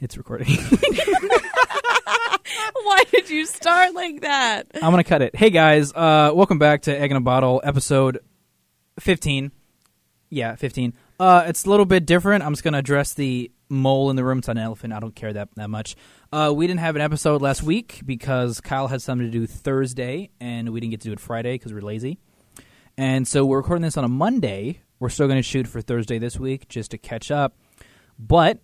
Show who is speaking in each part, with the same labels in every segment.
Speaker 1: It's recording.
Speaker 2: Why did you start like that?
Speaker 1: I'm gonna cut it. Hey guys, uh, welcome back to Egg in a Bottle, episode 15. Yeah, 15. Uh, it's a little bit different. I'm just gonna address the mole in the room. It's not an elephant. I don't care that that much. Uh, we didn't have an episode last week because Kyle had something to do Thursday, and we didn't get to do it Friday because we're lazy. And so we're recording this on a Monday. We're still gonna shoot for Thursday this week just to catch up. But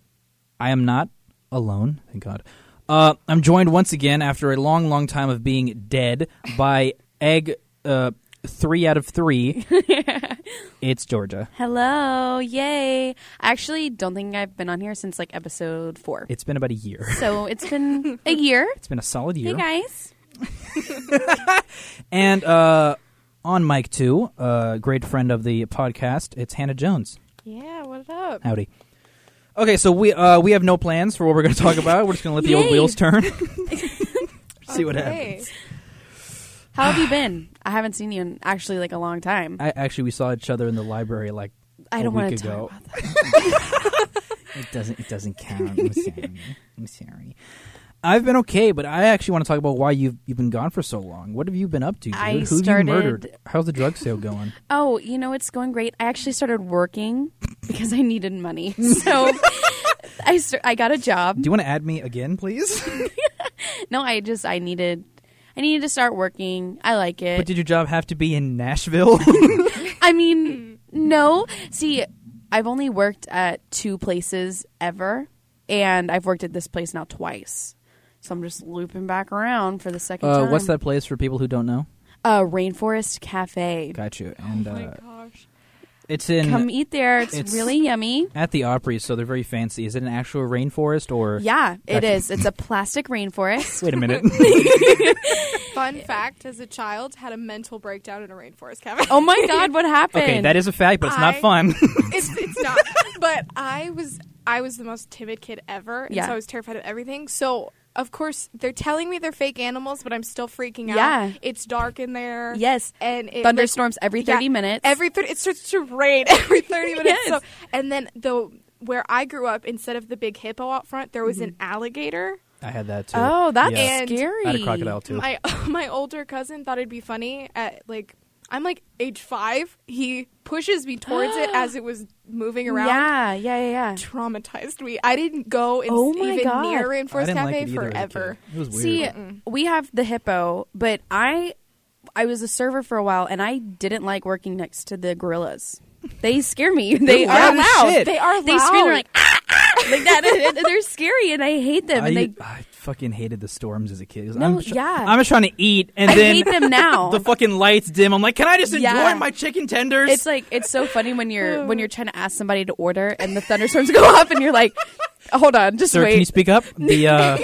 Speaker 1: I am not alone, thank God. Uh, I'm joined once again after a long, long time of being dead by Egg uh, Three out of Three. it's Georgia.
Speaker 2: Hello, yay! I actually don't think I've been on here since like episode four,
Speaker 1: It's been about a year.
Speaker 2: so it's been a year.
Speaker 1: It's been a solid year.
Speaker 2: Hey guys,
Speaker 1: And uh, on mic two, a great friend of the podcast, it's Hannah Jones.
Speaker 3: Yeah, what up?
Speaker 1: Howdy. Okay, so we uh, we have no plans for what we're going to talk about. We're just going to let the old
Speaker 2: Yay.
Speaker 1: wheels turn. See what happens.
Speaker 2: how have you been? I haven't seen you in actually like a long time.
Speaker 1: I, actually, we saw each other in the library like
Speaker 2: I
Speaker 1: a
Speaker 2: don't
Speaker 1: week
Speaker 2: want to
Speaker 1: ago.
Speaker 2: talk about that.
Speaker 1: It doesn't. It doesn't count. I'm sorry. I'm sorry. I've been okay, but I actually want to talk about why you've you've been gone for so long. What have you been up to?
Speaker 2: I
Speaker 1: dude? Who
Speaker 2: started-
Speaker 1: have you murdered? How's the drug sale going?
Speaker 2: Oh, you know it's going great. I actually started working because I needed money, so I st- I got a job.
Speaker 1: Do you want to add me again, please?
Speaker 2: No, I just I needed. I needed to start working. I like it.
Speaker 1: but did your job have to be in Nashville?
Speaker 2: I mean,
Speaker 3: Mm-hmm.
Speaker 2: no. See, I've only worked at two places ever, and I've worked at this place now twice. So I'm just looping back around for the second
Speaker 1: uh,
Speaker 2: time.
Speaker 1: what's that place for people who don't know?
Speaker 2: Uh, Rainforest Cafe.
Speaker 1: Got you. And
Speaker 3: Oh my
Speaker 1: uh,
Speaker 3: gosh.
Speaker 1: it's in
Speaker 2: Come eat there. It's,
Speaker 1: Mm. It's-
Speaker 2: really yummy.
Speaker 1: at the Opry, so they're very fancy. Is it an actual rainforest or?
Speaker 2: Yeah, it
Speaker 1: Gotcha.
Speaker 2: is. It's a plastic rainforest.
Speaker 1: Wait a minute.
Speaker 3: Fun fact as a child, had a mental breakdown in a rainforest cabin.
Speaker 2: Oh my god, what happened?
Speaker 1: okay, that is a fact, but it's not
Speaker 3: I-
Speaker 1: fun.
Speaker 3: it's, it's not. But I was I was the most timid kid ever, and
Speaker 2: Yeah.
Speaker 3: so I was terrified of everything. So of course they're telling me they're fake animals, but I'm still freaking out.
Speaker 2: Yeah.
Speaker 3: It's dark in there.
Speaker 2: Yes.
Speaker 3: And it,
Speaker 2: Thunderstorms every 30 minutes.
Speaker 3: Every thir- it starts to rain every thirty minutes.
Speaker 2: Yes.
Speaker 3: So, and then the where I grew up, instead of the big hippo out front, there was an
Speaker 2: Mm-hmm.
Speaker 3: alligator.
Speaker 1: I had that too.
Speaker 2: Oh, that's
Speaker 1: yeah.
Speaker 3: And-
Speaker 2: scary.
Speaker 1: I had a crocodile too.
Speaker 3: My my older cousin thought it'd be funny at like I'm like age five. He pushes me towards it as it was moving around.
Speaker 2: Yeah, yeah, yeah, yeah.
Speaker 3: Traumatized me. I didn't go and
Speaker 2: Oh my
Speaker 3: even
Speaker 2: God.
Speaker 3: near
Speaker 1: I
Speaker 3: Rainforest
Speaker 1: didn't like
Speaker 3: Cafe
Speaker 1: it either as a kid.
Speaker 3: forever.
Speaker 1: It was weird.
Speaker 2: See, we have the hippo, but I I was a server for a while and I didn't like working next to the gorillas. They scare me. They
Speaker 1: loud as
Speaker 2: are loud.
Speaker 1: shit.
Speaker 2: They,
Speaker 3: They are
Speaker 2: they scream they're
Speaker 3: loud.
Speaker 2: like ah, ah," like that. and they're scary and I hate them.
Speaker 1: I,
Speaker 2: and they
Speaker 1: I fucking hated the storms as a kid.
Speaker 2: No,
Speaker 1: I'm tr-
Speaker 2: yeah.
Speaker 1: I'm just trying to eat, and
Speaker 2: I
Speaker 1: then
Speaker 2: hate them now.
Speaker 1: the fucking lights dim. I'm like, can I just enjoy
Speaker 2: Yeah.
Speaker 1: my chicken tenders?
Speaker 2: it's like it's so funny when you're when you're trying to ask somebody to order and the thunderstorms go off and you're like, hold on, just
Speaker 1: Sir,
Speaker 2: wait.
Speaker 1: can you speak up? The uh,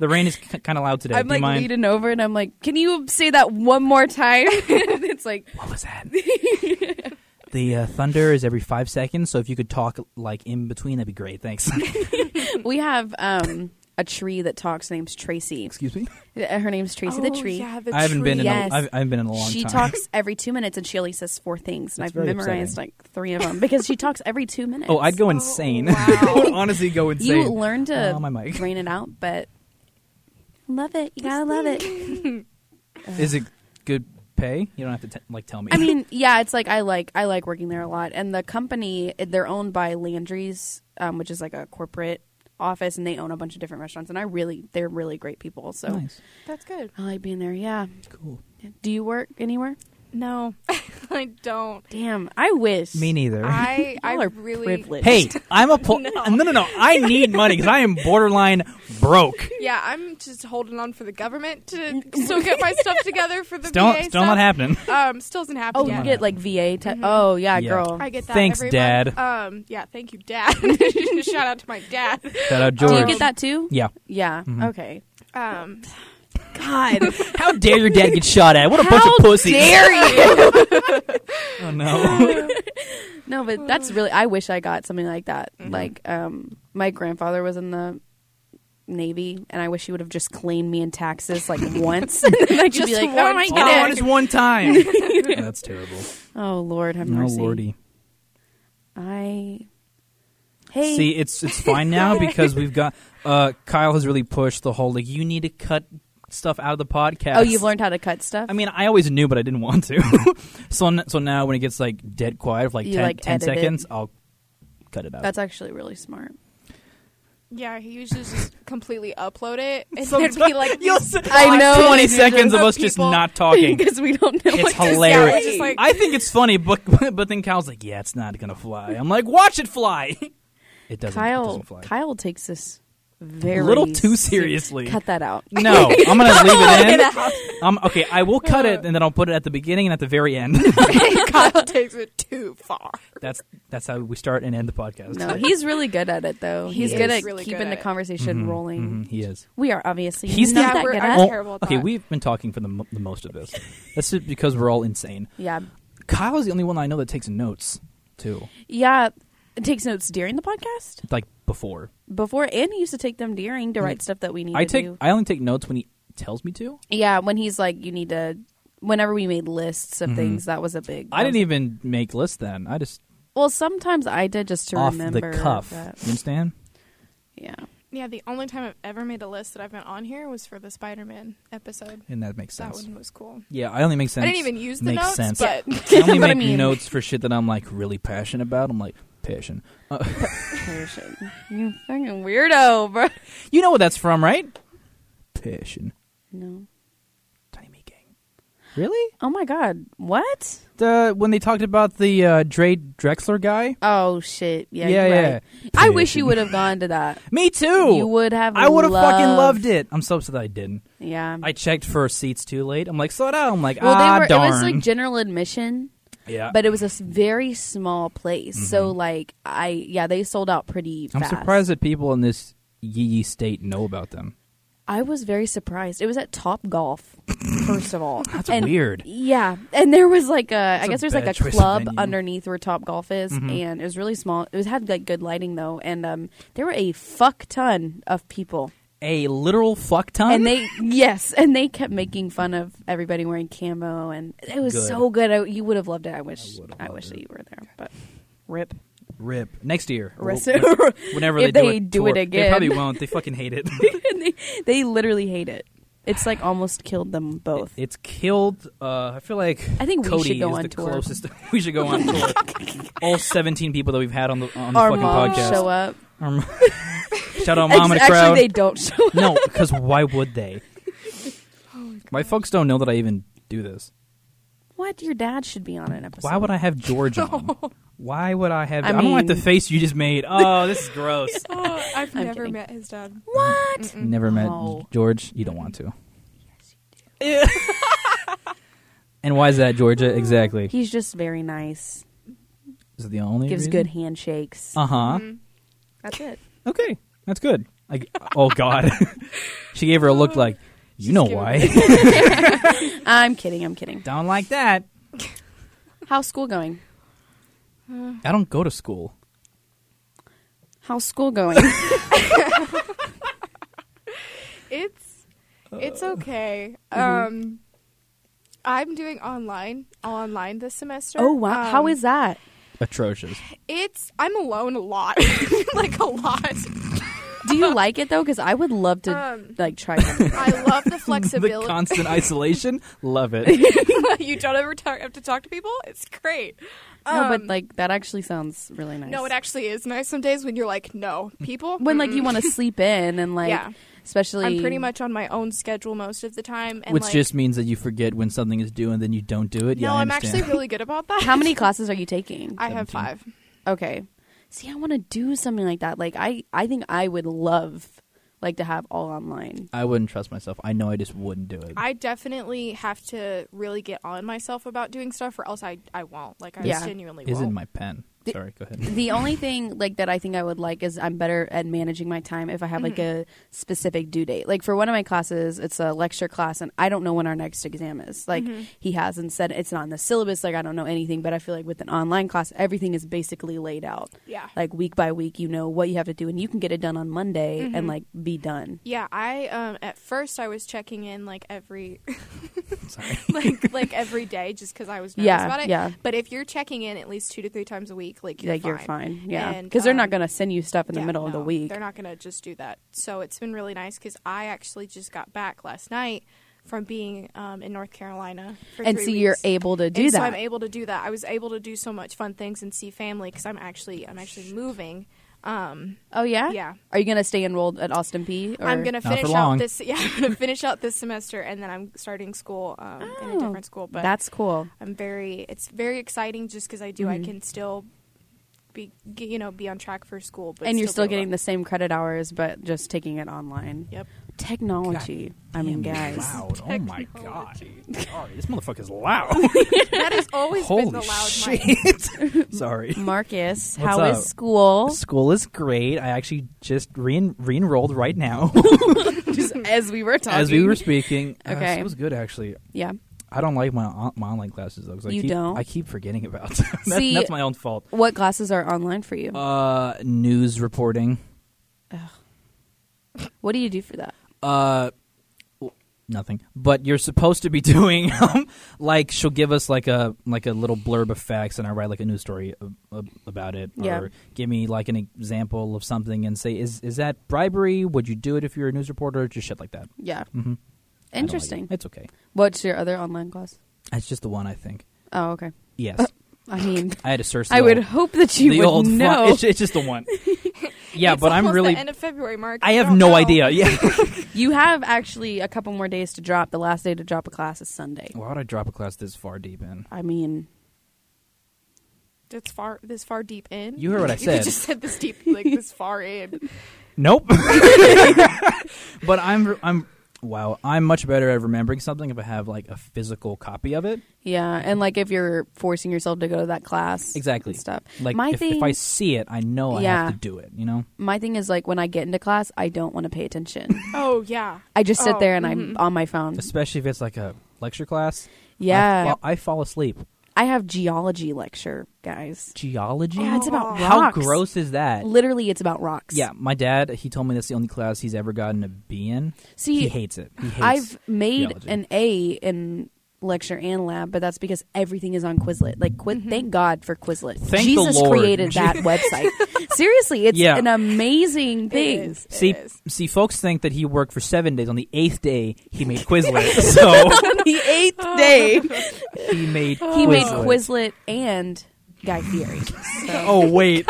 Speaker 1: the rain is c- kind of loud today.
Speaker 2: I'm
Speaker 1: Do
Speaker 2: like
Speaker 1: you mind?
Speaker 2: leaning over and I'm like, can you say that one more time? it's like,
Speaker 1: What was that? the uh, thunder is every five seconds, so if you could talk like in between, that'd be great. Thanks.
Speaker 2: we have um, a tree that talks. Her name's Tracy.
Speaker 1: Excuse me.
Speaker 2: Uh, Her name's Tracy the
Speaker 3: Oh,
Speaker 2: tree.
Speaker 3: Yeah, the
Speaker 1: I haven't been in
Speaker 3: tree.
Speaker 2: Yes.
Speaker 1: a, I've, I haven't been in a long
Speaker 2: she
Speaker 1: time.
Speaker 2: talks every two minutes and she only says four things, and
Speaker 1: That's
Speaker 2: I've
Speaker 1: very
Speaker 2: memorized
Speaker 1: upsetting.
Speaker 2: like three of them because she talks every two minutes.
Speaker 1: Oh, I'd go insane. I would honestly go
Speaker 2: You
Speaker 1: insane.
Speaker 2: learn to
Speaker 1: Oh, my mic.
Speaker 2: drain it out, but love it. You gotta love it.
Speaker 1: Is it good pay? You don't have to t- like tell me.
Speaker 2: I mean, yeah, it's like I like I like working there a lot, and the company they're owned by Landry's, um, which is like a corporate office, and they own a bunch of different restaurants. And I really, they're really great people. So
Speaker 1: nice,
Speaker 3: That's good.
Speaker 2: I like being there. Yeah.
Speaker 1: cool.
Speaker 2: Do you work anywhere?
Speaker 3: No, I don't.
Speaker 2: Damn, I wish.
Speaker 1: Me neither.
Speaker 3: I I
Speaker 2: Y'all are
Speaker 3: really
Speaker 2: privileged.
Speaker 1: Hey, I'm a pol- no. no, no, I need money because I am borderline broke.
Speaker 3: Yeah, I'm just holding on for the government to still get my stuff together for the
Speaker 1: Still,
Speaker 3: VA
Speaker 1: still not
Speaker 3: stuff.
Speaker 1: happening.
Speaker 3: Um, still isn't happening
Speaker 2: Oh,
Speaker 3: yet.
Speaker 2: you get like VA. Te- Oh, yeah,
Speaker 1: Yeah.
Speaker 2: girl.
Speaker 3: I get that.
Speaker 1: Thanks,
Speaker 3: every
Speaker 1: Dad.
Speaker 3: month. Um, yeah, thank you, Dad. Shout out to my dad.
Speaker 1: Shout out
Speaker 2: Do you
Speaker 1: George.
Speaker 2: get that too?
Speaker 1: Yeah.
Speaker 2: Yeah. Mm-hmm. Okay.
Speaker 3: Um,
Speaker 2: God,
Speaker 1: How dare your dad get shot at? What a bunch
Speaker 2: how
Speaker 1: of pussies.
Speaker 2: dare you?
Speaker 1: Oh no.
Speaker 2: no, but that's really. I wish I got something like that. Like, um, my grandfather was in the navy, and I wish he would have just claimed me in taxes like once. and then I could
Speaker 3: Just
Speaker 2: be like, oh
Speaker 3: one
Speaker 2: my
Speaker 3: time.
Speaker 1: All
Speaker 2: god.
Speaker 1: on his one time. Oh, that's terrible.
Speaker 2: Oh Lord, have
Speaker 1: No
Speaker 2: mercy.
Speaker 1: lordy.
Speaker 2: I Hey,
Speaker 1: See, it's it's fine now because we've got uh, Kyle has really pushed the whole like you need to cut stuff out of the podcast.
Speaker 2: oh, you've learned how to cut stuff.
Speaker 1: I mean, I always knew, but I didn't want to. so n- so now when it gets like dead quiet for like
Speaker 2: You,
Speaker 1: 10,
Speaker 2: like,
Speaker 1: 10
Speaker 2: edit it.
Speaker 1: seconds, I'll cut it out.
Speaker 2: that's actually really smart.
Speaker 3: Yeah, he usually just completely upload it, and
Speaker 1: Sometimes-
Speaker 3: there'd be like
Speaker 1: You'll
Speaker 3: these-
Speaker 1: see-
Speaker 2: I know.
Speaker 1: twenty
Speaker 2: it's
Speaker 1: seconds of
Speaker 3: of
Speaker 1: us just
Speaker 3: people.
Speaker 1: not talking.
Speaker 2: because we don't know.
Speaker 1: It's
Speaker 2: what to
Speaker 3: yeah,
Speaker 1: hilarious.
Speaker 3: it's just like-
Speaker 1: I think it's funny, but but then Kyle's like, "Yeah, it's not gonna fly." I'm like, "Watch it fly." It
Speaker 2: say.
Speaker 1: doesn't. it
Speaker 2: Kyle,
Speaker 1: doesn't fly.
Speaker 2: Kyle takes this very
Speaker 1: a little too
Speaker 2: se-
Speaker 1: seriously.
Speaker 2: Cut that out.
Speaker 1: No, I'm gonna leave it in. Um, okay, I will cut it and then I'll put it at the beginning and at the very end.
Speaker 3: Kyle takes it too far.
Speaker 1: that's that's how we start and end the podcast.
Speaker 2: No, he's really good at it though.
Speaker 3: He
Speaker 2: He's
Speaker 1: is
Speaker 2: good at
Speaker 3: really
Speaker 2: keeping
Speaker 3: good
Speaker 2: the
Speaker 3: at it.
Speaker 2: conversation rolling.
Speaker 1: Mhm, he is.
Speaker 2: We are obviously
Speaker 1: He's the-
Speaker 2: not that
Speaker 3: Yeah,
Speaker 2: good
Speaker 3: we're-
Speaker 2: at
Speaker 3: I'm
Speaker 2: it.
Speaker 1: Well,
Speaker 3: terrible at
Speaker 1: okay,
Speaker 3: that.
Speaker 1: we've been talking for the, mo- the most of this. That's just because we're all insane.
Speaker 2: Yeah,
Speaker 1: Kyle's the only one I know that takes notes too,
Speaker 2: yeah. Takes notes during the podcast
Speaker 1: like before.
Speaker 2: before, and he used to take them during to write stuff that we need
Speaker 1: Mm-hmm. I
Speaker 2: to
Speaker 1: take
Speaker 2: do.
Speaker 1: I only take notes when he tells me to.
Speaker 2: Yeah, when he's like, you need to. Whenever we made lists of things, that was a big.
Speaker 1: Mm-hmm. I didn't even make lists then. I just
Speaker 2: Well, sometimes I did just to
Speaker 1: off the
Speaker 2: remember
Speaker 1: cuff.
Speaker 2: that-
Speaker 1: You understand?
Speaker 2: yeah,
Speaker 3: Yeah, the only time I've ever made a list that I've been on here was for the Spider-Man episode.
Speaker 1: And that makes
Speaker 3: That
Speaker 1: sense.
Speaker 3: one was cool.
Speaker 1: Yeah, I only make sense.
Speaker 3: I didn't even use the
Speaker 1: makes sense.
Speaker 3: notes, but
Speaker 1: I only
Speaker 2: But I
Speaker 1: make
Speaker 2: mean-
Speaker 1: notes for shit that I'm like really passionate about. I'm like passion. Uh,
Speaker 2: Persian. you fucking weirdo, bro.
Speaker 1: you know what that's from, right? Passion.
Speaker 2: No.
Speaker 1: Tiny Meat Gang. Really?
Speaker 2: Oh my god, what?
Speaker 1: The when they talked about the uh, Dre Drexler guy.
Speaker 2: Oh shit! Yeah,
Speaker 1: yeah,
Speaker 2: you're
Speaker 1: yeah.
Speaker 2: right. I wish
Speaker 1: Passion.
Speaker 2: you would have gone to that.
Speaker 1: Me too.
Speaker 2: You would have.
Speaker 1: I would have fucking
Speaker 2: loved-
Speaker 1: loved it. I'm so upset that I didn't.
Speaker 2: Yeah.
Speaker 1: I checked for seats too late. I'm like, sold out. I'm like,
Speaker 2: well,
Speaker 1: ah,
Speaker 2: they were.
Speaker 1: darn. Uh,
Speaker 2: It was like general admission,
Speaker 1: yeah.
Speaker 2: but it was a s- very small place. So
Speaker 1: Mm-hmm.
Speaker 2: like, I yeah, they sold out pretty.
Speaker 1: I'm
Speaker 2: fast.
Speaker 1: surprised that people in this yee yee state know about them.
Speaker 2: I was very surprised. It was at Top Golf, first of all.
Speaker 1: That's
Speaker 2: and,
Speaker 1: weird.
Speaker 2: Yeah, and there was like a I
Speaker 1: It's a
Speaker 2: guess there's
Speaker 1: bad
Speaker 2: like a
Speaker 1: choice of
Speaker 2: club
Speaker 1: venue. Mm-hmm.
Speaker 2: underneath where Top Golf is, and it was really small. It was had like good lighting though, and um, there were a fuck ton of people,
Speaker 1: A literal fuck ton.
Speaker 2: and they yes, and they kept making fun of everybody wearing camo, and it was
Speaker 1: Good.
Speaker 2: so good. I, you would have loved it. I wish
Speaker 1: would've
Speaker 2: I,
Speaker 1: loved
Speaker 2: wish
Speaker 1: it.
Speaker 2: that you were there, but rip.
Speaker 1: Rip next year.
Speaker 2: Rest-
Speaker 1: Well, Whenever
Speaker 2: if
Speaker 1: they,
Speaker 2: they do it
Speaker 1: tour-
Speaker 2: again.
Speaker 1: they probably won't. They fucking hate it.
Speaker 2: they, they literally hate it. It's like almost killed them both.
Speaker 1: it's killed. Uh, I feel like
Speaker 2: I think we
Speaker 1: Cody
Speaker 2: should go
Speaker 1: is
Speaker 2: on
Speaker 1: the
Speaker 2: tour.
Speaker 1: closest. we should go on tour. All 17 people that we've had on the on the
Speaker 2: Our
Speaker 1: fucking
Speaker 2: moms
Speaker 1: podcast.
Speaker 2: show up.
Speaker 1: Our mom- Shout out mom in a
Speaker 2: Actually,
Speaker 1: crowd.
Speaker 2: they don't show up.
Speaker 1: no, because why would they? my folks don't know that I even do this.
Speaker 2: What? Your dad should be on an episode.
Speaker 1: Why would I have George on? Why would I have?
Speaker 2: I
Speaker 1: I, don't like the
Speaker 2: mean-
Speaker 1: face you just made. Oh, this is gross.
Speaker 3: oh, I've
Speaker 2: I'm
Speaker 3: never
Speaker 2: kidding.
Speaker 3: met his dad.
Speaker 2: What?
Speaker 1: Never met
Speaker 2: No.
Speaker 1: George. You don't want to. Yes, you do. and why is that, Georgia? Exactly.
Speaker 2: He's just very nice.
Speaker 1: Is it the only
Speaker 2: Gives
Speaker 1: reason?
Speaker 2: good handshakes.
Speaker 1: Uh huh.
Speaker 3: Mm-hmm.
Speaker 2: That's it.
Speaker 1: Okay, that's good. Like, oh God, she gave her a look like, you know
Speaker 3: giving
Speaker 1: why?
Speaker 2: I'm kidding. I'm kidding.
Speaker 1: don't like that.
Speaker 2: How's school going?
Speaker 1: I don't go to school.
Speaker 2: How's school going?
Speaker 3: It's it's okay. Um, I'm doing online online this semester.
Speaker 2: oh wow.
Speaker 3: Um,
Speaker 2: How is that?
Speaker 1: Atrocious.
Speaker 3: it's? I'm alone a lot, like a lot.
Speaker 2: Do you like it though? Because I would love to
Speaker 3: Um,
Speaker 2: like try. something.
Speaker 3: I love the
Speaker 1: the
Speaker 3: flexibility.
Speaker 1: constant isolation. Love it.
Speaker 3: you don't ever talk, have to talk to people. It's great.
Speaker 2: no, but
Speaker 3: Um,
Speaker 2: like that actually sounds really nice.
Speaker 3: no, it actually is nice some days when you're like, no people.
Speaker 2: when like you want to sleep in and like
Speaker 3: Yeah.
Speaker 2: especially
Speaker 3: I'm pretty much on my own schedule most of the time, and
Speaker 1: Which
Speaker 3: like,
Speaker 1: just means that you forget when something is due and then you don't do it.
Speaker 3: no,
Speaker 1: yeah, I
Speaker 3: I'm
Speaker 1: understand.
Speaker 3: actually really good about that.
Speaker 2: How many classes are you taking?
Speaker 3: I have
Speaker 1: 17.
Speaker 3: five.
Speaker 2: Okay. See, I want to do something like that. Like I I think I would love like to have all online.
Speaker 1: I wouldn't trust myself. I know I just wouldn't do it.
Speaker 3: I definitely have to really get on myself about doing stuff, or else I, I won't. Like I
Speaker 2: Yeah.
Speaker 3: just genuinely
Speaker 1: is
Speaker 3: won't.
Speaker 1: in my pen. Sorry, go ahead.
Speaker 2: The only thing like that I think I would like is I'm better at managing my time if I have like
Speaker 3: Mm-hmm.
Speaker 2: a specific due date. Like for one of my classes, it's a lecture class and I don't know when our next exam is. Like
Speaker 3: Mm-hmm.
Speaker 2: he hasn't said it's not in the syllabus, like I don't know anything, but I feel like with an online class everything is basically laid out.
Speaker 3: yeah,
Speaker 2: Like week by week, you know what you have to do and you can get it done on Monday
Speaker 3: Mm-hmm.
Speaker 2: and like be done.
Speaker 3: yeah. I um at first I was checking in like every
Speaker 1: Sorry.
Speaker 3: like like every day just because I was nervous
Speaker 2: Yeah,
Speaker 3: about it.
Speaker 2: yeah.
Speaker 3: But if you're checking in at least two to three times a week, week, like you're
Speaker 2: like you're fine. Yeah,
Speaker 3: And,
Speaker 2: because they're not
Speaker 3: um,
Speaker 2: going to send you stuff in the
Speaker 3: Yeah,
Speaker 2: middle of the
Speaker 3: no,
Speaker 2: week.
Speaker 3: They're not going to just do that. So it's been really nice because I actually just got back last night from being um, in North Carolina. For
Speaker 2: and
Speaker 3: three
Speaker 2: so you're
Speaker 3: weeks.
Speaker 2: able to do
Speaker 3: and
Speaker 2: that.
Speaker 3: So I'm able to do that. I was able to do so much fun things and see family because I'm actually I'm actually moving. Um,
Speaker 2: oh yeah,
Speaker 3: Yeah.
Speaker 2: Are you going to stay enrolled at Austin P? Or?
Speaker 3: I'm gonna
Speaker 1: Not for
Speaker 3: finish
Speaker 1: long.
Speaker 3: out this. Yeah, I'm gonna finish out this semester, and then I'm starting school um, in a
Speaker 2: Oh,
Speaker 3: different school. But
Speaker 2: That's cool.
Speaker 3: I'm very. It's very exciting just because I do. I
Speaker 1: Mm-hmm.
Speaker 2: Mhm.
Speaker 3: can still be g- you know be on track for school, but
Speaker 2: and you're still
Speaker 3: do
Speaker 2: getting
Speaker 3: well.
Speaker 2: the same credit hours, but just taking it online.
Speaker 3: Yep.
Speaker 2: Technology. I mean, guys.
Speaker 1: Loud. Oh my god. Sorry, this motherfucker's loud.
Speaker 3: that has always
Speaker 1: Holy
Speaker 3: been the loud mic.
Speaker 1: shit. Sorry.
Speaker 2: Marcus,
Speaker 1: What's
Speaker 2: how is
Speaker 1: up?
Speaker 2: school?
Speaker 1: School is great. I actually just re enrolled right now
Speaker 2: Oh, Just as we were talking.
Speaker 1: as we were speaking.
Speaker 2: Okay.
Speaker 1: Uh, school's good actually.
Speaker 2: Yeah.
Speaker 1: I don't like my on- my online classes though. 'cause I
Speaker 2: You
Speaker 1: keep,
Speaker 2: don't?
Speaker 1: I keep forgetting about. them. That's-
Speaker 2: See-
Speaker 1: that's my own fault.
Speaker 2: What classes are online for you?
Speaker 1: Uh, news reporting.
Speaker 2: what do you do for that?
Speaker 1: Uh, w- nothing. But you're supposed to be doing um, like she'll give us like a like a little blurb of facts, and I write like a news story ab- ab- about it.
Speaker 2: Yeah.
Speaker 1: Or give me like an example of something and say, is is that bribery? Would you do it if you're a news reporter? Just shit like that.
Speaker 2: Yeah.
Speaker 1: Mhm. I don't like it.
Speaker 2: Interesting.
Speaker 1: It's okay.
Speaker 2: What's your other online class?
Speaker 1: It's just the one I think.
Speaker 2: Oh, okay.
Speaker 1: Yes,
Speaker 2: I mean,
Speaker 1: I had to search. The
Speaker 2: I would
Speaker 1: old-
Speaker 2: hope that you
Speaker 1: the
Speaker 2: would
Speaker 1: old fu-
Speaker 2: know.
Speaker 1: it's, it's just the one. Yeah,
Speaker 3: It's
Speaker 1: but I'm
Speaker 3: almost
Speaker 1: really.
Speaker 3: the end of February, Mark.
Speaker 1: I
Speaker 3: You
Speaker 1: have
Speaker 3: don't
Speaker 1: no
Speaker 3: know.
Speaker 1: idea. Yeah.
Speaker 2: you have actually a couple more days to drop. The last day to drop a class is Sunday.
Speaker 1: Why would I drop a class this far deep in?
Speaker 2: I mean,
Speaker 3: It's far this far deep in.
Speaker 1: You heard what I said.
Speaker 3: just said this deep, like this far in.
Speaker 1: Nope. but I'm I'm wow. I'm much better at remembering something if I have like a physical copy of it.
Speaker 2: yeah, and like if you're forcing yourself to go to that class,
Speaker 1: Exactly.
Speaker 2: and stuff.
Speaker 1: Like
Speaker 2: my
Speaker 1: if,
Speaker 2: thing,
Speaker 1: if I see it, I know I
Speaker 2: Yeah.
Speaker 1: have to do it. You know.
Speaker 2: my thing is like when I get into class, I don't want to pay attention.
Speaker 3: Oh yeah.
Speaker 2: I just sit
Speaker 3: Oh,
Speaker 2: there and
Speaker 3: mhm.
Speaker 2: I'm on my phone.
Speaker 1: Especially if it's like a lecture class. I,
Speaker 2: Yeah,
Speaker 1: fall, I fall asleep.
Speaker 2: I have geology lecture, guys.
Speaker 1: Geology.
Speaker 2: Yeah, it's about
Speaker 1: How
Speaker 2: rocks.
Speaker 1: gross is that?
Speaker 2: Literally, it's about rocks.
Speaker 1: Yeah, my dad. He told me that's the only class he's ever gotten a B in.
Speaker 2: See,
Speaker 1: he hates it. He hates.
Speaker 2: I've made
Speaker 1: geology.
Speaker 2: an A in lecture and lab, but that's because everything is on Quizlet. Like, Quiz-
Speaker 3: Mm-hmm.
Speaker 2: thank God for Quizlet.
Speaker 1: Thank the
Speaker 2: Jesus
Speaker 1: Lord.
Speaker 2: created that website. Seriously, it's
Speaker 1: Yeah.
Speaker 2: an amazing thing.
Speaker 3: It is.
Speaker 1: See,
Speaker 3: It is.
Speaker 1: see, folks think that he worked for seven days. On the eighth day, he made Quizlet. so
Speaker 2: the eighth day,
Speaker 1: he made
Speaker 2: he
Speaker 1: Quizlet.
Speaker 2: made Quizlet and Guy Fieri.
Speaker 1: Oh wait,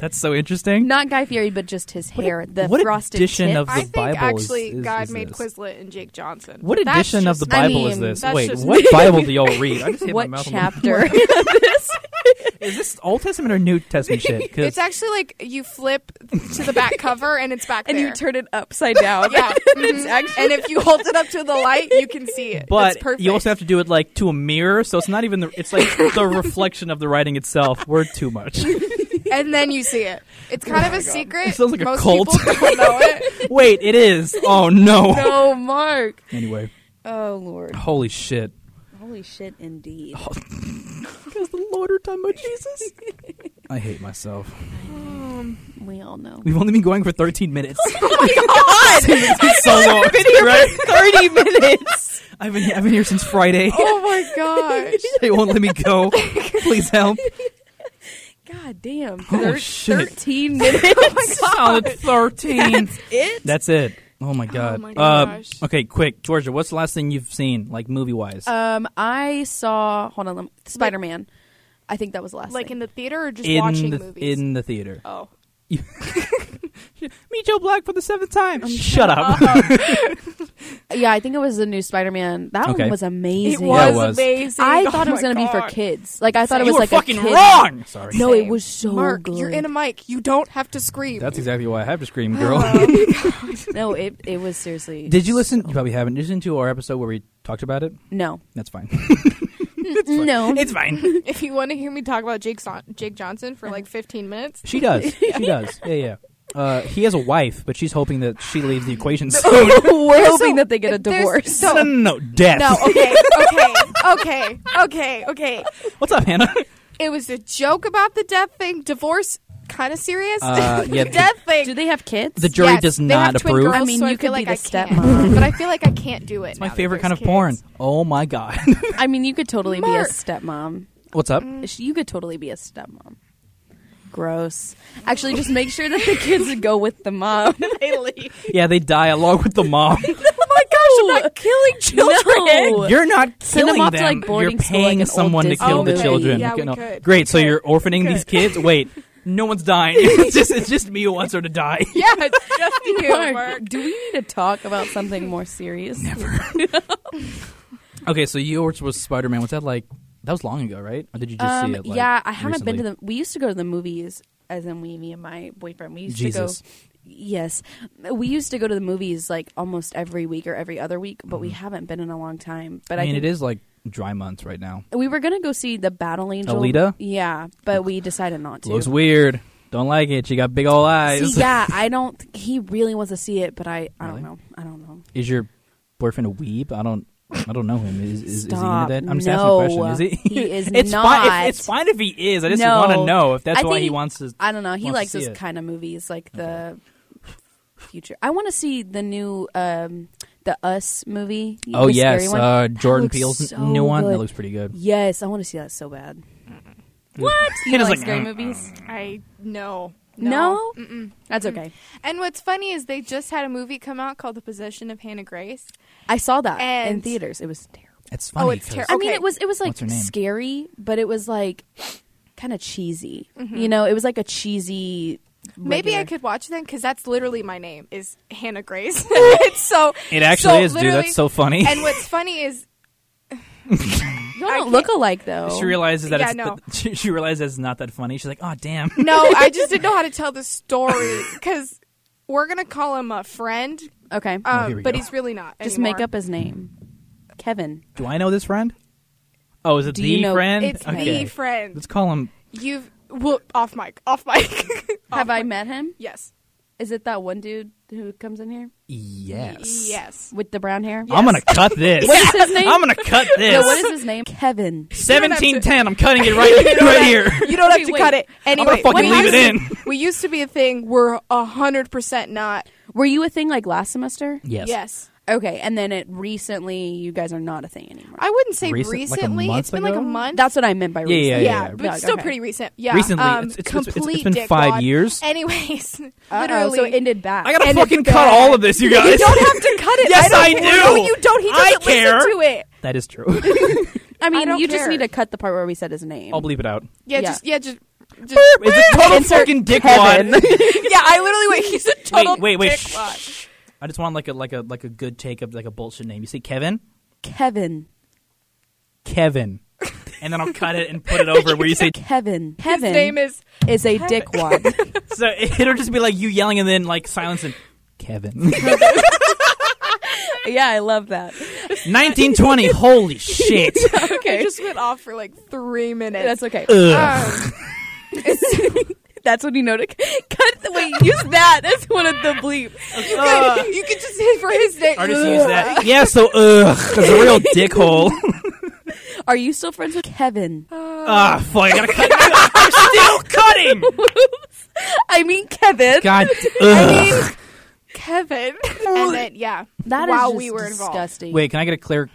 Speaker 1: that's so interesting.
Speaker 2: Not Guy Fieri, but just his
Speaker 1: What
Speaker 2: hair,
Speaker 1: a-
Speaker 2: the
Speaker 1: what
Speaker 2: frosted
Speaker 1: addition
Speaker 2: tip.
Speaker 1: of the
Speaker 3: I think
Speaker 1: Bible is-
Speaker 3: actually
Speaker 1: is-
Speaker 3: God
Speaker 1: is
Speaker 3: made
Speaker 1: this.
Speaker 3: Quizlet and Jake Johnson.
Speaker 1: What
Speaker 3: That's
Speaker 1: edition
Speaker 3: just-
Speaker 1: of the Bible
Speaker 2: I
Speaker 1: is
Speaker 2: mean,
Speaker 1: this?
Speaker 3: that's
Speaker 1: Wait,
Speaker 3: just-
Speaker 1: what Bible do y'all read? I just hit
Speaker 2: what
Speaker 1: my mouth on the-
Speaker 2: chapter? this?
Speaker 1: is this Old Testament or New Testament shit? 'Cause
Speaker 3: It's actually like you flip to the back cover and it's back
Speaker 2: And
Speaker 3: there.
Speaker 2: you turn it upside down.
Speaker 3: yeah, Mhm. and if you hold it up to the light, you can see it. it's
Speaker 1: but
Speaker 3: perfect.
Speaker 1: you also have to do it like to a mirror, so it's not even the. It's like the reflection of the writing itself. We're too much.
Speaker 3: and then you see it. It's kind of a secret.
Speaker 1: Oh It sounds like a
Speaker 3: Most
Speaker 1: cult.
Speaker 3: people don't know it.
Speaker 1: Wait, it is. Oh no.
Speaker 2: No, Mark.
Speaker 1: Anyway,
Speaker 2: Oh Lord.
Speaker 1: holy shit.
Speaker 2: Holy shit, indeed.
Speaker 1: Because the Lord are talking about Jesus. I hate myself.
Speaker 2: We all know.
Speaker 1: We've only been going for 13 minutes. Oh my god! so long. I've been here for 30 minutes. I've been, I've been here since Friday.
Speaker 3: Oh my gosh.
Speaker 1: They won't let me go. Please help.
Speaker 2: God damn.
Speaker 1: Oh,
Speaker 2: Thir-
Speaker 1: shit.
Speaker 2: 13 minutes.
Speaker 1: Solid 13. That's
Speaker 2: it?
Speaker 1: it. Oh my god.
Speaker 3: my
Speaker 1: Uh,
Speaker 3: gosh.
Speaker 1: okay, quick, Georgia. What's the last thing you've seen, like movie wise?
Speaker 2: Um, I saw, hold on, Spider Man. I think that was the last
Speaker 3: Like
Speaker 2: thing.
Speaker 3: in the theater or just
Speaker 1: in
Speaker 3: watching
Speaker 1: the
Speaker 3: movies?
Speaker 1: in the theater.
Speaker 3: oh.
Speaker 1: Meet Joe Black for the seventh time. Shut up.
Speaker 2: yeah, I think it was the new Spider Man. That
Speaker 1: Okay.
Speaker 2: one was amazing.
Speaker 1: was Yeah, it was.
Speaker 3: amazing.
Speaker 2: I
Speaker 3: Oh
Speaker 2: thought it was
Speaker 3: my
Speaker 2: going to be for
Speaker 3: God.
Speaker 2: kids. Like, I thought it
Speaker 1: you
Speaker 2: was
Speaker 1: were
Speaker 2: like
Speaker 1: fucking
Speaker 2: a kid.
Speaker 1: wrong. Sorry.
Speaker 2: No, it
Speaker 3: Same.
Speaker 2: was so
Speaker 3: Mark,
Speaker 2: good.
Speaker 3: you're in a mic. You don't have to scream.
Speaker 1: That's exactly why I have to scream, girl.
Speaker 2: no, it, it was seriously.
Speaker 1: Did you listen? You probably haven't. Did you listen to our episode where we talked about it?
Speaker 2: No.
Speaker 1: That's fine.
Speaker 2: No.
Speaker 1: it's fine.
Speaker 3: if you want to hear me talk about Jake, Son- Jake Johnson for like 15 minutes,
Speaker 1: She does. She does. Yeah, yeah. Uh, he has a wife, but she's hoping that she leaves the equation soon.
Speaker 2: We're
Speaker 3: There's
Speaker 2: hoping
Speaker 3: so-
Speaker 2: that they get a
Speaker 3: there's
Speaker 2: divorce.
Speaker 1: no, no, no, no, death.
Speaker 3: no, okay, okay, okay, okay, okay.
Speaker 1: What's up, Hannah?
Speaker 3: It was a joke about the death thing. Divorce, kind of serious.
Speaker 1: Uh, yeah, the-
Speaker 3: death thing.
Speaker 2: Do they have kids?
Speaker 1: The jury
Speaker 3: Yes,
Speaker 1: does
Speaker 3: they
Speaker 1: not
Speaker 3: have twin
Speaker 1: approve.
Speaker 3: girls,
Speaker 2: I mean,
Speaker 3: so
Speaker 2: you
Speaker 3: feel
Speaker 2: could be
Speaker 3: like I
Speaker 2: the
Speaker 3: can't.
Speaker 2: stepmom.
Speaker 3: but I feel like I can't do it.
Speaker 1: My favorite kind of porn. Oh my god.
Speaker 2: I mean, you could totally be
Speaker 3: Mark.
Speaker 2: a stepmom.
Speaker 1: What's up?
Speaker 2: Sh- You could totally be a stepmom. Gross. Actually, just make sure that the kids go with the mom.
Speaker 3: Oh
Speaker 2: they leave.
Speaker 1: Yeah, they die along with the mom.
Speaker 2: Oh my gosh, I'm not killing children.
Speaker 1: You're not
Speaker 2: Send
Speaker 1: killing
Speaker 2: them off to,
Speaker 1: them.
Speaker 2: like, boarding
Speaker 1: you're
Speaker 2: school like
Speaker 1: paying
Speaker 2: an old
Speaker 1: someone to
Speaker 2: Disney
Speaker 1: kill the
Speaker 3: movie.
Speaker 1: children.
Speaker 3: Yeah,
Speaker 1: Okay,
Speaker 3: we
Speaker 1: no.
Speaker 3: could.
Speaker 1: Great. So
Speaker 3: We
Speaker 1: you're orphaning
Speaker 3: We
Speaker 1: these kids. Wait, no one's dying. it's just it's just me who wants her to die.
Speaker 3: Yeah, it's just you,
Speaker 2: Mark,
Speaker 3: Mark.
Speaker 2: do we need to talk about something more serious?
Speaker 1: Okay, so yours was Spider Man. Was that like that was long ago, right? Or did you just
Speaker 2: Um,
Speaker 1: see it? Like,
Speaker 2: yeah, I haven't been
Speaker 1: recently?
Speaker 2: to the. We used to go to the movies, as in we, me and my boyfriend. We used
Speaker 1: Jesus.
Speaker 2: to go. Yes, we used to go to the movies like almost every week or every other week, but we haven't been in a long time. But
Speaker 1: Mm-hmm.
Speaker 2: I,
Speaker 1: I mean,
Speaker 2: think
Speaker 1: it is like dry months right now.
Speaker 2: We were gonna go see the Battle Angel,
Speaker 1: Alita?
Speaker 2: Yeah, but we decided not to.
Speaker 1: Looks weird. Don't like it. She got big old eyes.
Speaker 2: See, yeah, I don't. He really wants to see it, but I, I
Speaker 1: Really?
Speaker 2: don't know. I don't know.
Speaker 1: Is your boyfriend a weeb? I don't. I don't know him. Is, is, is he into
Speaker 2: Stop.
Speaker 1: that? I'm just asking a
Speaker 2: No.
Speaker 1: question. Is he?
Speaker 2: He is
Speaker 1: it's Fine
Speaker 2: not.
Speaker 1: if, it's fine if he is. I just
Speaker 2: No.
Speaker 1: want to know if that's
Speaker 2: I
Speaker 1: why he
Speaker 2: think-
Speaker 1: wants to.
Speaker 2: I don't know. He
Speaker 1: Wants to
Speaker 2: likes
Speaker 1: see
Speaker 2: those
Speaker 1: it.
Speaker 2: kind of movies, like the future. I want to see the new um, the Us movie.
Speaker 1: Oh
Speaker 2: the
Speaker 1: yes,
Speaker 2: scary one.
Speaker 1: uh,
Speaker 2: That
Speaker 1: Jordan
Speaker 2: looks
Speaker 1: Peele's
Speaker 2: so
Speaker 1: new one. That
Speaker 2: good.
Speaker 1: looks pretty good.
Speaker 2: Yes, I want to see that so bad. What? You
Speaker 1: It is
Speaker 2: don't like,
Speaker 1: like,
Speaker 2: scary
Speaker 1: mm,
Speaker 2: movies?
Speaker 3: I no.
Speaker 2: No,
Speaker 3: Mm-mm.
Speaker 2: that's okay.
Speaker 3: And what's funny is they just had a movie come out called The Possession of Hannah Grace.
Speaker 2: I saw that in
Speaker 3: And-
Speaker 2: theaters. It was terrible.
Speaker 1: It's funny.
Speaker 3: it's
Speaker 1: 'cause-
Speaker 3: terrible.
Speaker 2: I mean,
Speaker 3: Okay.
Speaker 2: it was it was like
Speaker 1: What's her name?
Speaker 2: scary, but it was like kind of cheesy. You know, it was like a cheesy.
Speaker 3: Mm-hmm. Maybe
Speaker 2: regular-
Speaker 3: I could watch them because that's literally my name is Hannah Grace. it's so
Speaker 1: It
Speaker 2: oh,
Speaker 1: actually
Speaker 3: so
Speaker 1: is, dude.
Speaker 3: literally-
Speaker 1: That's so funny.
Speaker 3: And what's funny is
Speaker 2: You
Speaker 3: I
Speaker 2: don't
Speaker 3: can't-
Speaker 2: look alike though.
Speaker 1: she realizes that
Speaker 3: Yeah,
Speaker 1: it's
Speaker 3: no.
Speaker 1: she, she realizes it's not that funny. She's like, oh damn.
Speaker 3: no, I just didn't know how to tell the story because we're gonna call him a friend,
Speaker 2: okay,
Speaker 3: um,
Speaker 1: here we
Speaker 3: but
Speaker 1: go.
Speaker 3: he's really not.
Speaker 2: just
Speaker 3: anymore.
Speaker 2: make up his name, Kevin.
Speaker 1: Do I know this friend? Oh, is it
Speaker 2: Do
Speaker 1: the
Speaker 2: you know-
Speaker 1: friend?
Speaker 3: It's
Speaker 1: okay.
Speaker 3: the friend.
Speaker 1: Let's call him.
Speaker 3: You've well off mic, off mic.
Speaker 2: Have I met him?
Speaker 3: yes,
Speaker 2: Is it that one dude who comes in here
Speaker 1: Yes.
Speaker 3: yes.
Speaker 2: with the brown hair?
Speaker 1: I'm gonna cut this.
Speaker 2: What is his name?
Speaker 1: I'm gonna cut this.
Speaker 2: No, what is his name? Kevin.
Speaker 1: Seventeen ten. I'm cutting it right right here.
Speaker 3: You don't have
Speaker 2: Wait,
Speaker 3: to
Speaker 2: wait.
Speaker 3: cut it. Anyway,
Speaker 1: fucking
Speaker 3: we
Speaker 1: leave
Speaker 3: used
Speaker 1: it
Speaker 3: to-
Speaker 1: in.
Speaker 3: We used to be a thing. We're hundred percent not.
Speaker 2: Were you a thing like last semester?
Speaker 1: Yes.
Speaker 3: Yes,
Speaker 2: Okay, and then it recently you guys are not a thing anymore.
Speaker 3: I wouldn't say
Speaker 1: Recent- like a
Speaker 3: recently.
Speaker 1: month
Speaker 3: it's been like
Speaker 1: ago?
Speaker 3: a month.
Speaker 2: That's what I meant by
Speaker 1: yeah,
Speaker 2: recently.
Speaker 3: yeah,
Speaker 1: yeah, yeah.
Speaker 3: but
Speaker 2: Like,
Speaker 3: it's still
Speaker 2: okay.
Speaker 3: pretty recent. Yeah,
Speaker 1: Recently,
Speaker 3: um,
Speaker 1: it's- it's- it's- it's- it's
Speaker 3: complete
Speaker 1: been
Speaker 3: dick
Speaker 1: five
Speaker 3: wad.
Speaker 1: years.
Speaker 3: Anyways,
Speaker 2: Uh-oh,
Speaker 3: literally,
Speaker 2: so it ended bad.
Speaker 1: I gotta
Speaker 3: And
Speaker 1: fucking
Speaker 3: it's
Speaker 1: cut
Speaker 3: bad.
Speaker 1: all of this, you guys.
Speaker 3: You don't have to cut it.
Speaker 1: Yes,
Speaker 3: I,
Speaker 1: I
Speaker 3: don't,
Speaker 1: do.
Speaker 3: No, you don't. He
Speaker 1: I
Speaker 3: doesn't
Speaker 1: care.
Speaker 3: listen to it.
Speaker 1: that is true.
Speaker 2: I mean,
Speaker 3: don't
Speaker 2: you just
Speaker 3: care.
Speaker 2: need to cut the part where we said his name.
Speaker 1: I'll bleep it out.
Speaker 3: Yeah,
Speaker 2: Yeah.
Speaker 3: just yeah, just. just
Speaker 1: It's a total
Speaker 2: Insert
Speaker 1: fucking
Speaker 2: Kevin.
Speaker 1: dickwad.
Speaker 3: yeah, I literally wait. He's a total
Speaker 1: wait, wait, wait.
Speaker 3: dick
Speaker 1: Shh.
Speaker 3: wad.
Speaker 1: I just want like a like a like a good take of like a bullshit name. You say Kevin,
Speaker 2: Kevin.
Speaker 1: Kevin, and then I'll cut it and put it over where you say.
Speaker 2: Kevin.
Speaker 3: His
Speaker 2: Kevin
Speaker 3: name is
Speaker 2: is a dickwad.
Speaker 1: So it'll just be like you yelling and then like silence and Kevin.
Speaker 2: yeah, I love that.
Speaker 1: 1920. Holy shit.
Speaker 3: I
Speaker 2: Okay,
Speaker 3: just went off for like three minutes.
Speaker 2: that's okay.
Speaker 1: Ugh.
Speaker 3: Um,
Speaker 2: That's when you know to c- cut. the- Wait, use that as one of the bleep.
Speaker 3: you,
Speaker 2: Uh,
Speaker 3: could, you could just hit for his name.
Speaker 1: Artists use that. Yeah. So ugh, that's a real dickhole.
Speaker 2: Are you still friends with Kevin?
Speaker 3: Uh,
Speaker 1: Ah, fuck. I gotta cut. I'm still cutting.
Speaker 2: I mean Kevin.
Speaker 1: God.
Speaker 3: I
Speaker 1: Ugh.
Speaker 3: mean, Kevin. And then yeah,
Speaker 2: That is
Speaker 3: while
Speaker 2: just
Speaker 3: we were involved.
Speaker 2: disgusting.
Speaker 1: Wait, can I get a clear?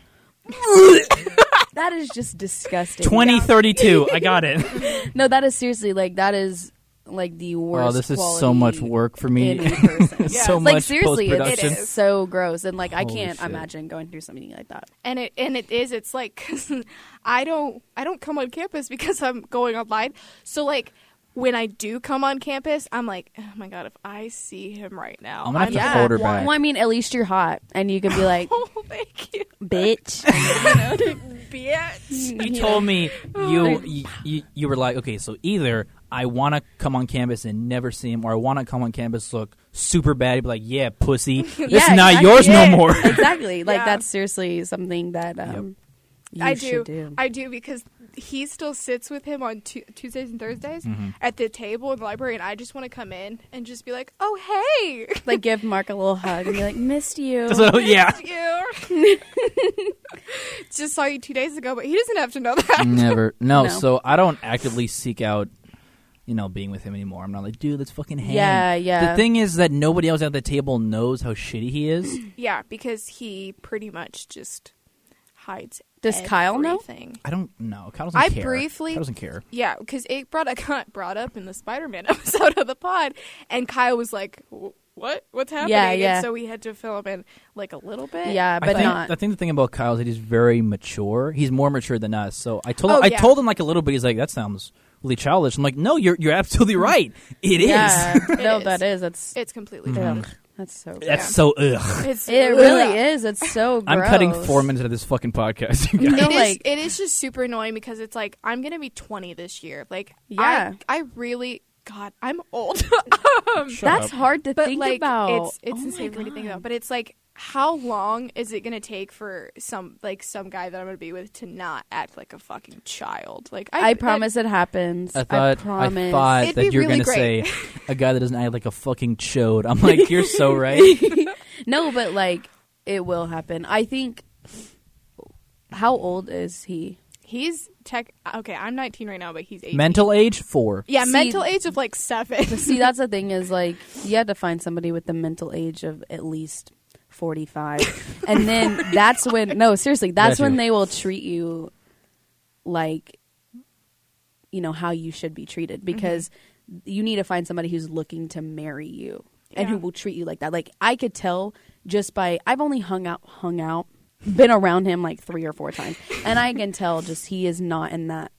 Speaker 2: that is just disgusting.
Speaker 1: 2032. I got it.
Speaker 2: No, that is seriously like that is like the worst.
Speaker 1: Oh, this is so much
Speaker 2: quality
Speaker 1: work for
Speaker 2: in
Speaker 1: me.
Speaker 2: a person.
Speaker 3: Yeah.
Speaker 1: so
Speaker 2: like
Speaker 1: much
Speaker 2: seriously, it's,
Speaker 1: post-production.
Speaker 2: it's so gross, and like I
Speaker 1: Holy
Speaker 2: can't
Speaker 1: shit.
Speaker 2: imagine going through something like that.
Speaker 3: and it and it is it's like 'cause i don't i don't come on campus because i'm going online so like when i do come on campus i'm like oh my god if i see him right now
Speaker 1: I'm gonna have
Speaker 3: I'm
Speaker 1: to
Speaker 3: like,
Speaker 1: hold her
Speaker 2: Well,
Speaker 1: back.
Speaker 2: I mean, at least you're hot, and you can be like,
Speaker 3: oh thank you
Speaker 2: bitch.
Speaker 3: bitch
Speaker 1: you told me
Speaker 2: Oh.
Speaker 1: you, you you you were like, okay, so either I want to come on campus and never see him, or I want to come on campus look super bad. You'd be like, yeah, pussy, this is
Speaker 2: Yeah,
Speaker 1: not
Speaker 2: exactly.
Speaker 1: yours no
Speaker 2: Yeah.
Speaker 1: more.
Speaker 2: exactly. Like
Speaker 3: Yeah.
Speaker 2: that's seriously something that um, you
Speaker 3: i do,
Speaker 2: should do.
Speaker 3: i do because he still sits with him on Tu tuesdays and thursdays
Speaker 1: Mm-hmm.
Speaker 3: at the table in the library and i just want to come in and just be like oh hey
Speaker 2: like give Mark a little hug and be like, missed you.
Speaker 1: so yeah,
Speaker 3: you just saw you two days ago but he doesn't have to know that
Speaker 1: never. No,
Speaker 2: No.
Speaker 1: so I don't actively seek out. You know, being with him anymore. I'm not like, dude, let's fucking hang.
Speaker 2: Yeah, yeah.
Speaker 1: The thing is that nobody else at the table knows how shitty he is.
Speaker 3: Yeah, because he pretty much just hides
Speaker 2: Does Kyle know?
Speaker 3: everything.
Speaker 1: I don't know. Kyle doesn't
Speaker 3: I
Speaker 1: care.
Speaker 3: briefly-
Speaker 1: Kyle doesn't care.
Speaker 3: Yeah, because it brought I got brought up in the Spider-Man episode of the pod, and Kyle was like, "Wh- "What? What's happening?"
Speaker 2: yeah.
Speaker 3: And so we had to fill him in like a little bit.
Speaker 2: Yeah,
Speaker 1: I
Speaker 2: but
Speaker 1: think,
Speaker 2: not.
Speaker 1: I think the thing about Kyle is that he's very mature. He's more mature than us. So I told
Speaker 3: Oh,
Speaker 1: I
Speaker 3: yeah.
Speaker 1: told him like a little bit. He's like, that sounds really childish. I'm like, no, you're you're absolutely right. It is.
Speaker 2: Mm. yeah, no,
Speaker 3: It
Speaker 2: that
Speaker 3: is.
Speaker 2: is. That's
Speaker 3: it's completely
Speaker 2: ugh,
Speaker 3: different.
Speaker 2: that's so. Gross.
Speaker 1: That's so ugh.
Speaker 3: It's
Speaker 2: It really is. It's so. Gross.
Speaker 1: I'm cutting four minutes out of this fucking podcast. You
Speaker 2: No,
Speaker 1: guys.
Speaker 3: It is-
Speaker 2: like-
Speaker 3: it is just super annoying because it's like I'm gonna be 20 this year. Like,
Speaker 2: Yeah.
Speaker 3: I, I really, God, I'm old.
Speaker 1: Shut
Speaker 3: um,
Speaker 2: Mm, That's
Speaker 1: up.
Speaker 2: hard to
Speaker 3: but
Speaker 2: think
Speaker 3: like,
Speaker 2: about.
Speaker 3: it's it's
Speaker 2: Oh my
Speaker 3: insane for me to think
Speaker 2: God.
Speaker 3: about. But it's like, how long is it gonna take for some like some guy that I'm gonna be with to not act like a fucking child? Like, I,
Speaker 2: I
Speaker 3: that-
Speaker 2: promise it happens.
Speaker 1: I thought
Speaker 2: promise.
Speaker 1: thought
Speaker 3: It'd
Speaker 1: that
Speaker 3: be
Speaker 1: you were
Speaker 3: really
Speaker 1: gonna
Speaker 3: great.
Speaker 1: say a guy that doesn't act like a fucking chode. I'm like, you're so right.
Speaker 2: no, but like it will happen. I think. How old is he?
Speaker 3: he's tech. Okay, I'm 19 right now, but he's 18.
Speaker 1: Mental age four.
Speaker 3: yeah,
Speaker 2: See-
Speaker 3: mental age of like seven.
Speaker 2: See, that's the thing is like you had to find somebody with the mental age of at least 45. and then that's when no, seriously, that's
Speaker 1: Gotcha.
Speaker 2: when they will treat you like you know how you should be treated because you need to find somebody who's looking to marry you and who
Speaker 3: Yeah.
Speaker 2: will treat you like that. Like I could tell just by I've only hung out hung out been around him like 3 or 4 times and I can tell just he is not in that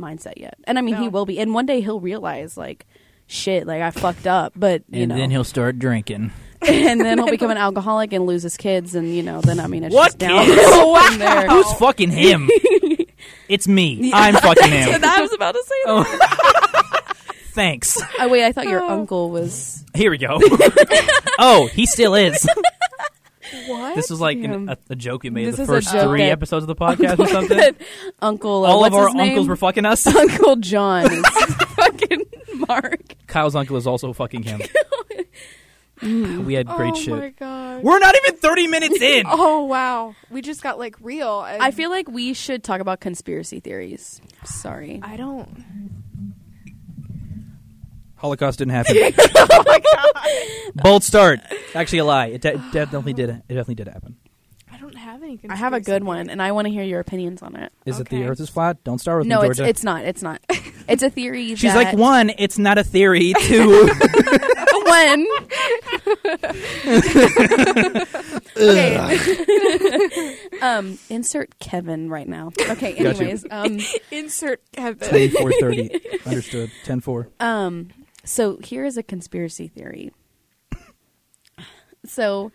Speaker 2: mindset yet. And I mean, he
Speaker 3: No.
Speaker 2: will be. And one day he'll realize, like, shit, like I fucked up. But you
Speaker 1: And
Speaker 2: know,
Speaker 1: then he'll start drinking.
Speaker 2: and then he'll become an alcoholic and lose his kids. And you know, then I mean, it's
Speaker 1: What
Speaker 2: just down
Speaker 1: kids?
Speaker 2: from there.
Speaker 1: Who's fucking him? it's me. I'm fucking him. Oh.
Speaker 2: I was about to say. That.
Speaker 1: Thanks.
Speaker 2: Oh wait, I thought your uncle was.
Speaker 1: Here we go. oh, he still is.
Speaker 3: what?
Speaker 1: This was like an,
Speaker 2: Yeah.
Speaker 1: a, a joke we made
Speaker 2: This
Speaker 1: the
Speaker 2: is a
Speaker 1: first
Speaker 2: joke
Speaker 1: three
Speaker 2: that-
Speaker 1: episodes of the podcast or something.
Speaker 2: uncle, uh,
Speaker 1: All
Speaker 2: what's
Speaker 1: of our
Speaker 2: his name?
Speaker 1: uncles were fucking us.
Speaker 2: Uncle John, is fucking Mark.
Speaker 1: Kyle's uncle is also fucking him. we had great
Speaker 3: oh
Speaker 1: shit.
Speaker 3: my god.
Speaker 1: We're not even 30 minutes in.
Speaker 3: Oh wow, we just got like real. and-
Speaker 2: I feel like we should talk about conspiracy theories. Sorry,
Speaker 3: I don't.
Speaker 1: Holocaust didn't happen.
Speaker 2: Oh
Speaker 1: Bold start. Actually, a lie. It de- definitely did. It definitely did happen.
Speaker 3: I don't have any.
Speaker 2: I have a good one, and I want to hear your opinions on it.
Speaker 1: Is it
Speaker 3: Okay.
Speaker 1: the Earth is flat? Don't start with
Speaker 2: No,
Speaker 1: me,
Speaker 2: it's
Speaker 1: Georgia.
Speaker 2: it's not. It's not. It's a theory.
Speaker 1: She's like
Speaker 2: that
Speaker 1: one. It's not a theory. Two.
Speaker 2: one. okay. um, insert Kevin right now. Okay.
Speaker 1: Got you.
Speaker 2: Anyways, um,
Speaker 3: Insert Kevin.
Speaker 1: Twenty-four thirty. Understood. Ten four.
Speaker 2: um, so here is a conspiracy theory. So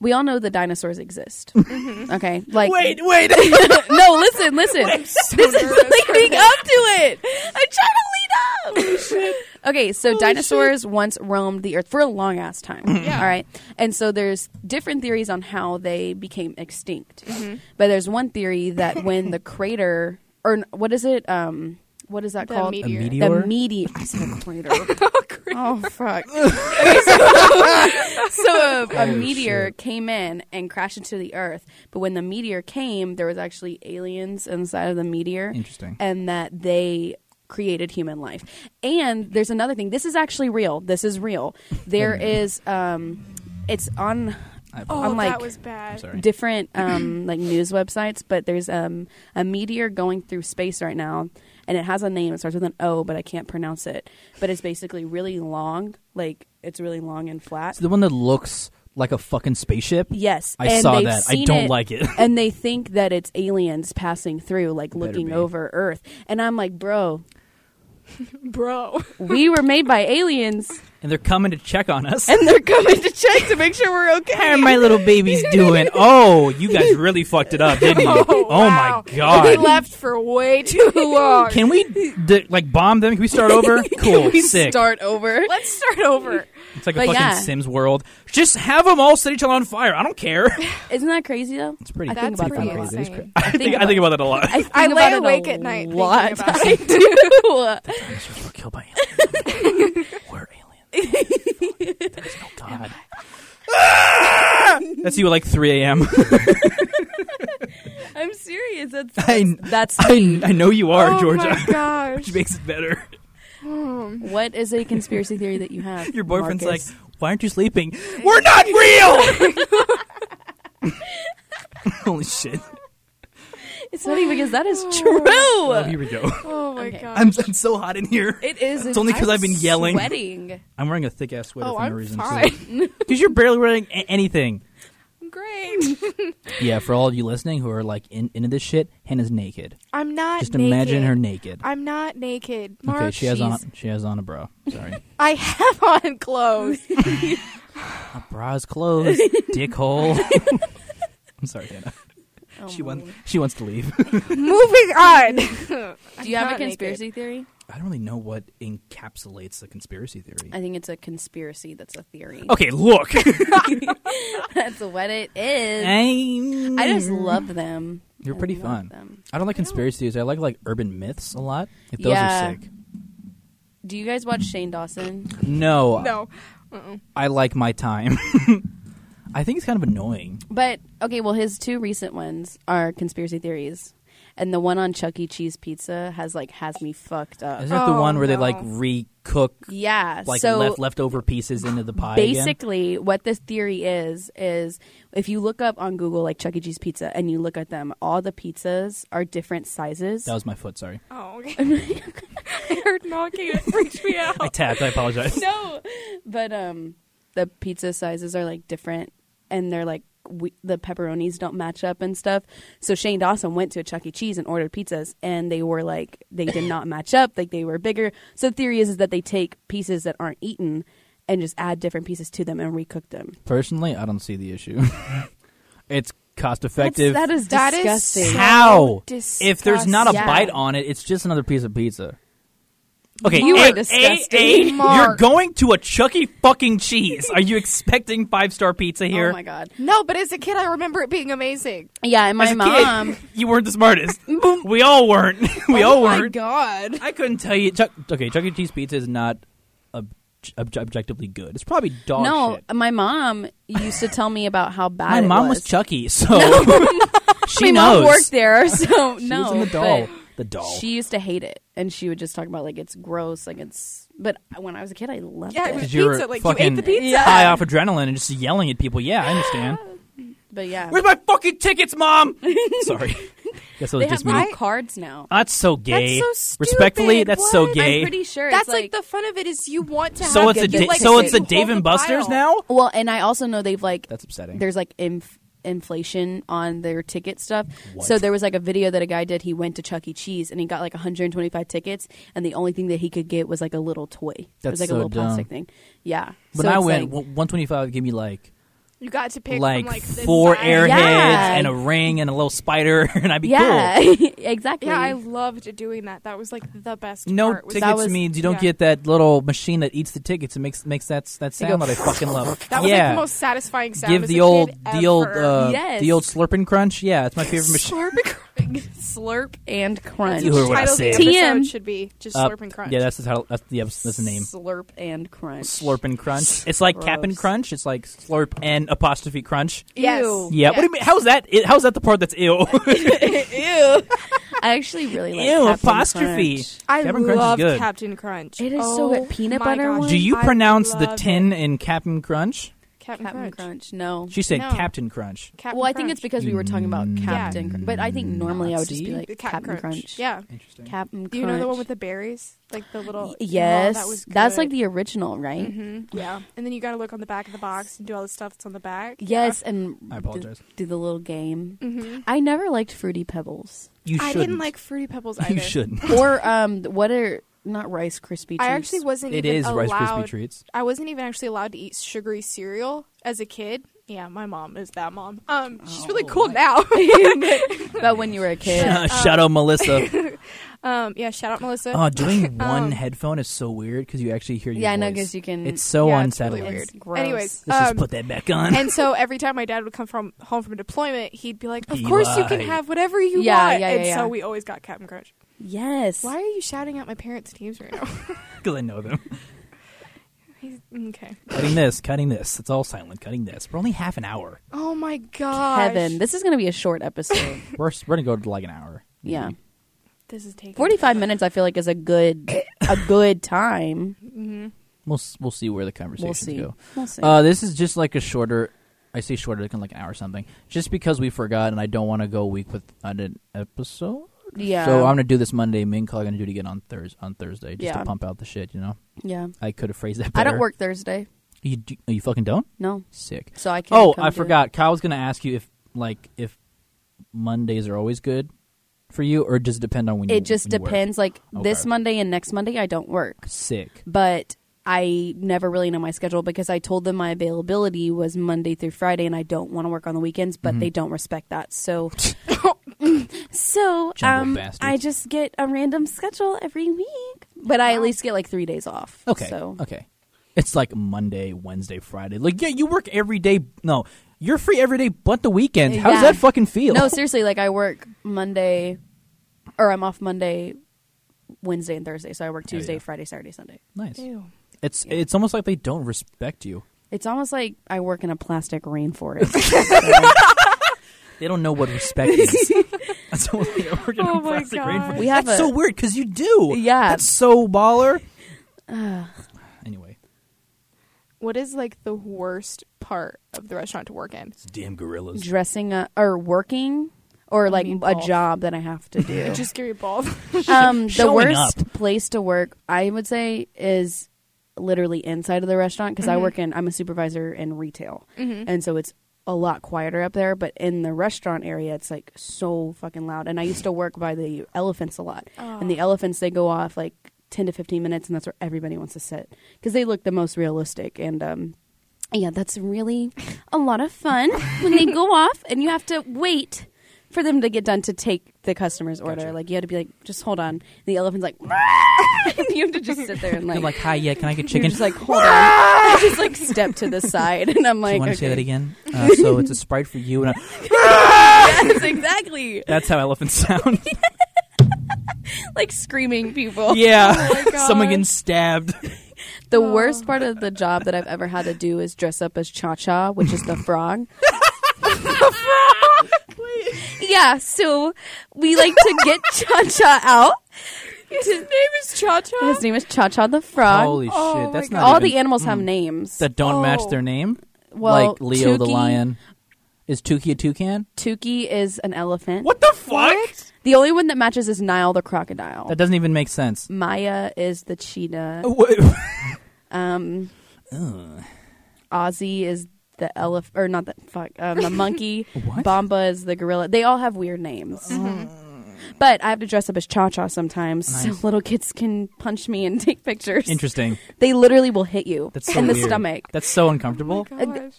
Speaker 2: we all know the dinosaurs exist. Okay. Like
Speaker 1: wait.
Speaker 2: no, listen, listen. this is leading up to it. I'm trying to lead up. Okay, so dinosaurs once roamed the earth for a long ass time.
Speaker 3: Yeah.
Speaker 2: All right. And so there's different theories on how they became extinct. But there's one theory that when the crater or n- what is it? Um what is that
Speaker 3: The
Speaker 2: called?
Speaker 1: a
Speaker 3: meteor.
Speaker 1: meteor.
Speaker 2: The meteor. I said crater. oh fuck. so a, a
Speaker 1: Oh,
Speaker 2: meteor
Speaker 1: shit.
Speaker 2: came in and crashed into the earth. But when the meteor came, there was actually aliens inside of the meteor.
Speaker 1: Interesting.
Speaker 2: And that they created human life. And there's another thing. This is actually real. This is real. There is um it's on
Speaker 1: I-
Speaker 3: Oh,
Speaker 2: I'm like-
Speaker 3: that was bad.
Speaker 1: I'm sorry.
Speaker 2: different um, like news websites, but there's um, a meteor going through space right now, and it has a name. It starts with an O, but I can't pronounce it. But it's basically really long, like it's really long and flat.
Speaker 1: It's the one that looks like a fucking spaceship.
Speaker 2: yes,
Speaker 1: I
Speaker 2: and
Speaker 1: saw
Speaker 2: they've
Speaker 1: that. I
Speaker 2: seen
Speaker 1: don't
Speaker 2: it,
Speaker 1: like it.
Speaker 2: and they think that it's aliens passing through, like looking
Speaker 1: be.
Speaker 2: over Earth. And I'm like, bro,
Speaker 3: Bro.
Speaker 2: we were made by aliens,
Speaker 1: And they're coming to check on us.
Speaker 2: and they're coming to check to make sure we're okay.
Speaker 1: How are my little babies doing? Oh, you guys really fucked it up, didn't you? Oh,
Speaker 3: wow.
Speaker 1: my
Speaker 3: We
Speaker 1: god.
Speaker 3: left for way too long.
Speaker 1: Can we d- like bomb them? Can we start over? Cool,
Speaker 2: We
Speaker 1: sick.
Speaker 2: start over.
Speaker 3: Let's start over.
Speaker 1: it's like a
Speaker 2: But
Speaker 1: fucking
Speaker 2: yeah.
Speaker 1: Sims world. Just have them all set each other on fire. I don't care.
Speaker 2: Isn't that crazy though?
Speaker 1: It's pretty.
Speaker 2: I think
Speaker 3: That's
Speaker 2: about
Speaker 3: pretty
Speaker 2: that a lot.
Speaker 1: It's cra-
Speaker 3: insane.
Speaker 1: I think I think about that a lot.
Speaker 2: I, think
Speaker 3: I
Speaker 2: about
Speaker 3: lay
Speaker 2: it a
Speaker 3: awake at night thinking
Speaker 2: Lot.
Speaker 3: about
Speaker 2: I do.
Speaker 1: Dinosaurs were killed by aliens. We're aliens. There's no god. That's you at like 3 a.m.
Speaker 2: I'm serious. That's
Speaker 1: I,
Speaker 2: that's
Speaker 1: I, I know you are,
Speaker 3: oh
Speaker 1: Georgia.
Speaker 3: my gosh.
Speaker 1: Which makes it better.
Speaker 2: what is a conspiracy theory that you have?
Speaker 1: Your boyfriend's
Speaker 2: Marcus?
Speaker 1: like, why aren't you sleeping? We're not real! Holy shit.
Speaker 2: It's funny because that is true.
Speaker 1: Oh, here we go.
Speaker 3: Oh my
Speaker 2: Okay.
Speaker 3: god.
Speaker 1: I'm, I'm so hot in here.
Speaker 2: It is.
Speaker 1: It's only 'cause
Speaker 2: I'm
Speaker 1: I've been yelling.
Speaker 2: Sweating.
Speaker 1: I'm wearing a thick ass sweater
Speaker 3: oh,
Speaker 1: for no
Speaker 3: I'm
Speaker 1: reason.
Speaker 3: fine.
Speaker 1: Because you're barely wearing a- anything.
Speaker 3: Great.
Speaker 1: Yeah, for all of you listening who are like in- into this shit, Hannah's naked.
Speaker 3: I'm not.
Speaker 1: Just
Speaker 3: naked.
Speaker 1: imagine her naked.
Speaker 3: I'm not naked. Mark,
Speaker 1: okay, she has
Speaker 3: she's-
Speaker 1: on she has on a bra. Sorry,
Speaker 3: I have on clothes.
Speaker 1: a bra's closed. dickhole. I'm sorry, Hannah.
Speaker 2: Oh
Speaker 1: She
Speaker 2: my
Speaker 1: wants
Speaker 2: Lord.
Speaker 1: she wants to leave.
Speaker 3: Moving on.
Speaker 2: Do you have a
Speaker 3: not naked.
Speaker 2: conspiracy theory?
Speaker 1: I don't really know what encapsulates the conspiracy theory.
Speaker 2: I think it's a conspiracy. That's a theory.
Speaker 1: Okay, look.
Speaker 2: that's what it is. I
Speaker 1: I
Speaker 2: just love them.
Speaker 1: You're
Speaker 2: I
Speaker 1: pretty
Speaker 2: love
Speaker 1: fun.
Speaker 2: them.
Speaker 1: I don't like conspiracy theories. I like like urban myths a lot. If those
Speaker 2: Yeah.
Speaker 1: are sick.
Speaker 2: Do you guys watch Shane Dawson?
Speaker 1: No,
Speaker 3: no. Mm-mm.
Speaker 1: I like my time. I think it's kind of annoying.
Speaker 2: But okay, well, his two recent ones are conspiracy theories, and the one on Chuck E. Cheese pizza has like has me fucked up.
Speaker 1: Isn't that the
Speaker 3: Oh,
Speaker 1: one where they
Speaker 3: no.
Speaker 1: like recook
Speaker 2: yeah,
Speaker 1: like
Speaker 2: so
Speaker 1: left leftover pieces into the pie? again?
Speaker 2: basically, what this theory is is if you look up on Google like Chuck E. Cheese pizza and you look at them, all the pizzas are different sizes.
Speaker 1: that was my foot. Sorry,
Speaker 3: Oh, okay. I heard knocking. It freaked me
Speaker 2: Oh.
Speaker 3: out.
Speaker 1: I tapped. I apologize.
Speaker 3: No.
Speaker 2: But um, the pizza sizes are like different, and they're like we, the pepperonis don't match up and stuff. So Shane Dawson went to a Chuck E. Cheese and ordered pizzas, and they were like they did not match up. Like they were bigger. So the theory is is that they take pieces that aren't eaten and just add different pieces to them and recook them.
Speaker 1: Personally, I don't see the issue. it's cost
Speaker 2: That's,
Speaker 1: effective.
Speaker 2: that is
Speaker 3: That is
Speaker 2: disgusting.
Speaker 3: so
Speaker 1: How? If there's not a
Speaker 2: Yeah.
Speaker 1: bite on it, it's just another piece of pizza. Okay,
Speaker 2: You
Speaker 1: A-
Speaker 2: are disgusting.
Speaker 1: A- A, you're
Speaker 3: Mark.
Speaker 1: going to a Chucky fucking cheese. Are you expecting five star pizza here?
Speaker 2: Oh my god!
Speaker 3: No, but as a kid, I remember it being amazing.
Speaker 2: Yeah, and
Speaker 1: As
Speaker 2: my
Speaker 1: a
Speaker 2: mom. Oh
Speaker 1: kid, you weren't the smartest. we all weren't. we all
Speaker 3: my
Speaker 1: weren't.
Speaker 3: God.
Speaker 1: I couldn't tell you. Chuck, okay, Chuck E. Cheese pizza is not ob- ob- objectively good. It's probably dog
Speaker 2: no,
Speaker 1: shit.
Speaker 2: my mom used to tell me about how bad
Speaker 1: My
Speaker 2: it
Speaker 1: mom was,
Speaker 2: was.
Speaker 1: Chucky, so she
Speaker 2: my
Speaker 1: knows.
Speaker 2: mom worked there, so
Speaker 1: She
Speaker 2: no.
Speaker 1: was in the doll.
Speaker 2: but-
Speaker 1: The doll.
Speaker 2: She used to hate it, and she would just talk about like it's gross, like it's. But when I was a kid, I loved
Speaker 3: Yeah, it
Speaker 2: it.
Speaker 3: was-
Speaker 1: Because you were
Speaker 3: Pizza, like, you ate
Speaker 1: fucking
Speaker 3: the pizza.
Speaker 1: high off adrenaline and just yelling at people. Yeah, I understand.
Speaker 2: But yeah,
Speaker 1: Where's my fucking tickets, mom? Sorry, guess it was
Speaker 2: they
Speaker 1: just
Speaker 2: have
Speaker 1: me.
Speaker 2: little cards now.
Speaker 1: That's so gay.
Speaker 3: That's so
Speaker 1: Respectfully,
Speaker 3: stupid.
Speaker 1: that's so
Speaker 3: What?
Speaker 1: gay.
Speaker 2: I'm pretty sure it's
Speaker 3: That's like, the fun of it is you want to.
Speaker 1: so
Speaker 3: have
Speaker 1: it's a
Speaker 2: good
Speaker 1: da-
Speaker 2: dick.
Speaker 1: so
Speaker 2: Like,
Speaker 1: it's a
Speaker 2: you
Speaker 1: Dave and Buster's now.
Speaker 2: well, and I also know they've like
Speaker 1: That's upsetting.
Speaker 2: there's like inf- inflation on their ticket stuff.
Speaker 1: What?
Speaker 2: So there was like a video that a guy did. He went to Chuck E. Cheese and he got like 125 tickets, and the only thing that he could get was like a little toy. it
Speaker 1: That's
Speaker 2: was like
Speaker 1: so
Speaker 2: a little plastic
Speaker 1: dumb.
Speaker 2: thing. Yeah.
Speaker 1: When
Speaker 2: so
Speaker 1: I
Speaker 2: it's,
Speaker 1: went,
Speaker 2: like,
Speaker 1: one twenty five gave me like
Speaker 3: You got to pick
Speaker 1: like,
Speaker 3: from, like the
Speaker 1: four
Speaker 3: size.
Speaker 1: airheads
Speaker 2: Yeah.
Speaker 1: and a ring and a little spider, and I'd be
Speaker 2: yeah,
Speaker 1: cool.
Speaker 2: exactly.
Speaker 3: Yeah, I loved doing that. That was like the best.
Speaker 1: No
Speaker 3: part was
Speaker 1: tickets
Speaker 2: was-
Speaker 1: means you don't
Speaker 3: yeah.
Speaker 1: get that little machine that eats the tickets and makes makes that that
Speaker 2: They
Speaker 1: sound
Speaker 2: go
Speaker 1: that I fucking love.
Speaker 3: That was
Speaker 1: yeah.
Speaker 3: like the most satisfying sound.
Speaker 1: Give
Speaker 3: as
Speaker 1: the
Speaker 3: a
Speaker 1: old,
Speaker 3: kid
Speaker 1: the old,
Speaker 3: ever.
Speaker 1: uh,
Speaker 2: Yes.
Speaker 1: the old slurp and crunch. Yeah, it's my favorite machine.
Speaker 3: slurp
Speaker 2: slurp and
Speaker 3: and crunch. That's
Speaker 2: crunch.
Speaker 1: You heard
Speaker 3: what
Speaker 1: what I
Speaker 3: the title of the
Speaker 1: said.
Speaker 2: TM.
Speaker 3: episode should be just
Speaker 1: Uh,
Speaker 3: slurp and crunch.
Speaker 1: Yeah, that's the title. That's the episode- that's the name.
Speaker 2: Slurp and crunch.
Speaker 1: Slurp and crunch. It's like cap and
Speaker 2: Gross.
Speaker 1: crunch. It's like slurp and apostrophe crunch.
Speaker 3: Yes.
Speaker 2: Ew.
Speaker 1: Yeah. What do you mean? How's that? i- How's that the part that's ill?
Speaker 3: Ew.
Speaker 2: I actually really like
Speaker 1: Ew.
Speaker 2: Captain
Speaker 1: Apostrophe.
Speaker 2: Crunch.
Speaker 3: I
Speaker 1: Captain Crunch is
Speaker 3: love
Speaker 1: good.
Speaker 3: Captain Crunch.
Speaker 2: It is
Speaker 3: oh,
Speaker 2: so good. Peanut
Speaker 3: my
Speaker 2: butter
Speaker 3: gosh.
Speaker 2: one?
Speaker 1: Do you
Speaker 3: I
Speaker 1: pronounce the
Speaker 3: love
Speaker 1: tin
Speaker 3: it.
Speaker 1: in Captain Crunch?
Speaker 3: Captain,
Speaker 2: Captain Crunch.
Speaker 3: Crunch?
Speaker 2: No.
Speaker 1: She said
Speaker 3: No.
Speaker 1: Captain Crunch.
Speaker 3: Captain
Speaker 2: well, I think it's
Speaker 3: Crunch.
Speaker 2: because we were talking about
Speaker 1: Mm.
Speaker 2: Captain
Speaker 1: Yeah.
Speaker 2: Crunch. But I think normally I would just be
Speaker 1: Nazi?
Speaker 2: like
Speaker 3: The
Speaker 2: Captain Crunch.
Speaker 3: Yeah.
Speaker 1: Interesting.
Speaker 2: Captain Crunch.
Speaker 3: Do you know the one with the berries? Like the little.
Speaker 2: Yes.
Speaker 3: Oh, that was
Speaker 2: That's like
Speaker 3: good.
Speaker 2: the original, right?
Speaker 3: Mhm, Yeah. And then you got to look on the back of the box and do all the stuff that's on the back.
Speaker 2: Yes, and
Speaker 1: I apologize.
Speaker 2: th- do the little game.
Speaker 3: hmm
Speaker 2: I never liked Fruity Pebbles.
Speaker 1: you
Speaker 3: I
Speaker 1: shouldn't.
Speaker 3: didn't like Fruity Pebbles either.
Speaker 1: You shouldn't.
Speaker 2: or um what are not Rice Krispie treats.
Speaker 3: I actually wasn't
Speaker 1: It
Speaker 3: even
Speaker 1: is
Speaker 3: allowed.
Speaker 1: Rice Krispie treats.
Speaker 3: I wasn't even actually allowed to eat sugary cereal as a kid. Yeah, my mom is that mom. Um, she's really
Speaker 2: Oh,
Speaker 3: cool
Speaker 2: my-
Speaker 3: now.
Speaker 2: But when you were a kid.
Speaker 1: Shadow Melissa.
Speaker 3: um, yeah, shout out Melissa.
Speaker 1: Oh, doing one
Speaker 3: Um,
Speaker 1: headphone is so weird because you actually hear your
Speaker 2: yeah, I know
Speaker 1: voice.
Speaker 2: because you can
Speaker 1: It's so
Speaker 3: Yeah, it's really
Speaker 1: unsettling.
Speaker 2: it's
Speaker 3: weird.
Speaker 2: gross.
Speaker 3: Anyways,
Speaker 1: Let's just
Speaker 3: Um,
Speaker 1: put that back on.
Speaker 3: and so every time my dad would come from home from deployment, he'd be like, "Of
Speaker 1: Eli.
Speaker 3: course you can have whatever you
Speaker 2: Yeah,
Speaker 3: want."
Speaker 2: yeah, yeah,
Speaker 3: and
Speaker 2: yeah.
Speaker 3: so we always got Captain Crunch.
Speaker 2: Yes.
Speaker 3: Why are you shouting out my parents' names right now?
Speaker 1: Because I know them.
Speaker 3: He's, mm, okay.
Speaker 1: cutting this, cutting this. It's all silent. Cutting this. We're only half an hour.
Speaker 3: Oh my god,
Speaker 2: Heaven. This is going to be a short episode.
Speaker 1: We're, s- we're gonna go to like an hour.
Speaker 2: yeah.
Speaker 3: This is taking
Speaker 2: 45 minutes I feel like is a good a good time.
Speaker 1: We'll s- we'll see where the
Speaker 2: We'll
Speaker 1: conversations
Speaker 2: see.
Speaker 1: go.
Speaker 2: We'll see.
Speaker 1: Uh, this is just like a shorter I see shorter than like an hour or something. Just because we forgot, and I don't want to go a week without an episode.
Speaker 2: Yeah.
Speaker 1: So I'm gonna do this Monday. Me and Claude are gonna do it again on Thursday. On Thursday, just
Speaker 2: Yeah.
Speaker 1: to pump out the shit. You know,
Speaker 2: yeah.
Speaker 1: I could have phrased that.
Speaker 2: I
Speaker 1: Better.
Speaker 2: don't work Thursday.
Speaker 1: You do, you fucking don't.
Speaker 2: No.
Speaker 1: Sick.
Speaker 2: So I can't.
Speaker 1: Oh,
Speaker 2: come
Speaker 1: I
Speaker 2: do it.
Speaker 1: forgot. Kyle was gonna ask you if like if Mondays are always good for you, or does it depend on when you?
Speaker 2: It just
Speaker 1: when you work?
Speaker 2: depends. Like this
Speaker 1: Okay.
Speaker 2: Monday and next Monday, I don't work.
Speaker 1: Sick.
Speaker 2: but I never really know my schedule because I told them my availability was Monday through Friday and I don't want to work on the weekends, but
Speaker 1: Mm-hmm.
Speaker 2: they don't respect that. So so
Speaker 1: Jumbo
Speaker 2: um
Speaker 1: bastards.
Speaker 2: I just get a random schedule every week, but I at least get like 3 days off.
Speaker 1: Okay.
Speaker 2: So
Speaker 1: Okay. It's like Monday, Wednesday, Friday. Like yeah, you work every day. No, you're free every day but the weekend. How does
Speaker 2: Yeah.
Speaker 1: that fucking feel?
Speaker 2: No, seriously, like I work Monday or I'm off Monday, Wednesday and Thursday. So I work
Speaker 1: yeah.
Speaker 2: Tuesday, Friday, Saturday, Sunday.
Speaker 1: nice.
Speaker 3: Ew.
Speaker 1: It's it's almost like they don't respect you.
Speaker 2: It's almost like I work in a plastic rainforest.
Speaker 1: They don't know what respect is. That's what they are working
Speaker 3: Oh
Speaker 1: on
Speaker 3: my
Speaker 1: plastic
Speaker 3: God.
Speaker 1: rainforest.
Speaker 2: We have
Speaker 1: That's
Speaker 2: a-
Speaker 1: so weird because you do.
Speaker 2: Yeah.
Speaker 1: That's so baller. anyway,
Speaker 3: What is like the worst part of the restaurant to work in?
Speaker 1: it's damn gorillas.
Speaker 2: dressing up or working or like
Speaker 3: mean,
Speaker 2: a
Speaker 3: both.
Speaker 2: job that I have to do.
Speaker 3: Just give me a ball.
Speaker 2: um, the
Speaker 1: Showing
Speaker 2: worst place to work, I would say, is literally inside of the restaurant because I work in. I'm a supervisor in retail, and so it's a lot quieter up there. But in the restaurant area, it's like so fucking loud. And I used to work by the elephants a lot, and the elephants they go off like ten to fifteen minutes, and that's where everybody wants to sit because they look the most realistic and. um yeah, that's really a lot of fun when they go off and you have to wait for them to get done to take the customer's order.
Speaker 1: Gotcha.
Speaker 2: Like you had to be like, just hold on. the elephant's like, and you have to just sit there and
Speaker 1: They're
Speaker 2: like,
Speaker 1: like, hi, yeah, can I get
Speaker 2: you're
Speaker 1: chicken?
Speaker 2: just like, hold on. I just like step to the side, and I'm
Speaker 1: Do you
Speaker 2: like,
Speaker 1: want to
Speaker 2: okay.
Speaker 1: say that again? Uh, so it's a sprite for you. And I,
Speaker 2: Yes, exactly.
Speaker 1: that's how elephants sound.
Speaker 2: Like screaming people.
Speaker 1: yeah,
Speaker 3: my God.
Speaker 1: someone getting stabbed.
Speaker 2: The worst part of the job that I've ever had to do is dress up as Cha Cha, which is the frog. Yeah, so we like to get Cha Cha out.
Speaker 3: His name is Cha Cha.
Speaker 2: His name is Cha Cha the frog.
Speaker 1: Holy
Speaker 3: Oh
Speaker 1: shit, Mm. that's
Speaker 3: my
Speaker 1: not
Speaker 3: God.
Speaker 2: All
Speaker 1: even-
Speaker 2: the animals have names.
Speaker 1: that don't match
Speaker 3: Oh.
Speaker 1: their name.
Speaker 2: Well,
Speaker 1: like Leo the
Speaker 2: Tukey-
Speaker 1: lion. Is Tuki a toucan?
Speaker 2: Tuki is an elephant.
Speaker 1: What the fuck?
Speaker 2: The only one that matches is Nile the crocodile.
Speaker 1: That doesn't even make sense.
Speaker 2: Maya is the cheetah. Um,
Speaker 1: Oh. Ugh.
Speaker 2: Ozzy is the elephant, or not the fuck, um, the monkey.
Speaker 1: What? Uh-huh.
Speaker 2: Bomba is the gorilla. They all have weird names. But I have to dress up as Cha Cha sometimes,
Speaker 1: Nice.
Speaker 2: so little kids can punch me and take pictures.
Speaker 1: Interesting.
Speaker 2: They literally will hit you
Speaker 1: That's so
Speaker 2: in the
Speaker 1: weird.
Speaker 2: stomach,
Speaker 1: That's so uncomfortable.
Speaker 3: Oh my gosh.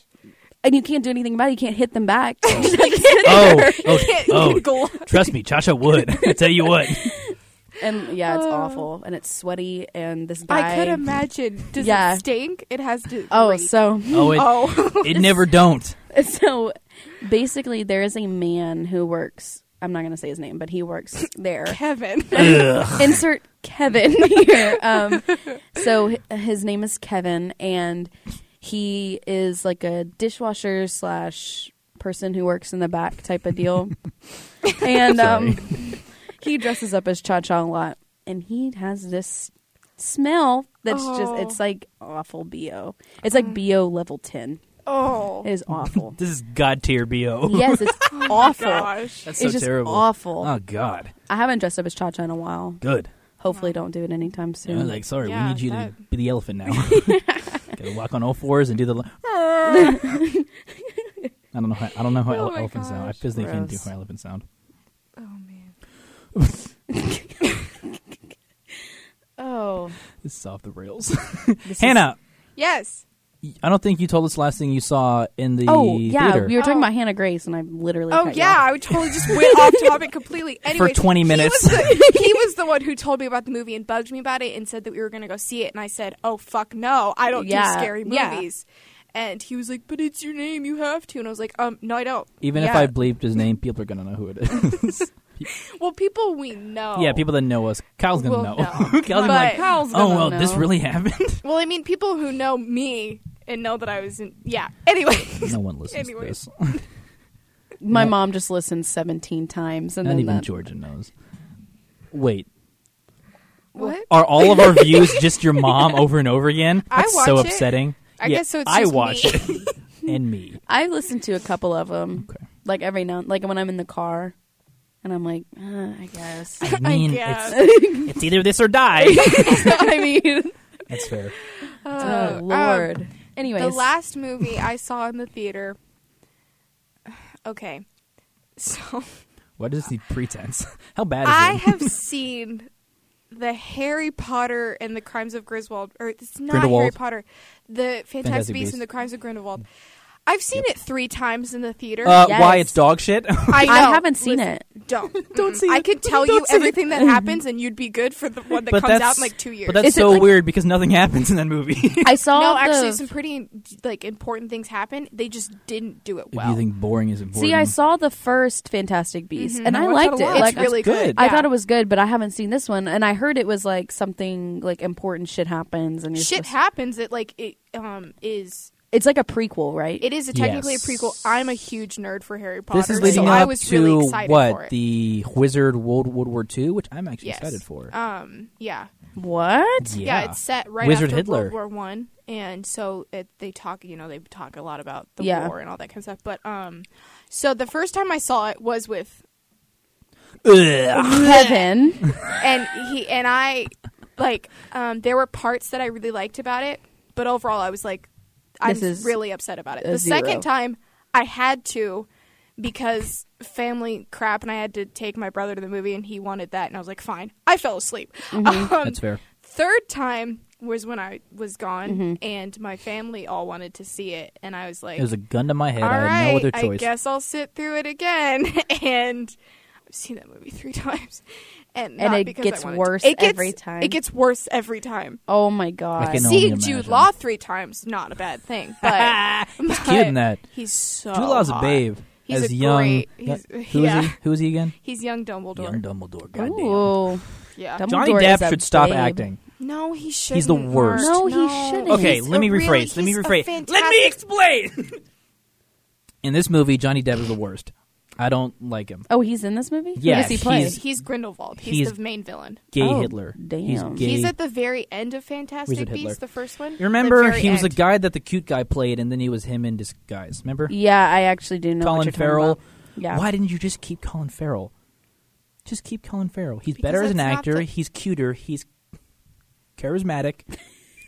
Speaker 2: and you can't do anything about it. You can't hit them back.
Speaker 1: Oh, oh,
Speaker 3: You
Speaker 1: oh!
Speaker 3: go-
Speaker 1: Trust me, Chacha would. I tell you what.
Speaker 2: and yeah, it's
Speaker 3: Oh.
Speaker 2: awful, and it's sweaty, and this guy.
Speaker 3: I could imagine. Does
Speaker 2: Yeah.
Speaker 3: it stink? It has to.
Speaker 2: Oh,
Speaker 3: rate.
Speaker 2: so
Speaker 1: Oh, it,
Speaker 3: Oh.
Speaker 1: it never don't.
Speaker 2: so basically, there is a man who works. I'm not going to say his name, but he works there.
Speaker 3: Kevin.
Speaker 1: Ugh.
Speaker 2: Insert Kevin here. Um, so h- his name is Kevin, and he is like a dishwasher slash person who works in the back type of deal. and um, he dresses up as Cha Cha a lot, and he has this smell that's
Speaker 3: Oh.
Speaker 2: just—it's like awful bo. It's like bo level ten.
Speaker 3: Oh.
Speaker 2: It is awful.
Speaker 1: This is god tier bo.
Speaker 2: Yes, it's awful.
Speaker 3: Gosh.
Speaker 1: Oh That's so
Speaker 2: it's just
Speaker 1: terrible.
Speaker 2: awful.
Speaker 1: Oh god.
Speaker 2: I haven't dressed up as Cha Cha in a while.
Speaker 1: Good.
Speaker 2: Hopefully,
Speaker 3: Oh.
Speaker 2: don't do it anytime soon.
Speaker 1: I was like, sorry,
Speaker 3: Yeah,
Speaker 1: we need you to
Speaker 3: that-
Speaker 1: be the elephant now. Gotta walk on all fours and do the. li-
Speaker 2: Oh,
Speaker 1: I don't know. How, I don't know how
Speaker 3: Oh my
Speaker 1: elephants sound. I
Speaker 3: gosh.
Speaker 1: physically can't do
Speaker 2: Gross.
Speaker 1: how elephants sound.
Speaker 3: Oh man.
Speaker 2: oh,
Speaker 1: This is off the rails. Hannah,
Speaker 3: Yes.
Speaker 1: I don't think you told us last thing you saw in the
Speaker 2: oh yeah,
Speaker 1: theater.
Speaker 2: we were talking
Speaker 3: Oh.
Speaker 2: about Hannah Grace, and I literally.
Speaker 3: Oh
Speaker 2: cut you
Speaker 3: yeah,
Speaker 2: off.
Speaker 3: I totally just went off topic completely. Anyway,
Speaker 1: 20 minutes.
Speaker 3: He was, the, he was the one who told me about the movie and bugged me about it and said that we were going to go see it. And I said, "Oh fuck no, I don't
Speaker 2: Yeah,
Speaker 3: do scary
Speaker 2: yeah.
Speaker 3: movies." And he was like, "But it's your name, you have to." And I was like, "Um, no, I don't."
Speaker 1: Even if
Speaker 3: Yeah.
Speaker 1: I bleeped his name, people are gonna know who it is.
Speaker 3: well, people we know.
Speaker 1: yeah, people that know us. Kyle's gonna
Speaker 3: Oh. Well,
Speaker 1: know.
Speaker 3: no.
Speaker 1: Kyle's gonna be
Speaker 3: But-
Speaker 1: like,
Speaker 2: Kyle's
Speaker 1: oh
Speaker 2: gonna
Speaker 1: well,
Speaker 2: know.
Speaker 1: this really happened.
Speaker 3: Well, I mean, people who know me and know that I was in. Yeah. Anyway.
Speaker 1: no one listens
Speaker 3: Anyway.
Speaker 1: to this.
Speaker 2: My
Speaker 1: Yeah.
Speaker 2: mom just listened 17 times, and
Speaker 1: Not
Speaker 2: then
Speaker 1: even
Speaker 2: that-
Speaker 1: Georgia knows. Wait,
Speaker 3: What?
Speaker 1: are all of our views just your mom over and over again?
Speaker 3: I
Speaker 1: That's so
Speaker 3: watch it.
Speaker 1: upsetting.
Speaker 3: I
Speaker 1: Yeah,
Speaker 3: guess so. It's
Speaker 1: I
Speaker 3: just
Speaker 1: watch
Speaker 3: me.
Speaker 1: it. and me.
Speaker 2: I listen to a couple of them,
Speaker 1: Okay.
Speaker 2: like every now, like when I'm in the car, and I'm like, uh, I guess.
Speaker 1: I
Speaker 3: I
Speaker 1: mean,
Speaker 3: guess.
Speaker 1: it's, it's either this or die.
Speaker 2: That's not what I mean.
Speaker 1: That's fair.
Speaker 2: Oh,
Speaker 3: Uh, um,
Speaker 2: Lord. Anyways,
Speaker 3: The last movie I saw in the theater. Okay. So
Speaker 1: What is the pretense? How bad is
Speaker 3: I
Speaker 1: it?
Speaker 3: have seen the Harry Potter and the Crimes of Griswold, or it's not Harry
Speaker 1: Grindelwald.
Speaker 3: Potter, the Fantastic,
Speaker 1: Fantastic
Speaker 3: Beasts
Speaker 1: Beasts.
Speaker 3: and the Crimes of Grindelwald. I've seen it three times in the theater.
Speaker 1: uh,
Speaker 2: Yes.
Speaker 1: Why it's dog shit?
Speaker 3: I, know.
Speaker 2: I haven't seen
Speaker 3: Listen,
Speaker 2: it.
Speaker 3: Don't
Speaker 1: Don't
Speaker 3: Mm-mm.
Speaker 1: see
Speaker 3: I
Speaker 1: it.
Speaker 3: could tell
Speaker 1: Don't
Speaker 3: you
Speaker 1: see it.
Speaker 3: everything that happens, and you'd be good for the one that
Speaker 1: But
Speaker 3: comes out
Speaker 1: that's-
Speaker 3: in like two years.
Speaker 1: but that's
Speaker 2: Is it
Speaker 1: so
Speaker 2: like-
Speaker 1: weird because nothing happens in that movie.
Speaker 2: I saw
Speaker 3: no,
Speaker 2: the-
Speaker 3: actually, some pretty like important things happen. They just didn't do it well.
Speaker 1: you think boring is important?
Speaker 2: See, I saw the first Fantastic Beast,
Speaker 3: Mhm.
Speaker 2: and
Speaker 1: I
Speaker 2: I
Speaker 1: watched
Speaker 2: liked
Speaker 1: that
Speaker 2: it.
Speaker 1: a lot.
Speaker 3: it's
Speaker 2: Like,
Speaker 3: really
Speaker 1: good.
Speaker 3: good.
Speaker 2: I
Speaker 3: Yeah.
Speaker 2: thought it was good, but I haven't seen this one, and I heard it was like something like important shit happens, and you're
Speaker 3: shit
Speaker 2: supposed-
Speaker 3: happens. It like it um is
Speaker 2: It's like a prequel, right?
Speaker 3: it is a, technically
Speaker 1: Yes.
Speaker 3: a prequel. I'm a huge nerd for Harry Potter,
Speaker 1: This is
Speaker 3: so
Speaker 1: leading
Speaker 3: I
Speaker 1: up
Speaker 3: was
Speaker 1: to
Speaker 3: really excited for
Speaker 1: what
Speaker 3: it.
Speaker 1: the Wizard World World War II, which I'm actually
Speaker 3: Yes.
Speaker 1: excited for.
Speaker 3: um yeah.
Speaker 2: what?
Speaker 3: yeah, it's set right
Speaker 1: Wizard
Speaker 3: after
Speaker 1: Hitler.
Speaker 3: World War One, and so it, they talk. You know, they talk a lot about the
Speaker 2: Yeah.
Speaker 3: war and all that kind of stuff. But um, so the first time I saw it was with, Mm-hmm.
Speaker 1: Ugh.
Speaker 2: Heaven.
Speaker 3: and he and I, like, um, there were parts that I really liked about it, but overall I was like, I'm
Speaker 2: This is
Speaker 3: really upset about it.
Speaker 2: a
Speaker 3: The
Speaker 2: zero.
Speaker 3: second time I had to because family crap, and I had to take my brother to the movie, and he wanted that, and I was like, fine. I fell asleep.
Speaker 2: Mm-hmm.
Speaker 3: Um,
Speaker 1: That's fair.
Speaker 3: third time was when I was gone
Speaker 2: Mm-hmm.
Speaker 3: and my family all wanted to see it and I was like
Speaker 1: There's a gun to my head.
Speaker 3: all
Speaker 1: I had no
Speaker 3: right,
Speaker 1: other
Speaker 3: I
Speaker 1: choice.
Speaker 3: guess I'll sit through it again and I've seen that movie 3 times and,
Speaker 2: And
Speaker 3: not
Speaker 2: it
Speaker 3: because
Speaker 2: gets
Speaker 3: I wanted
Speaker 2: worse
Speaker 3: to. It gets,
Speaker 2: every time.
Speaker 3: It gets worse every time.
Speaker 2: oh my god.
Speaker 1: Like I an- can only
Speaker 3: Seeing Jude
Speaker 1: imagine.
Speaker 3: Law 3 times not a bad thing but he's
Speaker 1: cute in that.
Speaker 3: He's so
Speaker 1: Jude Law's a
Speaker 3: hot.
Speaker 1: babe.
Speaker 3: He's
Speaker 1: as
Speaker 3: a
Speaker 1: young,
Speaker 3: great-
Speaker 1: yeah,
Speaker 3: he's-
Speaker 1: who is
Speaker 3: yeah.
Speaker 1: he? Who is he again?
Speaker 3: He's young Dumbledore.
Speaker 1: Young Dumbledore. Goddamn.
Speaker 2: Ooh,
Speaker 3: yeah.
Speaker 2: Dumbledore
Speaker 1: Johnny
Speaker 2: is
Speaker 1: Depp
Speaker 2: a
Speaker 1: should stop
Speaker 2: babe.
Speaker 1: acting.
Speaker 3: no, he shouldn't.
Speaker 1: He's the worst.
Speaker 2: No,
Speaker 3: Mark.
Speaker 2: he shouldn't.
Speaker 1: Okay,
Speaker 3: He's
Speaker 1: let me
Speaker 3: a
Speaker 1: rephrase.
Speaker 3: really-
Speaker 1: let me
Speaker 3: he's a
Speaker 1: rephrase. Let me
Speaker 3: fantastic-
Speaker 1: explain. in this movie, Johnny Depp is the worst. I don't like him.
Speaker 2: Oh, he's in this movie.
Speaker 1: Yeah,
Speaker 2: Yes, he plays.
Speaker 1: he's-
Speaker 3: He's Grindelwald. He's,
Speaker 1: he's-
Speaker 3: the main villain.
Speaker 1: Gay
Speaker 2: Oh,
Speaker 1: Hitler.
Speaker 2: damn.
Speaker 1: He's gay.
Speaker 3: He's at the very end of Fantastic
Speaker 1: Wizard Hitler.
Speaker 3: Beasts, the first one.
Speaker 1: You remember
Speaker 3: The very
Speaker 1: he was a
Speaker 3: end.
Speaker 1: guy that the cute guy played, and then he was him in disguise. Remember?
Speaker 2: Yeah, I actually do know. what
Speaker 1: Colin
Speaker 2: you're talking
Speaker 1: Farrell.
Speaker 2: about. Yeah.
Speaker 1: Why didn't you just keep Colin Farrell? Just keep Colin Farrell. He's
Speaker 3: Because
Speaker 1: better as an
Speaker 3: that's not
Speaker 1: actor.
Speaker 3: the-
Speaker 1: He's cuter. He's charismatic.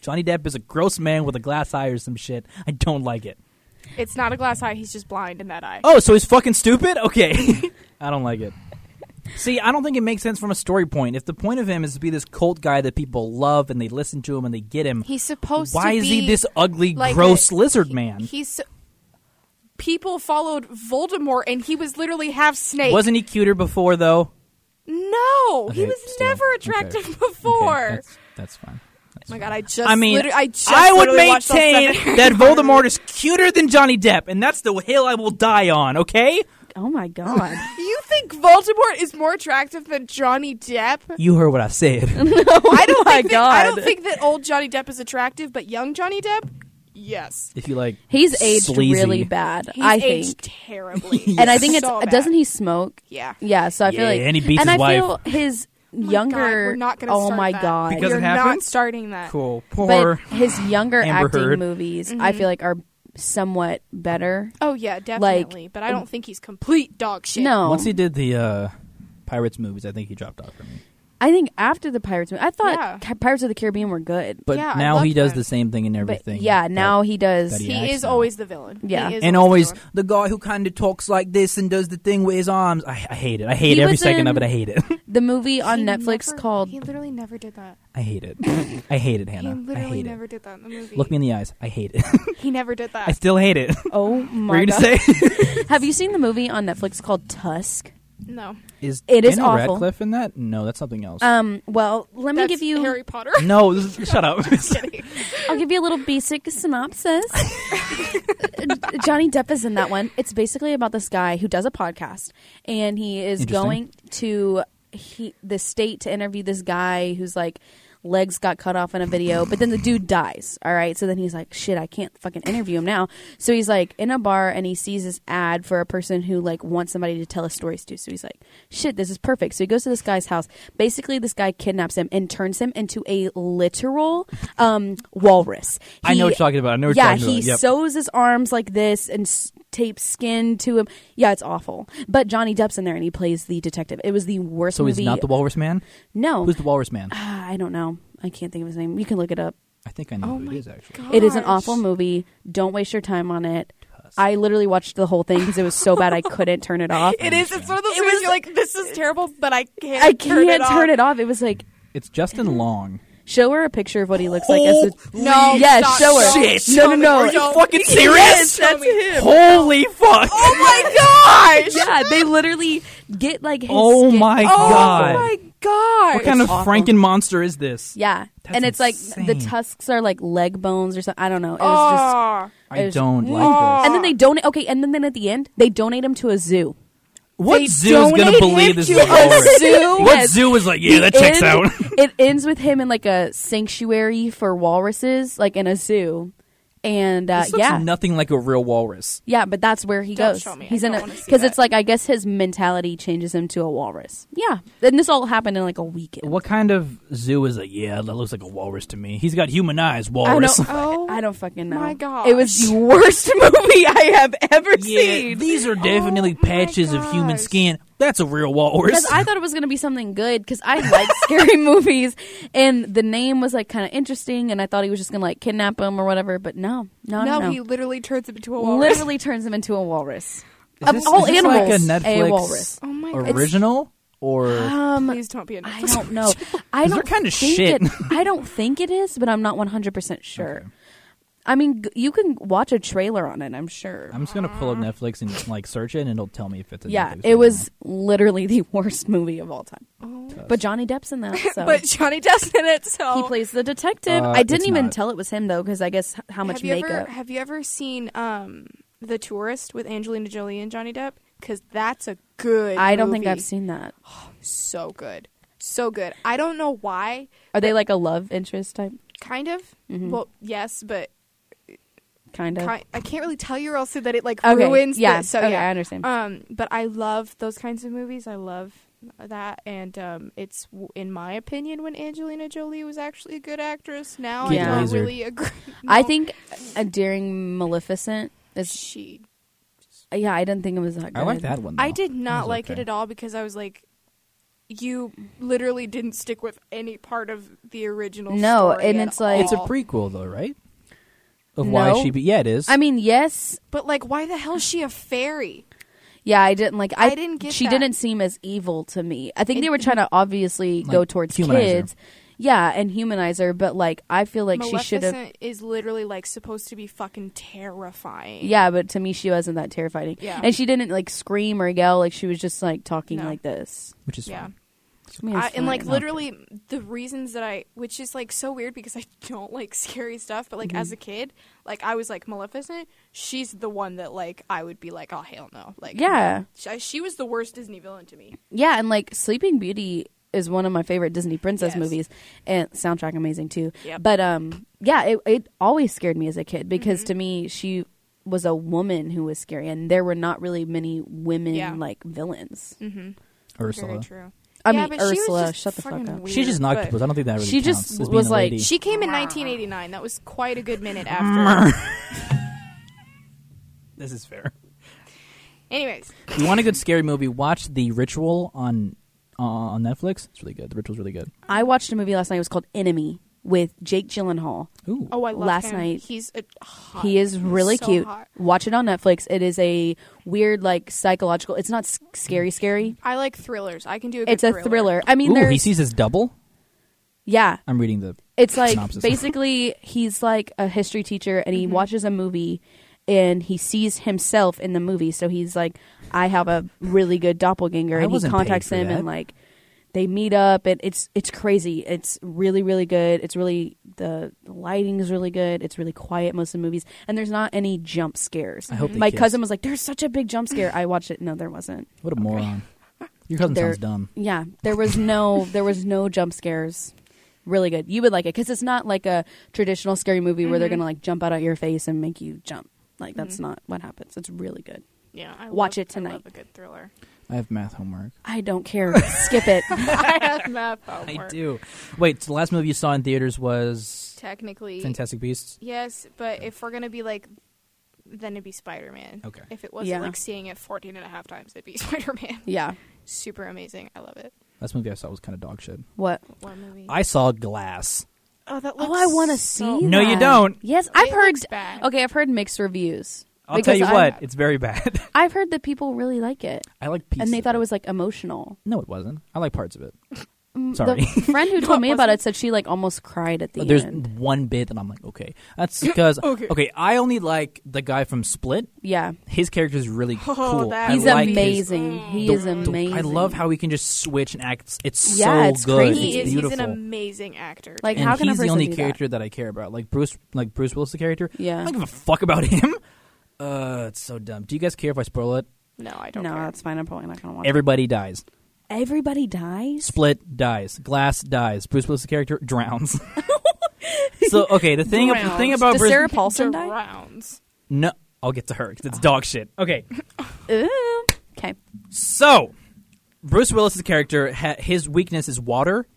Speaker 1: Johnny Depp is a gross man with a glass eye or some shit. I don't like it.
Speaker 3: It's not a glass eye. He's just blind in that eye.
Speaker 1: Oh, so he's fucking stupid? Okay. I don't like it. See, I don't think it makes sense from a story point. If the point of him is to be this cult guy that people love and they listen to him and they get him,
Speaker 3: He's supposed to
Speaker 1: why is he
Speaker 3: be
Speaker 1: this ugly,
Speaker 3: like
Speaker 1: gross
Speaker 3: a-
Speaker 1: lizard
Speaker 3: he-
Speaker 1: man?
Speaker 3: He's people followed Voldemort, and he was literally half snake.
Speaker 1: Wasn't he cuter before, though?
Speaker 3: No, he
Speaker 1: Okay,
Speaker 3: was
Speaker 1: still.
Speaker 3: never
Speaker 1: Okay.
Speaker 3: attractive
Speaker 1: Okay,
Speaker 3: before.
Speaker 1: that's, that's fine. That's
Speaker 3: oh my
Speaker 1: fine.
Speaker 3: god, I just.
Speaker 1: I mean,
Speaker 3: liter- I just.
Speaker 1: would
Speaker 3: literally watched all
Speaker 1: maintain
Speaker 3: seven-
Speaker 1: that Voldemort is cuter than Johnny Depp, and that's the hill I will die on. Okay,
Speaker 2: Oh my god.
Speaker 3: You think Voldemort is more attractive than Johnny Depp?
Speaker 1: you heard what I said.
Speaker 3: I don't
Speaker 2: Oh my
Speaker 3: think that, I
Speaker 2: God.
Speaker 3: don't think that old Johnny Depp is attractive, but young Johnny Depp, yes.
Speaker 1: if you like,
Speaker 2: He's aged
Speaker 1: Sleazy.
Speaker 2: really bad.
Speaker 3: He's
Speaker 2: I think.
Speaker 3: aged terribly.
Speaker 2: And I think it's
Speaker 3: So bad.
Speaker 2: doesn't he smoke?
Speaker 3: Yeah.
Speaker 2: Yeah, so I
Speaker 1: Yeah,
Speaker 2: feel like
Speaker 1: and he beats
Speaker 2: and
Speaker 1: his
Speaker 2: I feel his
Speaker 3: Oh my
Speaker 2: younger
Speaker 3: God, we're not gonna
Speaker 2: Oh
Speaker 3: start
Speaker 2: my
Speaker 3: that.
Speaker 2: god.
Speaker 1: Because
Speaker 3: You're
Speaker 1: it happened?
Speaker 3: not starting that.
Speaker 1: cool.
Speaker 2: but
Speaker 1: Poor.
Speaker 2: his younger
Speaker 1: Amber
Speaker 2: acting
Speaker 1: Heard.
Speaker 2: movies I
Speaker 3: Mm-hmm.
Speaker 2: feel like are somewhat better.
Speaker 3: Oh yeah, definitely. but I don't think he's complete dog shit.
Speaker 2: um, No.
Speaker 1: Once he did the uh, Pirates movies, I think he dropped off for me.
Speaker 2: I think after the Pirates movie, I thought
Speaker 3: Yeah.
Speaker 2: Ca- Pirates of the Caribbean were good.
Speaker 1: But
Speaker 3: Yeah, I
Speaker 1: now he
Speaker 3: loved
Speaker 1: does
Speaker 3: him.
Speaker 1: the same thing in
Speaker 2: But
Speaker 1: everything.
Speaker 2: yeah, now
Speaker 1: But-
Speaker 2: he does.
Speaker 1: that he
Speaker 3: he
Speaker 1: acts
Speaker 3: is
Speaker 1: now.
Speaker 3: always the villain.
Speaker 2: Yeah.
Speaker 3: He is
Speaker 1: and always
Speaker 3: the villain.
Speaker 1: the guy who kind of talks like this and does the thing with his arms. I, I hate it. I hate
Speaker 2: He
Speaker 1: every
Speaker 2: was
Speaker 1: second of
Speaker 2: in-
Speaker 1: it. I hate it.
Speaker 2: The movie on
Speaker 3: He
Speaker 2: Netflix
Speaker 3: never-
Speaker 2: called
Speaker 3: He literally never did that.
Speaker 1: I hate it. I hate it, Hannah.
Speaker 3: he
Speaker 1: I
Speaker 3: literally
Speaker 1: hate
Speaker 3: never
Speaker 1: it.
Speaker 3: did that in the movie.
Speaker 1: Look me in the eyes. I hate it.
Speaker 3: He never did that.
Speaker 1: I still hate it.
Speaker 2: Oh
Speaker 1: What are
Speaker 2: my
Speaker 1: you
Speaker 2: god.
Speaker 1: gonna say?
Speaker 2: Have you seen the movie on Netflix called Tusk?
Speaker 3: no.
Speaker 1: Is
Speaker 2: It is
Speaker 1: Daniel
Speaker 2: awful.
Speaker 1: Radcliffe in that? No, that's something else.
Speaker 2: Um, well, let me
Speaker 3: That's
Speaker 2: give you
Speaker 3: Harry Potter.
Speaker 1: no, this is- shut up.
Speaker 2: I'll give you a little basic synopsis. Johnny Depp is in that one. It's basically about this guy who does a podcast, and he is
Speaker 1: Interesting.
Speaker 2: going to he, the state to interview this guy who's like legs got cut off in a video, but then the dude dies. All right. So then he's like, shit, I can't fucking interview him now. So he's like in a bar and he sees this ad for a person who like wants somebody to tell his stories to. So he's like, shit, this is perfect. So he goes to this guy's house. Basically, this guy kidnaps him and turns him into a literal um, walrus.
Speaker 1: I know
Speaker 2: He-
Speaker 1: what you're talking about. I know what you're
Speaker 2: yeah,
Speaker 1: talking
Speaker 2: he
Speaker 1: about. Yep.
Speaker 2: sews his arms like this and s- tapes skin to him. Yeah, it's awful. But Johnny Depp's in there and he plays the detective. It was the worst
Speaker 1: so he's
Speaker 2: movie.
Speaker 1: not the Walrus Man.
Speaker 2: no,
Speaker 1: Who's the Walrus Man?
Speaker 2: Ah, I don't know. I can't think of his name. You can look it up.
Speaker 1: I think I know
Speaker 3: Oh
Speaker 1: who
Speaker 3: my
Speaker 1: it is actually.
Speaker 3: God.
Speaker 2: It is an
Speaker 3: Gosh.
Speaker 2: awful movie. Don't waste your time on it. I literally watched the whole thing because it was so bad I couldn't turn it off.
Speaker 3: It is. It's one of those
Speaker 2: It
Speaker 3: movies
Speaker 2: was-
Speaker 3: you're like, this is terrible, but I can't.
Speaker 2: I can't turn it,
Speaker 3: off.
Speaker 2: off. It was like
Speaker 1: It's Justin Long.
Speaker 2: show her a picture of what he looks like as a
Speaker 3: No,
Speaker 2: Yes,
Speaker 3: stop.
Speaker 2: show her.
Speaker 3: Don't.
Speaker 1: Shit.
Speaker 2: No, no,
Speaker 3: Don't.
Speaker 2: no.
Speaker 3: Don't.
Speaker 2: It's-
Speaker 1: fucking serious?
Speaker 2: Yes, that's
Speaker 3: Show me.
Speaker 2: him.
Speaker 1: Holy fuck!
Speaker 3: Oh my gosh!
Speaker 2: Yeah, they literally get like his
Speaker 1: Oh
Speaker 2: skin-
Speaker 1: my
Speaker 3: Oh
Speaker 1: god!
Speaker 3: my gosh!
Speaker 1: what kind of
Speaker 2: It's awful.
Speaker 1: Franken monster is this?
Speaker 2: Yeah,
Speaker 1: That's
Speaker 2: and it's like the
Speaker 1: insane. Ah.
Speaker 2: tusks are like leg bones or something. I don't know. It was
Speaker 3: Oh,
Speaker 2: It
Speaker 1: I
Speaker 2: was-
Speaker 1: don't
Speaker 3: Oh.
Speaker 1: like this.
Speaker 2: just, and then they donate. Okay, and then, then at the end they donate him to a zoo.
Speaker 1: What
Speaker 3: They
Speaker 1: zoo is gonna
Speaker 3: donate
Speaker 1: believe
Speaker 3: him
Speaker 1: this
Speaker 3: to
Speaker 1: is a
Speaker 3: a
Speaker 1: Walrus?
Speaker 2: zoo?
Speaker 1: What
Speaker 2: Yes.
Speaker 1: zoo is like? Yeah,
Speaker 2: The
Speaker 1: that checks
Speaker 2: end-
Speaker 1: out.
Speaker 2: it ends with him in like a sanctuary for walruses, like in a zoo, and uh,
Speaker 1: This looks
Speaker 2: yeah,
Speaker 1: nothing like a real walrus.
Speaker 2: yeah. But that's where he
Speaker 3: Don't
Speaker 2: goes.
Speaker 3: show me. I
Speaker 2: He's in
Speaker 3: don't
Speaker 2: a
Speaker 3: wanna see
Speaker 2: because it's
Speaker 3: that.
Speaker 2: like I guess his mentality changes him to a walrus. Yeah, and this all happened in like a weekend.
Speaker 1: What kind of zoo is like? Yeah, that looks like a walrus to me. He's got human eyes, walrus.
Speaker 2: I don't,
Speaker 3: Oh
Speaker 2: I don't fucking know.
Speaker 3: my
Speaker 2: It was the worst movie I have ever
Speaker 1: yeah,
Speaker 2: seen.
Speaker 1: these are definitely
Speaker 3: my
Speaker 1: patches of human
Speaker 3: gosh.
Speaker 1: skin. That's a real walrus.
Speaker 2: Because I thought it was going to be something good because I like scary movies. And the name was like kind of interesting. And I thought he was just going to like kidnap him or whatever. But no, no, no.
Speaker 3: no,
Speaker 2: no.
Speaker 3: he literally turns him into a walrus.
Speaker 2: literally turns him into a walrus.
Speaker 1: Is
Speaker 2: Of
Speaker 1: this-
Speaker 2: all
Speaker 1: is this
Speaker 2: animals,
Speaker 1: like a Netflix
Speaker 2: a walrus.
Speaker 3: Oh my god!
Speaker 1: original or
Speaker 2: Um,
Speaker 3: Please don't be a
Speaker 2: I
Speaker 3: Netflix
Speaker 2: don't know. I
Speaker 1: These are
Speaker 2: don't
Speaker 1: kinda
Speaker 2: think
Speaker 1: shit.
Speaker 2: It, I don't think it is, but I'm not 100% sure. I mean, g- you can watch a trailer on it, I'm sure.
Speaker 1: I'm just gonna pull up Netflix and like search it, and it'll tell me if it's. A
Speaker 2: Uh-huh. yeah,
Speaker 1: Netflix
Speaker 2: it
Speaker 1: original.
Speaker 2: was literally the worst movie of all time.
Speaker 3: Oh.
Speaker 2: But Johnny Depp's in that, so.
Speaker 3: But Johnny Depp's in it, so
Speaker 2: He plays the detective.
Speaker 1: Uh,
Speaker 2: I didn't
Speaker 1: it's
Speaker 2: even
Speaker 1: not.
Speaker 2: tell it was him though, because I guess h- how much
Speaker 3: have you
Speaker 2: makeup.
Speaker 3: Ever, have you ever seen um, The Tourist with Angelina Jolie and Johnny Depp? Because that's a good.
Speaker 2: I don't think
Speaker 3: movie.
Speaker 2: I've seen that.
Speaker 3: So good, so good. I don't know why.
Speaker 2: Are they like a love interest type?
Speaker 3: Kind of.
Speaker 2: Mhm.
Speaker 3: Well, yes, but
Speaker 2: Kind of.
Speaker 3: ki- I can't really tell you, or else that it like
Speaker 2: okay.
Speaker 3: ruins. the-
Speaker 2: yeah.
Speaker 3: so
Speaker 2: okay,
Speaker 3: yeah.
Speaker 2: I understand.
Speaker 3: Um, but I love those kinds of movies. I love that, and um, it's w- in my opinion when Angelina Jolie was actually a good actress. Now
Speaker 1: Get
Speaker 3: I don't
Speaker 1: lasered.
Speaker 3: really agree.
Speaker 2: I
Speaker 3: No,
Speaker 2: think uh, during Maleficent is.
Speaker 3: she.
Speaker 2: Yeah, I didn't think it was that. Good.
Speaker 1: I like that one.
Speaker 3: I
Speaker 1: though.
Speaker 3: did
Speaker 1: It
Speaker 3: not
Speaker 1: was
Speaker 3: like it
Speaker 1: okay.
Speaker 3: at all because I was like, you literally didn't stick with any part of the original.
Speaker 2: No,
Speaker 3: story
Speaker 2: and
Speaker 3: at
Speaker 2: it's like-
Speaker 1: It's a
Speaker 3: all.
Speaker 1: prequel though, right? Of
Speaker 2: No.
Speaker 1: why she be? Yeah, it is.
Speaker 2: I mean, yes.
Speaker 3: But like, why the hell is she a fairy?
Speaker 2: Yeah, I didn't like. I,
Speaker 3: I didn't get
Speaker 2: She
Speaker 3: that.
Speaker 2: didn't seem as evil to me. I think
Speaker 3: It-
Speaker 2: they were trying to obviously go
Speaker 1: Like,
Speaker 2: towards
Speaker 1: humanize her.
Speaker 2: kids. Yeah, and humanize her, but like I feel like she should have.
Speaker 3: Maleficent is literally like supposed to be fucking terrifying.
Speaker 2: Yeah, but to me, she wasn't that terrifying.
Speaker 3: Yeah.
Speaker 2: And she didn't like scream or yell. Like she was just like talking
Speaker 3: No.
Speaker 2: like this.
Speaker 1: which is
Speaker 3: yeah.
Speaker 1: fine.
Speaker 2: I mean, it was
Speaker 3: I, and like
Speaker 2: fine.
Speaker 3: literally the reasons that I, which is like so weird because I don't like scary stuff, but like
Speaker 2: Mm-hmm.
Speaker 3: as a kid, like I was like Maleficent. She's the one that like I would be like, oh hell no, like
Speaker 2: Yeah.
Speaker 3: she, she was the worst Disney villain to me.
Speaker 2: Yeah, and like Sleeping Beauty is one of my favorite Disney princess
Speaker 3: Yes.
Speaker 2: movies, and soundtrack amazing too.
Speaker 3: Yep.
Speaker 2: But um, yeah, it it always scared me as a kid because
Speaker 3: Mm-hmm.
Speaker 2: to me she was a woman who was scary, and there were not really many women
Speaker 3: Yeah.
Speaker 2: like villains.
Speaker 3: Mm-hmm. Very
Speaker 1: Ursula.
Speaker 3: true.
Speaker 2: I
Speaker 3: Yeah,
Speaker 2: mean,
Speaker 3: but she was
Speaker 2: Ursula,
Speaker 3: just
Speaker 2: shut the fuck
Speaker 3: fucking
Speaker 2: up.
Speaker 3: weird,
Speaker 1: She's just an
Speaker 3: but-
Speaker 1: octopus. I don't think that really
Speaker 2: She just
Speaker 1: counts as being
Speaker 2: was
Speaker 1: a
Speaker 2: like-
Speaker 1: lady.
Speaker 3: She came in 1989. That was quite a good minute after.
Speaker 1: this is fair.
Speaker 3: Anyways,
Speaker 1: You want a good scary movie? Watch The Ritual on uh, on Netflix. It's really good. The Ritual's really good.
Speaker 2: I watched a movie last night. It was called Enemy with Jake Gyllenhaal.
Speaker 1: Ooh,
Speaker 3: oh, I love
Speaker 2: Last
Speaker 3: him.
Speaker 2: night,
Speaker 3: He's a, hot.
Speaker 2: He is
Speaker 3: He's
Speaker 2: really
Speaker 3: so
Speaker 2: cute.
Speaker 3: hot.
Speaker 2: Watch it on Netflix. It is a weird, like psychological. It's not s- scary, scary.
Speaker 3: I like thrillers. I can do a. Good
Speaker 2: It's a thriller. I mean,
Speaker 1: Ooh,
Speaker 2: there's
Speaker 1: he sees his double.
Speaker 2: yeah.
Speaker 1: I'm reading the.
Speaker 2: It's like
Speaker 1: Synopsis.
Speaker 2: basically he's like a history teacher and he watches a movie and he sees himself in the movie. So he's like, I have a really good doppelganger,
Speaker 1: I
Speaker 2: and he
Speaker 1: wasn't paid
Speaker 2: contacts
Speaker 1: for
Speaker 2: him
Speaker 1: that.
Speaker 2: and like they meet up and it's it's crazy. It's really really good. It's really the the lighting is really good. It's really quiet most of the movies and there's not any jump scares.
Speaker 1: I hope they
Speaker 2: My
Speaker 1: kiss.
Speaker 2: cousin was like, "There's such a big jump scare." I watched it. No, there wasn't.
Speaker 1: What a moron. Your cousin
Speaker 2: They're-
Speaker 1: sounds dumb.
Speaker 2: Yeah, there was no there was no jump scares. really good. You would like it because it's not like a traditional scary movie where
Speaker 3: Mm-hmm.
Speaker 2: they're gonna like jump out at your face and make you jump. Like that's not what happens. It's really good.
Speaker 3: Yeah, I
Speaker 2: Watch
Speaker 3: love-
Speaker 2: it tonight.
Speaker 3: I love a good thriller.
Speaker 1: I have math homework.
Speaker 2: I don't care. Skip it.
Speaker 3: I have math
Speaker 1: I
Speaker 3: homework.
Speaker 1: do. Wait, so the last movie you saw in theaters was
Speaker 3: Technically,
Speaker 1: Fantastic Beasts.
Speaker 3: yes, but if we're gonna be like, then it'd be Spider Man.
Speaker 1: Okay.
Speaker 3: If it wasn't
Speaker 2: Yeah.
Speaker 3: like seeing it 14 and a half times, it'd be Spider Man.
Speaker 2: Yeah.
Speaker 3: Super amazing. I love it.
Speaker 1: Last movie I saw was kind of dog shit.
Speaker 2: What?
Speaker 3: What movie?
Speaker 1: I saw Glass.
Speaker 3: oh, that
Speaker 2: Oh, I want to
Speaker 3: so-
Speaker 2: see.
Speaker 1: No, you
Speaker 2: that.
Speaker 1: don't.
Speaker 2: Yes, I've
Speaker 3: It
Speaker 2: heard.
Speaker 3: looks bad.
Speaker 2: Okay, I've heard mixed reviews.
Speaker 1: I'll
Speaker 2: Because
Speaker 1: tell you
Speaker 2: I-
Speaker 1: what, it's very bad.
Speaker 2: I've heard that people really like it,
Speaker 1: I like pieces.
Speaker 2: and they
Speaker 1: of
Speaker 2: thought it was like emotional.
Speaker 1: No, it wasn't. I like parts of it.
Speaker 2: Mm,
Speaker 1: Sorry.
Speaker 2: The friend who
Speaker 3: No,
Speaker 2: told
Speaker 3: it
Speaker 2: me about
Speaker 3: wasn't.
Speaker 2: it said she like almost cried at the
Speaker 1: There's
Speaker 2: end.
Speaker 1: one bit that I'm like, okay, that's because okay.
Speaker 3: Okay.
Speaker 1: I only like the guy from Split.
Speaker 2: Yeah,
Speaker 1: His character is really cool. I
Speaker 2: he's
Speaker 1: like his-
Speaker 2: Oh, amazing. he
Speaker 1: the-
Speaker 2: is
Speaker 1: the-
Speaker 2: amazing.
Speaker 1: I love how he can just switch and act. It's
Speaker 2: Yeah,
Speaker 1: so
Speaker 2: it's
Speaker 1: good.
Speaker 2: crazy.
Speaker 3: He
Speaker 1: It's
Speaker 3: is.
Speaker 1: beautiful.
Speaker 3: He's an amazing actor.
Speaker 2: Like,
Speaker 1: and
Speaker 2: how can a
Speaker 1: he's the
Speaker 2: person
Speaker 1: only
Speaker 2: do that?
Speaker 1: character that? I care about. Like Bruce, like Bruce Willis, the character.
Speaker 2: Yeah.
Speaker 1: I don't give a fuck about him. Uh, it's so dumb. Do you guys care if I spoil it?
Speaker 3: no, I don't.
Speaker 2: No,
Speaker 3: care.
Speaker 2: that's fine. I'm probably not gonna watch. it.
Speaker 1: Everybody dies.
Speaker 2: Everybody dies.
Speaker 1: Split dies. Glass dies. Bruce Willis' character drowns. so okay, the thing the thing
Speaker 3: Drowns.
Speaker 1: about
Speaker 2: Does
Speaker 1: Bruce,
Speaker 2: Sarah Paulson die?
Speaker 3: Drowns.
Speaker 1: no, I'll get to her 'cause it's dog shit. Okay,
Speaker 2: Okay.
Speaker 1: so Bruce Willis' character, ha- his weakness is water,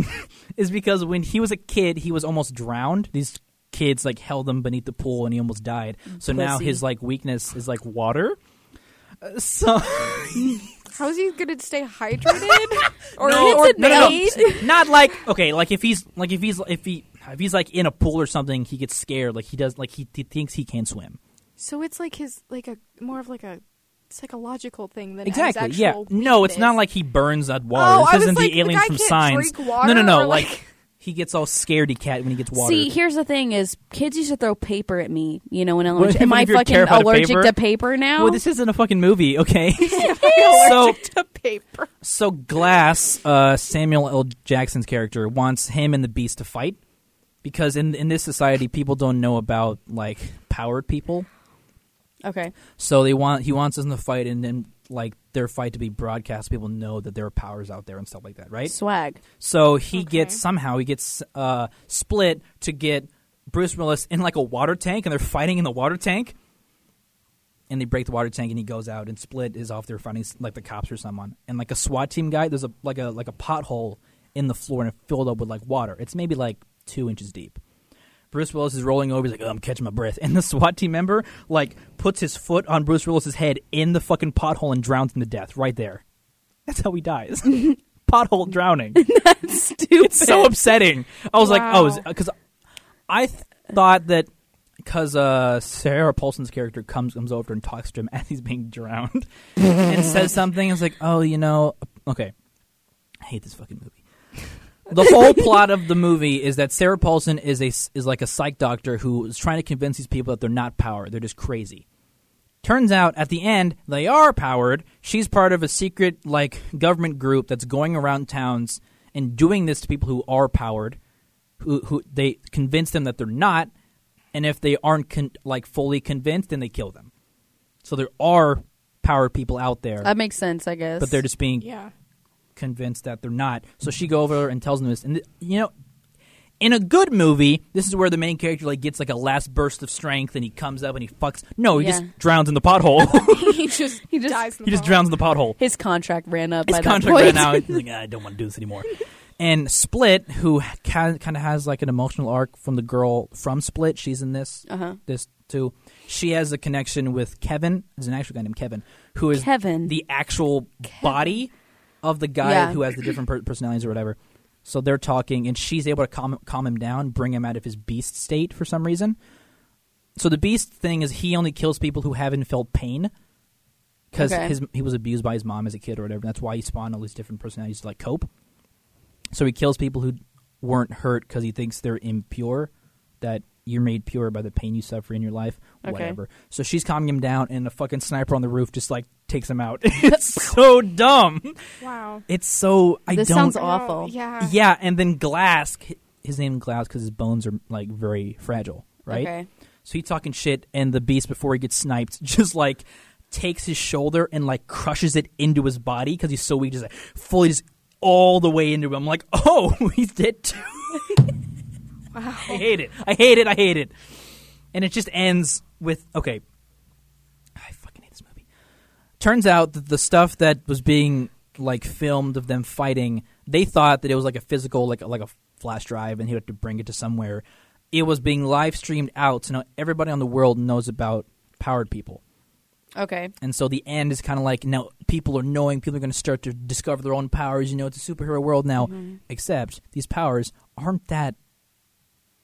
Speaker 1: is because when he was a kid, he was almost drowned. These kids like held him beneath the pool and he almost died. So now
Speaker 2: Pussy.
Speaker 1: his like weakness is like water. Uh, So
Speaker 3: How is he gonna stay hydrated? or
Speaker 2: No,
Speaker 3: or
Speaker 2: it's a
Speaker 1: no, no,
Speaker 2: maid?
Speaker 1: no. not like okay, like if he's like if he's if he if he's like in a pool or something, he gets scared. Like he does, like he, he thinks he can swim.
Speaker 3: So it's like his like a more of like a psychological thing than
Speaker 1: Exactly.
Speaker 3: His
Speaker 1: Yeah.
Speaker 3: actual
Speaker 1: No, it's not
Speaker 3: weakness.
Speaker 1: like he burns that water.
Speaker 3: Oh, I
Speaker 1: this
Speaker 3: was
Speaker 1: isn't
Speaker 3: like,
Speaker 1: the
Speaker 3: the
Speaker 1: aliens
Speaker 3: guy
Speaker 1: from
Speaker 3: can't
Speaker 1: Science.
Speaker 3: drink water
Speaker 1: no, no, no.
Speaker 3: or,
Speaker 1: Like,
Speaker 3: like-
Speaker 1: he gets all scaredy cat when he gets water.
Speaker 2: See, here's the thing: is kids used to throw paper at me, you know, in
Speaker 1: Well,
Speaker 2: elementary. Am I
Speaker 1: if you're
Speaker 2: fucking
Speaker 1: terrified of
Speaker 2: allergic
Speaker 1: paper-
Speaker 2: to paper now?
Speaker 1: well, this isn't a fucking movie, okay? so,
Speaker 3: allergic to paper.
Speaker 1: so Glass, uh, Samuel L. Jackson's character wants him and the Beast to fight because in in this society, people don't know about like powered people.
Speaker 2: okay.
Speaker 1: So they want he wants us in the fight, and then like their fight to be broadcast. People know that there are powers out there and stuff like that, right?
Speaker 2: Swag.
Speaker 1: So he gets somehow he gets uh, split to get Bruce Willis in like a water tank, and they're fighting in the water tank. And they break the water tank, and he goes out, and Split is off there fighting like the cops or someone, and like a SWAT team guy. There's a like a like a pothole in the floor, and it filled up with like water. It's maybe like two inches deep. Bruce Willis is rolling over. He's like, oh, I'm catching my breath. And the SWAT team member like puts his foot on Bruce Willis's head in the fucking pothole and drowns him to death right there. That's how he dies. pothole drowning.
Speaker 2: Stupid.
Speaker 1: It's so upsetting. I was
Speaker 3: Wow.
Speaker 1: like, oh, because I th- thought that because uh, Sarah Paulson's character comes comes over and talks to him as he's being drowned and says something. It's like, oh, you know, okay. I hate this fucking movie. The whole plot of the movie is that Sarah Paulson is a s- is like a psych doctor who is trying to convince these people that they're not powered. They're just crazy. Turns out at the end, they are powered. She's part of a secret, like, government group that's going around towns and doing this to people who are powered, who, who they convince them that they're not. And if they aren't, con- like, fully convinced, then they kill them. So there are powered people out there,
Speaker 2: That makes sense, I guess.
Speaker 1: but they're just being
Speaker 3: Yeah.
Speaker 1: convinced that they're not. So she go over and tells them this, and th- you know, in a good movie, this is where the main character like gets like a last burst of strength, and he comes up and he fucks. No, he
Speaker 2: Yeah.
Speaker 1: just drowns in the pothole.
Speaker 3: he just
Speaker 2: He just-
Speaker 3: dies. In
Speaker 1: he
Speaker 3: the
Speaker 1: just
Speaker 3: bottom.
Speaker 1: drowns in the pothole.
Speaker 2: his contract ran up.
Speaker 1: His
Speaker 2: by
Speaker 1: contract right
Speaker 2: that point.
Speaker 1: now. He's like, "Ah, I don't want to do this anymore. And Split, who kind of has like an emotional arc from the girl from Split, she's in this
Speaker 2: Uh-huh.
Speaker 1: this too. She has a connection with Kevin. There's an actual guy named Kevin who is
Speaker 2: Kevin.
Speaker 1: the actual body of the guy
Speaker 2: Yeah.
Speaker 1: who has the different per- personalities or whatever. So they're talking, and she's able to calm, calm him down, bring him out of his beast state for some reason. So the beast thing is he only kills people who haven't felt pain because
Speaker 2: Okay.
Speaker 1: his he was abused by his mom as a kid or whatever. That's why he spawned all these different personalities to like cope. So he kills people who weren't hurt because he thinks they're impure, that you're made pure by the pain you suffer in your life,
Speaker 2: Okay.
Speaker 1: whatever. So she's calming him down, and a fucking sniper on the roof just like takes him out. it's so dumb.
Speaker 3: Wow.
Speaker 1: It's so I
Speaker 2: This
Speaker 1: don't.
Speaker 2: sounds awful.
Speaker 3: Oh, yeah.
Speaker 1: yeah, and then Glass, h- his name Glass because his bones are like very fragile, right?
Speaker 2: Okay.
Speaker 1: So he's talking shit, and the beast before he gets sniped just like takes his shoulder and like crushes it into his body because he's so weak, just like fully just all the way into him. I'm like, oh, he's dead too. I hate it. I hate it. I hate it. And it just ends with okay. I fucking hate this movie. Turns out that the stuff that was being like filmed of them fighting, they thought that it was like a physical, like like a flash drive, and he had to bring it to somewhere. It was being live streamed out, so now everybody on the world knows about powered people.
Speaker 2: Okay.
Speaker 1: And so the end is kind of like now people are knowing, people are going to start to discover their own powers. You know, it's a superhero world now, except these powers aren't that,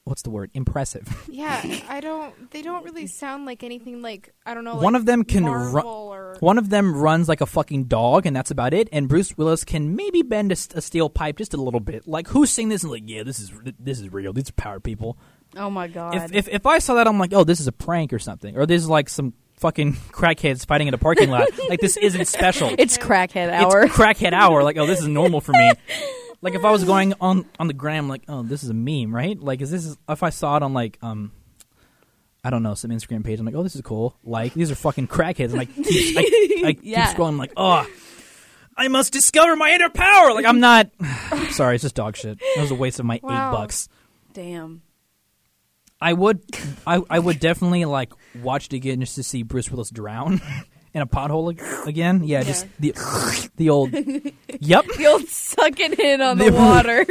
Speaker 1: what's the word, impressive.
Speaker 3: Yeah, I don't. They don't really sound like anything. Like I don't know.
Speaker 1: One
Speaker 3: like
Speaker 1: of them can ru-
Speaker 3: Marvel or
Speaker 1: One of them runs like a fucking dog, and that's about it. And Bruce Willis can maybe bend a, s- a steel pipe just a little bit. Like, who's seeing this and like, yeah, this is this is real. These are powered people.
Speaker 2: Oh my god.
Speaker 1: If, if if I saw that, I'm like, oh, this is a prank or something, or this is like some fucking crackheads fighting in a parking lot. like, this isn't special.
Speaker 2: it's crackhead hour.
Speaker 1: It's crackhead hour. Like, oh, this is normal for me. like, if I was going on on the gram, like, oh, this is a meme, right? Like, is this if I saw it on like um, I don't know, some Instagram page, I'm like, oh, this is cool. Like, these are fucking crackheads. I'm like, keep- I, I
Speaker 2: Yeah.
Speaker 1: keep scrolling, I'm like, oh, I must discover my inner power. Like, I'm not. sorry, it's just dog shit. That was a waste of my
Speaker 3: Wow.
Speaker 1: eight bucks.
Speaker 2: Damn.
Speaker 1: I would, I, I would definitely like watch it again just to see Bruce Willis drown in a pothole ag- again. Yeah, just the the old. yep.
Speaker 2: You'll suck it in on the
Speaker 1: They-
Speaker 2: water.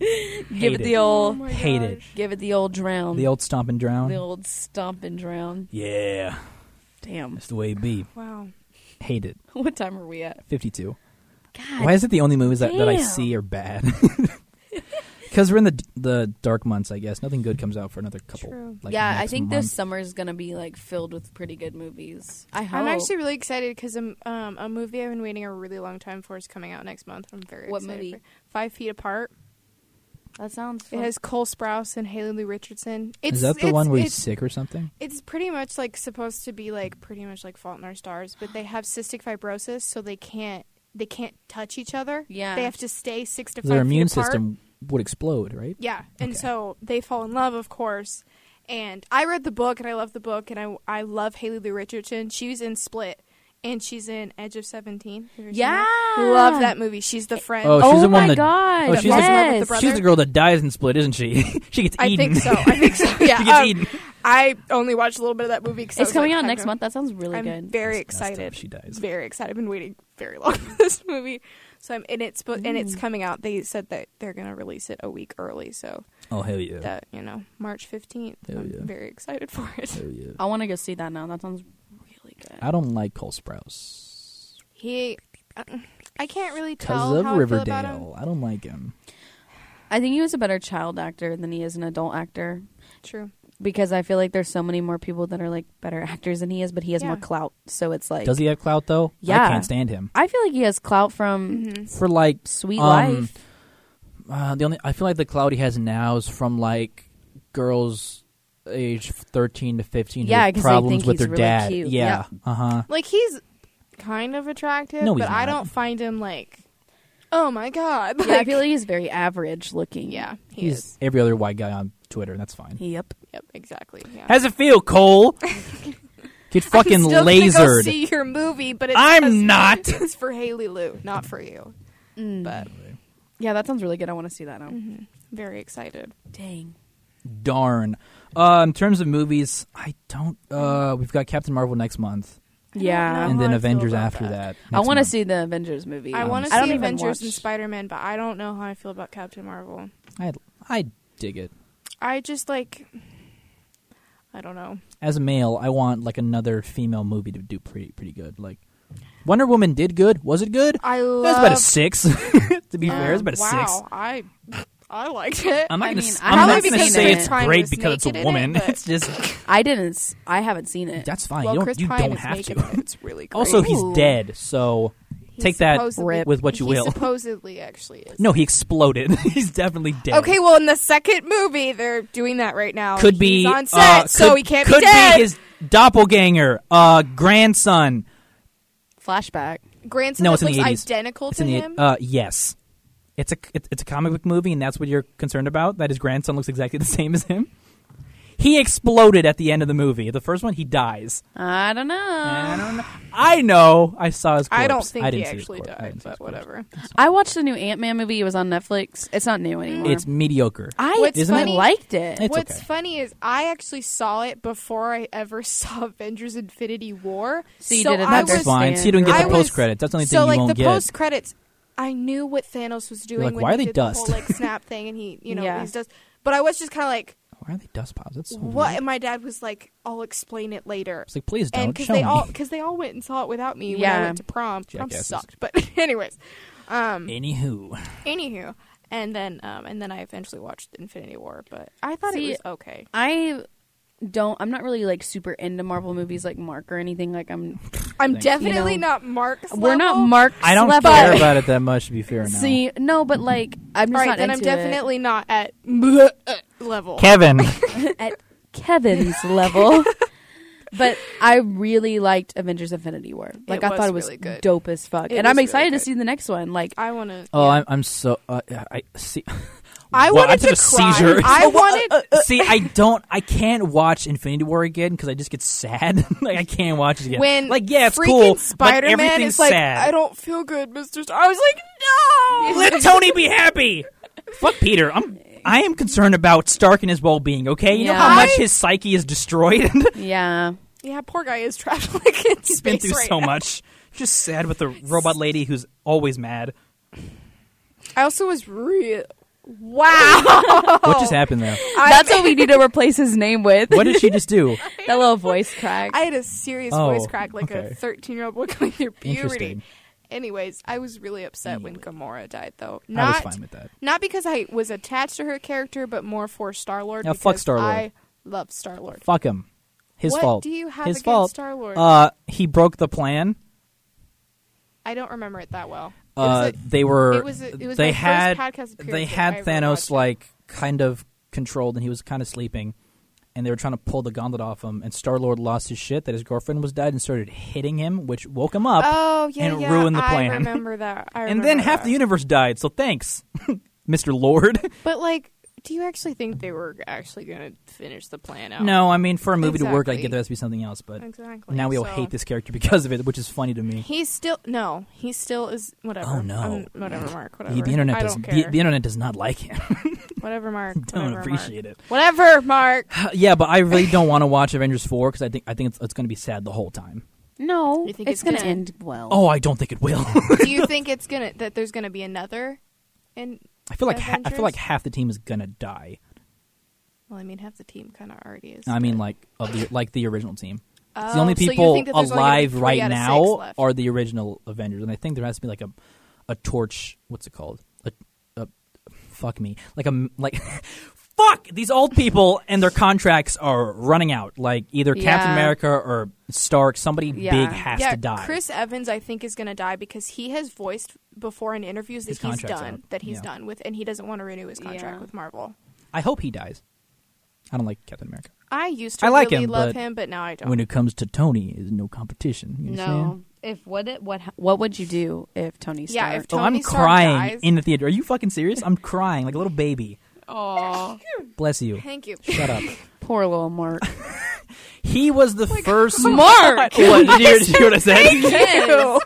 Speaker 1: Hate
Speaker 2: give it
Speaker 1: it.
Speaker 2: the old
Speaker 3: Oh my
Speaker 1: Hate it.
Speaker 3: gosh.
Speaker 2: give it the old drown.
Speaker 1: The old stomp and drown.
Speaker 2: the old stomp and drown.
Speaker 1: yeah,
Speaker 2: Damn.
Speaker 1: that's the way it be.
Speaker 3: Wow.
Speaker 1: Hate it.
Speaker 2: What time are we at?
Speaker 1: Fifty-two.
Speaker 2: God.
Speaker 1: Why is it the only movies that, that I
Speaker 2: damn.
Speaker 1: see are bad? Because we're in the the dark months, I guess. Nothing good comes out for another couple.
Speaker 3: True.
Speaker 1: Like,
Speaker 2: yeah, I
Speaker 1: next
Speaker 2: think
Speaker 1: month.
Speaker 2: this summer is gonna be like filled with pretty good movies. I hope.
Speaker 3: I'm actually really excited because um, um, a movie I've been waiting a really long time for is coming out next month. I'm very
Speaker 2: What
Speaker 3: excited
Speaker 2: movie?
Speaker 3: for it. Five Feet Apart.
Speaker 2: that sounds.
Speaker 3: It
Speaker 2: Fun.
Speaker 3: has Cole Sprouse and Haley Lee Richardson. It's,
Speaker 1: Is that the
Speaker 3: it's-
Speaker 1: one where he's
Speaker 3: it's,
Speaker 1: sick or something?
Speaker 3: It's pretty much like supposed to be like pretty much like Fault in Our Stars, but they have cystic fibrosis, so they can't they can't touch each other.
Speaker 2: Yeah.
Speaker 3: they have to stay six to five
Speaker 1: Their
Speaker 3: feet
Speaker 1: immune
Speaker 3: apart.
Speaker 1: system would explode, right?
Speaker 3: Yeah, and
Speaker 1: Okay.
Speaker 3: so they fall in love, of course. And I read the book, and I love the book, and I I love Haley Lee Richardson. She's in Split, and she's in Edge of Seventeen. Have you ever seen that?
Speaker 2: Yeah.
Speaker 3: love that movie. She's the friend.
Speaker 1: Oh, she's
Speaker 2: oh
Speaker 1: the one
Speaker 2: my
Speaker 1: that-
Speaker 2: god.
Speaker 1: oh, she's the-
Speaker 3: Falls in love
Speaker 2: yes.
Speaker 3: with the brother.
Speaker 1: She's the girl that dies in Split, isn't she? she gets
Speaker 3: I
Speaker 1: eaten.
Speaker 3: think so. I think so. Yeah,
Speaker 1: she gets
Speaker 3: um,
Speaker 1: eaten.
Speaker 3: I only watched a little bit of that movie. 'cause I
Speaker 2: It's
Speaker 3: was
Speaker 2: coming
Speaker 3: like,
Speaker 2: out
Speaker 3: I
Speaker 2: next
Speaker 3: don't-
Speaker 2: month. That sounds really
Speaker 3: I'm
Speaker 2: good.
Speaker 3: very
Speaker 1: That's messed up.
Speaker 3: excited.
Speaker 1: She dies.
Speaker 3: Very excited. I've been waiting very long for this movie. So I'm and it's but and it's coming out. They said that they're gonna release it a week early, so
Speaker 1: Oh hell yeah!
Speaker 3: that you know March fifteenth.
Speaker 1: Hell
Speaker 3: I'm
Speaker 1: yeah.
Speaker 3: very excited for it.
Speaker 1: hell yeah!
Speaker 2: I want to go see that now. That sounds really good.
Speaker 1: I don't like Cole Sprouse
Speaker 3: He, uh, I can't really tell
Speaker 1: because of
Speaker 3: how I feel about him.
Speaker 1: Riverdale. I don't like him.
Speaker 2: I think he was a better child actor than he is an adult actor
Speaker 3: True.
Speaker 2: because I feel like there's so many more people that are like better actors than he is, but he has
Speaker 3: Yeah.
Speaker 2: more clout. So it's like,
Speaker 1: Does he have clout though?
Speaker 2: Yeah.
Speaker 1: I can't stand him
Speaker 2: I feel like he has clout from
Speaker 3: Mhm.
Speaker 1: for like
Speaker 2: Sweet
Speaker 1: Um,
Speaker 2: Life.
Speaker 1: Uh, the only I feel like the cloud he has now is from like girls age thirteen to fifteen. who
Speaker 2: Yeah,
Speaker 1: have
Speaker 2: 'cause they
Speaker 1: problems
Speaker 2: think
Speaker 1: with
Speaker 2: he's
Speaker 1: their
Speaker 2: really
Speaker 1: dad.
Speaker 2: cute.
Speaker 1: Yeah, uh huh.
Speaker 3: Like he's kind of attractive,
Speaker 1: No, he's
Speaker 3: but I
Speaker 1: not.
Speaker 3: don't find him like, oh my god.
Speaker 2: yeah, I feel like he's very average looking.
Speaker 3: yeah, he
Speaker 1: He's
Speaker 3: is.
Speaker 1: every other white guy on Twitter, and that's fine.
Speaker 2: Yep.
Speaker 3: Yep, exactly. Yeah.
Speaker 1: How's it feel, Cole? Get fucking
Speaker 3: I'm still gonna Go
Speaker 1: lasered.
Speaker 3: see your movie, but it's
Speaker 1: I'm
Speaker 3: 'cause
Speaker 1: not.
Speaker 3: It's for Haley Lou, not for you.
Speaker 2: Mm.
Speaker 3: But
Speaker 2: Yeah, that sounds really good. I want to see that now.
Speaker 3: very excited.
Speaker 2: Mm-hmm. Dang.
Speaker 1: Darn. Uh, in terms of movies, I don't. Uh, we've got Captain Marvel next month,
Speaker 3: don't
Speaker 2: Yeah.
Speaker 3: know.
Speaker 1: and then
Speaker 3: how I feel
Speaker 1: Avengers
Speaker 3: about
Speaker 1: after
Speaker 3: that.
Speaker 1: that.
Speaker 2: I
Speaker 1: next
Speaker 2: want to
Speaker 1: month.
Speaker 2: see the Avengers movie.
Speaker 3: I
Speaker 1: Um,
Speaker 3: want to
Speaker 1: I don't
Speaker 3: see
Speaker 1: even
Speaker 3: Avengers and
Speaker 2: watch-
Speaker 3: Spider Man, but I don't know how I feel about Captain Marvel.
Speaker 1: I I dig it.
Speaker 3: I just like, I don't know.
Speaker 1: as a male, I want like another female movie to do pretty pretty good. Like Wonder Woman did good. Was it good?
Speaker 3: I
Speaker 1: It
Speaker 3: love. um,
Speaker 1: was about a six. to be fair, it was about a
Speaker 3: wow,
Speaker 1: six.
Speaker 3: I, I liked it.
Speaker 1: I'm not
Speaker 2: I
Speaker 1: gonna.
Speaker 2: mean,
Speaker 1: s-
Speaker 2: I
Speaker 1: I'm not
Speaker 2: haven't
Speaker 1: gonna
Speaker 2: seen
Speaker 1: say
Speaker 2: it.
Speaker 1: it's
Speaker 3: Prime
Speaker 1: great
Speaker 3: was
Speaker 1: because it's
Speaker 3: naked
Speaker 1: a
Speaker 3: in it,
Speaker 1: woman.
Speaker 3: but-
Speaker 1: it's just
Speaker 2: I didn't. s- I haven't seen it.
Speaker 1: that's fine. Uh,
Speaker 3: well,
Speaker 1: you
Speaker 3: Chris
Speaker 1: don't, you
Speaker 3: Pine
Speaker 1: don't
Speaker 3: is
Speaker 1: have
Speaker 3: naked
Speaker 1: to.
Speaker 3: in it. It's really great.
Speaker 1: also, he's
Speaker 2: Ooh.
Speaker 1: dead. So
Speaker 3: He
Speaker 1: take that
Speaker 3: supposedly-
Speaker 1: with what you
Speaker 3: he
Speaker 1: will.
Speaker 3: Supposedly, actually is.
Speaker 1: No, he exploded. he's definitely dead.
Speaker 3: Okay, well, in the second movie, they're doing that right now.
Speaker 1: could
Speaker 3: He's
Speaker 1: be
Speaker 3: on set,
Speaker 1: uh,
Speaker 3: so
Speaker 1: could-
Speaker 3: he can't
Speaker 1: could
Speaker 3: be dead.
Speaker 1: his doppelganger, uh, grandson.
Speaker 2: Flashback.
Speaker 3: grandson
Speaker 1: No,
Speaker 3: that
Speaker 1: it's in
Speaker 3: looks
Speaker 1: the 80s.
Speaker 3: identical
Speaker 1: It's
Speaker 3: to
Speaker 1: in the
Speaker 3: him.
Speaker 1: uh, yes. It's a it- it's a comic book movie, and that's what you're concerned about. That his grandson looks exactly the same as him. He exploded at the end of the movie. The first one, he dies.
Speaker 2: I don't know.
Speaker 1: I don't know. I know. I saw his. Corpse.
Speaker 3: Uh. I don't think
Speaker 1: didn't
Speaker 3: he
Speaker 1: see his
Speaker 3: actually
Speaker 1: corpse. I
Speaker 3: died,
Speaker 1: didn't see his
Speaker 3: but
Speaker 1: corpse.
Speaker 3: whatever.
Speaker 2: I watched the new Ant Man movie. It was on Netflix. It's not new anymore.
Speaker 1: It's mediocre.
Speaker 2: I
Speaker 3: Mm. What's
Speaker 1: Isn't it?
Speaker 2: I liked it.
Speaker 1: It's
Speaker 3: What's
Speaker 1: okay.
Speaker 3: funny is I actually saw it before I ever saw Avengers: Infinity War.
Speaker 2: So you didn't
Speaker 3: I
Speaker 1: That's
Speaker 3: was,
Speaker 1: fine. So you don't
Speaker 3: I
Speaker 1: get the
Speaker 3: was-
Speaker 1: post credit. That's the only thing
Speaker 3: so
Speaker 1: you
Speaker 3: like
Speaker 1: won't
Speaker 3: the
Speaker 1: get.
Speaker 3: post credits, I knew what Thanos was doing
Speaker 1: like,
Speaker 3: when
Speaker 1: why
Speaker 3: he
Speaker 1: are they
Speaker 3: did
Speaker 1: dust?
Speaker 3: the whole like snap thing, and he you know
Speaker 2: Yeah.
Speaker 3: he's dust. But I was just kind of like,
Speaker 1: Why are they dust piles? That's so
Speaker 3: what?
Speaker 1: Weird.
Speaker 3: And my dad was like, I'll explain it later.
Speaker 1: It's like please
Speaker 3: and
Speaker 1: don't
Speaker 3: because
Speaker 1: show
Speaker 3: they
Speaker 1: me.
Speaker 3: all because they all went and saw it without me when
Speaker 2: Yeah.
Speaker 3: I went to prom. Prom
Speaker 1: Jackasses.
Speaker 3: sucked, but anyways, um,
Speaker 1: Anywho,
Speaker 3: anywho, and then um, and then I eventually watched Infinity War, but I thought
Speaker 2: See,
Speaker 3: it was okay.
Speaker 2: I don't. I'm not really like super into Marvel movies like Mark or anything. Like I'm.
Speaker 3: I'm
Speaker 1: Thanks.
Speaker 3: definitely
Speaker 2: You know,
Speaker 3: not Mark's.
Speaker 2: We're not
Speaker 3: level.
Speaker 2: Mark.
Speaker 1: I don't
Speaker 2: level.
Speaker 1: care about it that much. To be fair, now.
Speaker 2: See, no, but like I'm
Speaker 3: All
Speaker 2: just
Speaker 3: right,
Speaker 2: not
Speaker 3: then I'm
Speaker 2: into it.
Speaker 3: definitely not at bleh, uh, level.
Speaker 1: Kevin.
Speaker 2: at Kevin's level. But I really liked Avengers: Infinity War. Like
Speaker 3: It
Speaker 2: I
Speaker 3: was
Speaker 2: thought it was
Speaker 3: really good.
Speaker 2: dope as fuck,
Speaker 3: It
Speaker 2: and I'm
Speaker 3: was really
Speaker 2: excited to
Speaker 3: good.
Speaker 2: see the next one. Like
Speaker 3: I want to.
Speaker 1: oh, I'm, I'm so. Uh, I see.
Speaker 3: I
Speaker 1: Wow,
Speaker 3: wanted
Speaker 1: I took
Speaker 3: to
Speaker 1: a
Speaker 3: cry.
Speaker 1: seizure.
Speaker 3: I wanted.
Speaker 1: see, I don't. I can't watch Infinity War again because I just get sad. like I can't watch it again.
Speaker 3: When
Speaker 1: like yeah, it's
Speaker 3: freaking
Speaker 1: cool. but
Speaker 3: Spider-Man
Speaker 1: everything's
Speaker 3: is like,
Speaker 1: sad.
Speaker 3: I don't feel good, Mister. Star. I was like, no.
Speaker 1: Let Tony be happy. Fuck Peter. I'm. I am concerned about Stark and his well-being. Okay, you know
Speaker 2: Yeah.
Speaker 1: how much
Speaker 3: I-
Speaker 1: his psyche is destroyed. He's
Speaker 2: yeah,
Speaker 3: yeah, poor guy is trapped like in He's
Speaker 1: been through so much. Just sad with the robot lady who's always mad.
Speaker 3: I also was real. Wow.
Speaker 1: What
Speaker 3: Oh.
Speaker 1: just happened there?
Speaker 2: that's what we need to replace his name with.
Speaker 1: What did she just do?
Speaker 2: that little voice crack.
Speaker 3: I had a serious
Speaker 1: Oh,
Speaker 3: voice crack, like
Speaker 1: okay.
Speaker 3: a 13 year old boy going through puberty.
Speaker 1: Interesting.
Speaker 3: Anyways, I was really upset when Gamora died, though.
Speaker 1: I was
Speaker 3: Not
Speaker 1: fine with that.
Speaker 3: not because I was attached to her character, but more for Star Lord.
Speaker 1: Yeah, fuck Star-Lord.
Speaker 3: I love Star Lord.
Speaker 1: Fuck him. His
Speaker 3: What
Speaker 1: fault.
Speaker 3: do you have
Speaker 1: His
Speaker 3: against
Speaker 1: fault.
Speaker 3: Star-Lord?
Speaker 1: Uh, he broke the plan.
Speaker 3: I don't remember it that well. It
Speaker 1: Uh,
Speaker 3: was a-
Speaker 1: they were.
Speaker 3: it was a- it was
Speaker 1: they
Speaker 3: my first
Speaker 1: had.
Speaker 3: podcast appearance
Speaker 1: they
Speaker 3: that I
Speaker 1: had
Speaker 3: ever
Speaker 1: Thanos
Speaker 3: watched.
Speaker 1: like kind of controlled, and he was kind of sleeping, and they were trying to pull the gauntlet off him. And Star Lord lost his shit that his girlfriend was dead, and started hitting him, which woke him up.
Speaker 3: oh yeah,
Speaker 1: and
Speaker 3: yeah,
Speaker 1: ruined the plan.
Speaker 3: I remember that. I
Speaker 1: and then
Speaker 3: remember
Speaker 1: half
Speaker 3: that.
Speaker 1: the universe died. So thanks, Mister Lord.
Speaker 3: But like, do you actually think they were actually gonna finish the plan out?
Speaker 1: No, I mean for a movie to work, I
Speaker 3: Exactly.
Speaker 1: get there has to be something else. But
Speaker 3: exactly.
Speaker 1: now we all
Speaker 3: so-
Speaker 1: hate this character because of it, which is funny to me.
Speaker 3: He's still no. He still is whatever.
Speaker 1: Oh, no.
Speaker 3: Um, whatever, Mark. Whatever.
Speaker 1: The, the internet
Speaker 3: I
Speaker 1: does.
Speaker 3: don't
Speaker 1: The,
Speaker 3: care.
Speaker 1: the internet does not like him.
Speaker 3: whatever, Mark.
Speaker 1: don't
Speaker 3: whatever,
Speaker 1: appreciate
Speaker 3: Mark.
Speaker 1: it.
Speaker 3: Whatever, Mark.
Speaker 1: Yeah, but I really don't want to watch Avengers four because I think I think it's, it's going to be sad the whole time.
Speaker 2: no,
Speaker 3: You think
Speaker 2: it's
Speaker 3: it's
Speaker 2: gonna
Speaker 3: gonna-
Speaker 2: end well.
Speaker 1: Oh, I don't think it will.
Speaker 3: do you think it's gonna that there's gonna be another? And
Speaker 1: I feel like ha- I
Speaker 3: Avengers?
Speaker 1: feel like half the team is going to die.
Speaker 3: well, I mean, half the team kind of already is.
Speaker 1: I mean,
Speaker 3: but-
Speaker 1: like of the like the original team. It's the
Speaker 3: Oh,
Speaker 1: only
Speaker 3: so you
Speaker 1: people
Speaker 3: think that there's only gonna be
Speaker 1: alive
Speaker 3: three
Speaker 1: right
Speaker 3: out of six
Speaker 1: now
Speaker 3: left.
Speaker 1: are the original Avengers, and I think there has to be like a a torch. What's it called? A, a fuck me, like a m- like. Fuck these old people and their contracts are running out. Like either Captain
Speaker 2: Yeah.
Speaker 1: America or Stark, somebody
Speaker 2: Yeah.
Speaker 1: big has
Speaker 3: yeah,
Speaker 1: to die.
Speaker 3: Chris Evans, I think, is going to die because he has voiced before in interviews that
Speaker 1: His
Speaker 3: he's
Speaker 1: contract's
Speaker 3: done
Speaker 1: up.
Speaker 3: that he's
Speaker 1: Yeah.
Speaker 3: done with, and he doesn't want to renew his contract
Speaker 2: Yeah.
Speaker 3: with Marvel.
Speaker 1: I hope he dies. I don't like Captain America.
Speaker 3: I used to
Speaker 1: I like
Speaker 3: really
Speaker 1: him,
Speaker 3: love
Speaker 1: but
Speaker 3: him, but now I don't.
Speaker 1: When it comes to Tony, is no competition. You
Speaker 2: no.
Speaker 1: understand?
Speaker 2: If what it, what what would you do if Tony
Speaker 3: Yeah,
Speaker 2: Stark?
Speaker 3: if
Speaker 1: Oh,
Speaker 3: Tony
Speaker 1: I'm
Speaker 3: Stark
Speaker 1: crying
Speaker 3: dies.
Speaker 1: in the theater. Are you fucking serious? I'm crying like a little baby.
Speaker 3: Oh,
Speaker 1: Bless you.
Speaker 3: thank you.
Speaker 1: Shut up.
Speaker 2: Poor little Mark.
Speaker 1: He was the first.
Speaker 2: Mark.
Speaker 1: what? Did you, did you hear what I said?
Speaker 2: Yes.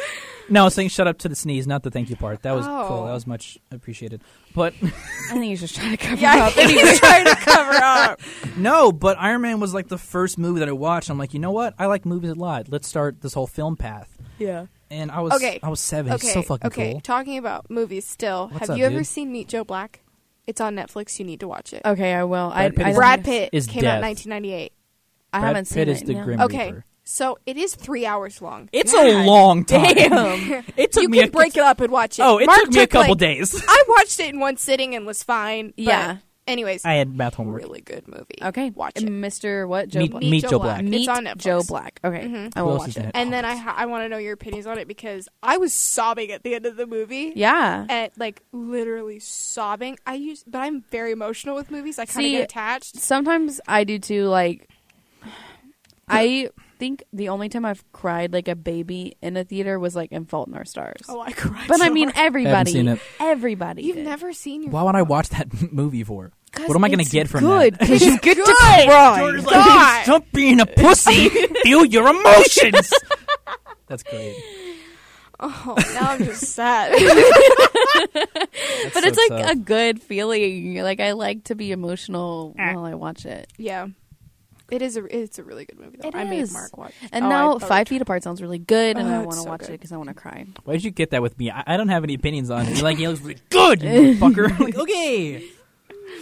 Speaker 1: no, I was saying shut up to the sneeze, not the thank you part. That was cool.
Speaker 3: Oh.
Speaker 1: That was much appreciated. But
Speaker 2: I think he's just trying to cover
Speaker 3: Yeah,
Speaker 2: up.
Speaker 3: he's trying to cover up.
Speaker 1: no, but Iron Man was like the first movie that I watched. I'm like, you know what? I like movies a lot. Let's start this whole film path.
Speaker 2: Yeah.
Speaker 1: And I was
Speaker 3: Okay.
Speaker 1: I was seven. He's
Speaker 3: Okay,
Speaker 1: so fucking
Speaker 3: okay.
Speaker 1: cool.
Speaker 3: Talking about movies, still,
Speaker 1: What's
Speaker 3: have
Speaker 1: up,
Speaker 3: you ever
Speaker 1: dude?
Speaker 3: seen Meet Joe Black? It's on Netflix. You need to watch it.
Speaker 2: Okay, I will.
Speaker 1: Brad Pitt
Speaker 2: I, I
Speaker 1: is-
Speaker 3: Brad Pitt
Speaker 1: Is
Speaker 3: came out
Speaker 1: death.
Speaker 3: in 1998.
Speaker 2: I
Speaker 1: Brad
Speaker 2: haven't seen
Speaker 1: Pitt
Speaker 2: it.
Speaker 1: is the
Speaker 2: no.
Speaker 1: Grim
Speaker 3: Okay,
Speaker 1: Reaper.
Speaker 3: so it is three hours long.
Speaker 1: It's a long time.
Speaker 2: Damn.
Speaker 1: It took
Speaker 3: you
Speaker 1: me
Speaker 3: can
Speaker 1: a,
Speaker 3: break it up and watch it.
Speaker 1: Oh, it
Speaker 3: Mark
Speaker 1: took me a couple
Speaker 3: like-
Speaker 1: days.
Speaker 3: I watched it in one sitting and was fine. but
Speaker 2: Yeah.
Speaker 3: Anyways,
Speaker 1: I had math homework.
Speaker 3: really good movie.
Speaker 2: Okay,
Speaker 3: watch it.
Speaker 2: Mr. What Joe
Speaker 1: Meet-
Speaker 2: Black.
Speaker 1: Meet Joe Black.
Speaker 2: Meet
Speaker 3: It's on Netflix. Mm-hmm.
Speaker 2: Joe Black. Okay, I
Speaker 1: Who
Speaker 2: will
Speaker 1: else is
Speaker 2: watch
Speaker 1: in
Speaker 2: it.
Speaker 1: it?
Speaker 3: And then I ha- I want to know your opinions on it because I was sobbing at the end of the movie.
Speaker 2: Yeah.
Speaker 3: And like literally sobbing. I use, but I'm very emotional with movies. I kind of
Speaker 2: See,
Speaker 3: get attached.
Speaker 2: Sometimes I do too. Like I think the only time I've cried like a baby in a theater was like in Fault in Our Stars.
Speaker 3: Oh, I cried.
Speaker 2: but
Speaker 3: so
Speaker 2: I mean,
Speaker 3: hard.
Speaker 2: everybody,
Speaker 1: seen it.
Speaker 2: everybody.
Speaker 3: you've
Speaker 2: did.
Speaker 3: never seen your.
Speaker 1: Why would I watch that movie for? What am I going to get from
Speaker 2: good,
Speaker 1: that?
Speaker 2: 'cause you get to
Speaker 3: Good.
Speaker 2: cry.
Speaker 3: God.
Speaker 1: Stop being a pussy. Feel your emotions. That's great.
Speaker 3: Oh, now I'm just sad.
Speaker 1: That's
Speaker 2: But
Speaker 1: so
Speaker 2: it's like
Speaker 1: tough.
Speaker 2: a good feeling. Like I like to be emotional
Speaker 3: Eh.
Speaker 2: while I watch it.
Speaker 3: yeah, it is. A, it's a really good movie. Though.
Speaker 2: It
Speaker 3: I
Speaker 2: is.
Speaker 3: made Mark watch.
Speaker 2: And
Speaker 3: Oh, I
Speaker 2: now
Speaker 3: probably-
Speaker 2: Five Feet Apart sounds really good, and
Speaker 3: Oh,
Speaker 2: I
Speaker 3: it's
Speaker 2: want to
Speaker 3: so
Speaker 2: watch it
Speaker 3: good.
Speaker 2: because I want to cry.
Speaker 1: Why did you get that with me? I, I don't have any opinions on it. You're like, yeah, it looks really good, you motherfucker. I'm like, okay.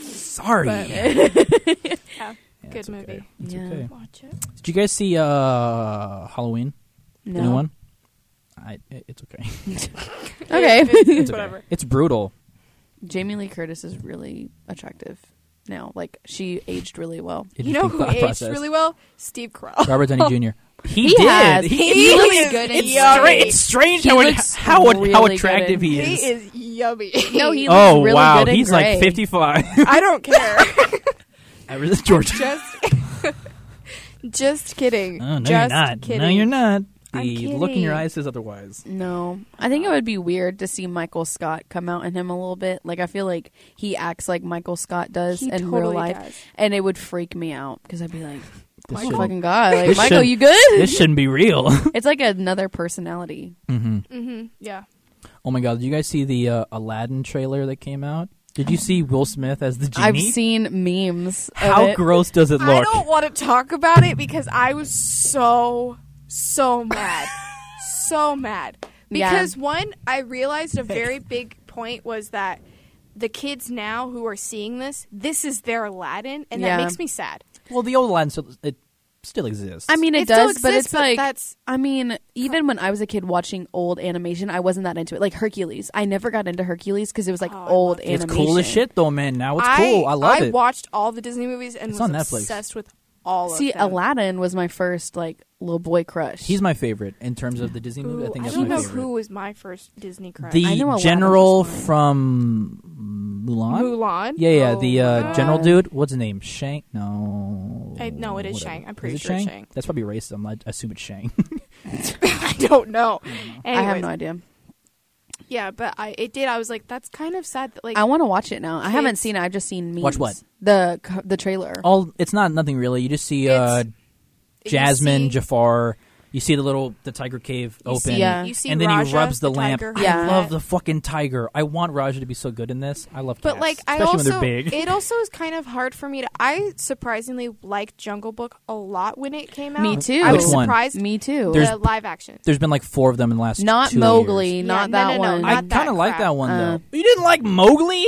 Speaker 1: Sorry.
Speaker 3: But-
Speaker 1: Yeah,
Speaker 3: Good
Speaker 1: it's okay.
Speaker 3: movie.
Speaker 1: It's
Speaker 2: Yeah.
Speaker 1: okay.
Speaker 3: Watch it.
Speaker 1: Did you guys see uh, Halloween?
Speaker 2: No.
Speaker 1: Anyone? I, it- it's okay.
Speaker 2: Okay.
Speaker 3: It- it's,
Speaker 1: It's
Speaker 3: it's
Speaker 1: okay.
Speaker 3: whatever.
Speaker 1: It's brutal.
Speaker 2: Jamie Lee Curtis is really attractive now. Like she aged really well.
Speaker 1: It
Speaker 3: You
Speaker 1: just
Speaker 3: know
Speaker 1: big
Speaker 3: who
Speaker 1: thought
Speaker 3: aged
Speaker 1: process.
Speaker 3: really well? Steve Carell.
Speaker 1: Robert Downey Jr. He,
Speaker 2: Oh. He
Speaker 1: did.
Speaker 2: has.
Speaker 1: He,
Speaker 2: He's
Speaker 1: he
Speaker 2: really
Speaker 1: is-
Speaker 2: good in
Speaker 1: It's,
Speaker 3: Yummy.
Speaker 1: stra- it's strange
Speaker 2: He
Speaker 1: how it,
Speaker 2: looks
Speaker 1: how how
Speaker 2: really
Speaker 1: attractive
Speaker 2: good in-
Speaker 1: he
Speaker 3: He
Speaker 1: is.
Speaker 3: is yummy.
Speaker 2: No, he-
Speaker 1: oh
Speaker 2: really
Speaker 1: wow,
Speaker 2: good in
Speaker 1: he's
Speaker 2: gray.
Speaker 1: like fifty five.
Speaker 3: I don't care.
Speaker 1: Ever since George.
Speaker 3: just, just kidding.
Speaker 1: Oh, no,
Speaker 3: just
Speaker 1: you're not.
Speaker 3: Kidding.
Speaker 1: No, you're not. The
Speaker 3: I'm
Speaker 1: look in your
Speaker 3: kidding.
Speaker 1: eyes says otherwise.
Speaker 2: No, I think it would be weird to see Michael Scott come out in him a little bit. Like I feel like he acts like Michael Scott does
Speaker 3: He
Speaker 2: in real
Speaker 3: totally
Speaker 2: life,
Speaker 3: does.
Speaker 2: and it would freak me out because I'd be like,
Speaker 1: This
Speaker 2: "Oh
Speaker 1: shouldn't-
Speaker 2: fucking god, like
Speaker 1: This
Speaker 2: Michael,
Speaker 1: should-
Speaker 2: you good?"
Speaker 1: this shouldn't be real.
Speaker 2: It's like another personality.
Speaker 1: hmm
Speaker 3: Mm-hmm. Yeah.
Speaker 1: Oh my god, did you guys see the uh, Aladdin trailer that came out? Did you see Will Smith as the genie?
Speaker 2: I've seen memes. of
Speaker 1: How
Speaker 2: it.
Speaker 1: gross does it
Speaker 3: I
Speaker 1: look?
Speaker 3: don't want to talk about it because I was so so mad, so mad.
Speaker 2: Yeah.
Speaker 3: Because one, I realized a very big point was that the kids now who are seeing this, this is their Aladdin, and
Speaker 2: Yeah.
Speaker 3: that makes me sad.
Speaker 1: Well, the old Aladdin still, it still exists.
Speaker 2: I mean, it,
Speaker 3: still
Speaker 2: does, but
Speaker 3: exists,
Speaker 2: it's like
Speaker 3: that's
Speaker 2: I mean, even when I was a kid watching old animation, I wasn't that into it. Like Hercules, I never got into Hercules because it was like
Speaker 3: Oh, I
Speaker 2: old
Speaker 3: loved it.
Speaker 1: it's
Speaker 2: animation.
Speaker 1: cool as shit though, man. Now it's cool. I love it.
Speaker 3: watched all the Disney movies and
Speaker 1: It's
Speaker 3: was
Speaker 1: on Netflix.
Speaker 3: obsessed with all
Speaker 2: See,
Speaker 3: of them.
Speaker 2: Aladdin was my first like little boy crush.
Speaker 1: He's my favorite in terms of the Disney movie. I
Speaker 3: Ooh,
Speaker 1: think
Speaker 3: I
Speaker 1: that's
Speaker 3: don't
Speaker 1: my
Speaker 3: know
Speaker 1: favorite.
Speaker 3: who was my first Disney crush.
Speaker 2: I know
Speaker 1: the
Speaker 2: Aladdin
Speaker 1: general
Speaker 2: was mine.
Speaker 1: from Mulan.
Speaker 3: Mulan.
Speaker 1: Yeah, yeah.
Speaker 3: Oh
Speaker 1: the
Speaker 3: my
Speaker 1: uh,
Speaker 3: God.
Speaker 1: general dude. What's his name? Shang? No.
Speaker 3: I- no, it is
Speaker 1: whatever.
Speaker 3: Shang. I'm pretty
Speaker 1: Is it
Speaker 3: sure it's
Speaker 1: Shang?
Speaker 3: Shang.
Speaker 1: That's probably racism. I I assume it's Shang.
Speaker 3: I don't know.
Speaker 1: Mm-hmm.
Speaker 2: I have
Speaker 3: Anyways,
Speaker 2: no idea.
Speaker 3: Yeah, but I it did. I was like, that's kind of sad. That, like,
Speaker 2: I want to watch it now. I haven't
Speaker 3: Kids- Oh.
Speaker 2: seen it. I've just seen memes.
Speaker 1: Watch what?
Speaker 2: the co- the trailer.
Speaker 1: All it's not nothing really. You just see uh,
Speaker 3: It's- you
Speaker 1: Jasmine,
Speaker 3: see-
Speaker 1: Jafar. You see the little the tiger cave
Speaker 3: you
Speaker 1: open,
Speaker 3: See, uh,
Speaker 2: Yeah.
Speaker 3: You see
Speaker 1: and then he
Speaker 3: Raja,
Speaker 1: rubs the, lamp.
Speaker 3: tiger,
Speaker 2: Yeah.
Speaker 1: I
Speaker 3: her
Speaker 1: love
Speaker 3: pet.
Speaker 1: the fucking tiger. I want Raja to be so good in this. I love,
Speaker 3: But
Speaker 1: cats,
Speaker 3: like, I
Speaker 1: especially when
Speaker 3: also
Speaker 1: they're big.
Speaker 3: it also is kind of hard for me to. I surprisingly liked Jungle Book a lot when it came out.
Speaker 2: Me too.
Speaker 3: I was
Speaker 1: Which one?
Speaker 3: surprised.
Speaker 2: Me too.
Speaker 1: There's-
Speaker 3: the live action.
Speaker 1: There's been like four of them in the last
Speaker 2: not
Speaker 1: two
Speaker 2: Mowgli,
Speaker 1: years.
Speaker 3: Yeah,
Speaker 2: not
Speaker 3: no,
Speaker 2: that
Speaker 3: no, no,
Speaker 2: one.
Speaker 3: not
Speaker 1: I kind
Speaker 3: that
Speaker 1: of like
Speaker 3: crap.
Speaker 1: that one
Speaker 2: Uh,
Speaker 1: though. You didn't like Mowgli?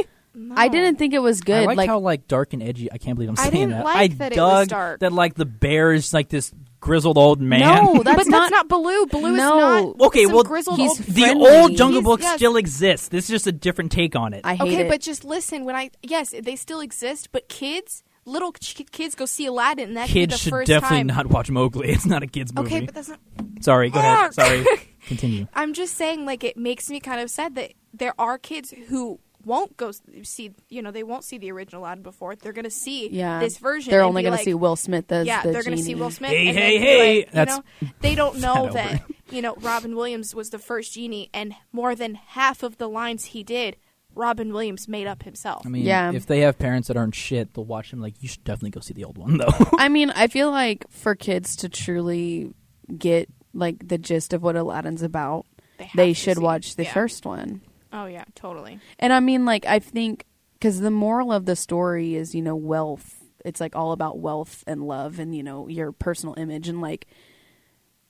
Speaker 2: I didn't think it was good.
Speaker 1: I like,
Speaker 2: like
Speaker 1: how like dark and edgy. I can't believe I'm
Speaker 3: I
Speaker 1: saying
Speaker 3: didn't
Speaker 1: that.
Speaker 3: like
Speaker 1: I
Speaker 3: that it
Speaker 1: dug
Speaker 3: was dark.
Speaker 1: that like the bear is like this grizzled old man.
Speaker 2: no, that's
Speaker 3: but
Speaker 2: not.
Speaker 3: that's not Baloo. Baloo is
Speaker 2: No.
Speaker 3: not.
Speaker 1: okay,
Speaker 3: some
Speaker 1: well,
Speaker 3: grizzled
Speaker 2: he's
Speaker 3: old
Speaker 1: the
Speaker 2: friendly.
Speaker 1: old Jungle
Speaker 3: He's-
Speaker 1: Book
Speaker 3: yes.
Speaker 1: still exists. This is just a different take on it.
Speaker 2: I hate
Speaker 3: Okay,
Speaker 2: it.
Speaker 3: but just listen. When I yes, they still exist, but kids, little ch- kids, go see Aladdin. And that could be
Speaker 1: Kids
Speaker 3: the
Speaker 1: should
Speaker 3: first
Speaker 1: definitely
Speaker 3: time.
Speaker 1: not watch Mowgli. It's not a kids movie.
Speaker 3: Okay, but that's not.
Speaker 1: Sorry, go ahead.
Speaker 3: Ugh.
Speaker 1: Sorry, continue.
Speaker 3: I'm just saying, like, it makes me kind of sad that there are kids who won't go s- see. You know, they won't see the original Aladdin before. They're gonna see
Speaker 2: yeah,
Speaker 3: this version.
Speaker 2: They're
Speaker 3: and
Speaker 2: only
Speaker 3: be
Speaker 2: gonna
Speaker 3: like,
Speaker 2: see Will Smith as
Speaker 3: yeah,
Speaker 2: the
Speaker 3: they're gonna see
Speaker 2: genie.
Speaker 3: Will Smith.
Speaker 1: Hey,
Speaker 3: and
Speaker 1: hey,
Speaker 3: then be like,
Speaker 1: hey.
Speaker 3: you
Speaker 1: That's-
Speaker 3: know, they don't know
Speaker 1: over.
Speaker 3: that you know Robin Williams was the first genie, and more than half of the lines he did, Robin Williams made up himself.
Speaker 1: I mean,
Speaker 2: Yeah.
Speaker 1: if they have parents that aren't shit, they'll watch them. Like, you should definitely go see the old one though.
Speaker 2: I mean, I feel like for kids to truly get like the gist of what Aladdin's about,
Speaker 3: They have
Speaker 2: they,
Speaker 3: to
Speaker 2: should
Speaker 3: see-
Speaker 2: watch the
Speaker 3: yeah.
Speaker 2: first one.
Speaker 3: oh yeah, totally.
Speaker 2: And I mean, like, I think because the moral of the story is, you know, wealth. It's like all about wealth and love and, you know, your personal image. And like,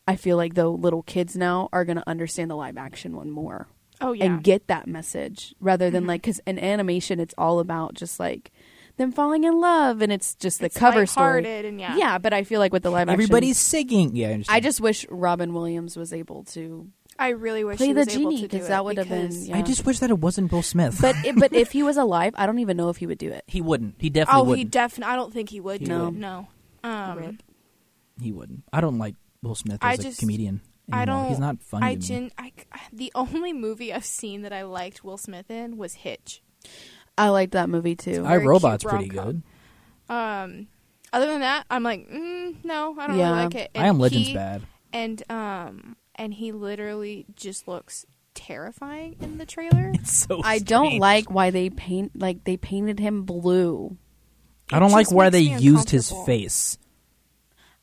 Speaker 2: I feel like though little kids now are going to understand the live action one more
Speaker 3: Oh yeah, Mm-hmm.
Speaker 2: and get that message rather than like, because in animation, it's all about just like them falling in love and it's just the
Speaker 3: It's
Speaker 2: cover story.
Speaker 3: lighthearted and yeah.
Speaker 2: but I feel like with the live action.
Speaker 1: Everybody's singing. Yeah, I, understand.
Speaker 2: I just wish Robin Williams was able to
Speaker 3: I really wish
Speaker 2: play
Speaker 3: he
Speaker 2: the
Speaker 3: was
Speaker 2: genie
Speaker 3: able to do
Speaker 2: because
Speaker 3: it
Speaker 2: that would have been.
Speaker 3: because-
Speaker 2: Yeah.
Speaker 1: I just wish that it wasn't Bill Smith.
Speaker 2: But it, but if he was alive, I don't even know if he would do it.
Speaker 1: he wouldn't. He
Speaker 3: Oh,
Speaker 1: definitely
Speaker 3: he
Speaker 1: wouldn't.
Speaker 3: definitely. I don't think he would.
Speaker 1: He
Speaker 2: No.
Speaker 3: no,
Speaker 2: would.
Speaker 3: no. Um,
Speaker 2: Rip.
Speaker 1: he wouldn't. I don't like Will Smith
Speaker 3: I
Speaker 1: as a
Speaker 3: just-
Speaker 1: comedian.
Speaker 3: I
Speaker 1: anymore.
Speaker 3: don't.
Speaker 1: He's not funny.
Speaker 3: I
Speaker 1: to me.
Speaker 3: gen- I the only movie I've seen that I liked Will Smith in was Hitch.
Speaker 2: I liked that movie too.
Speaker 1: I
Speaker 3: very cute
Speaker 1: Robot's pretty
Speaker 3: rom-com.
Speaker 1: good.
Speaker 3: Um, other than that, I'm like, mm, mm, no, I don't
Speaker 2: Yeah.
Speaker 3: really like it.
Speaker 1: I am Legend's
Speaker 3: he-
Speaker 1: bad.
Speaker 3: And um, and he literally just looks terrifying in the trailer.
Speaker 1: So
Speaker 2: I don't like why they paint like they painted him blue.
Speaker 1: I don't
Speaker 3: It
Speaker 1: like
Speaker 3: just
Speaker 1: where
Speaker 3: makes
Speaker 1: they
Speaker 3: me
Speaker 1: used his
Speaker 3: uncomfortable.
Speaker 1: face.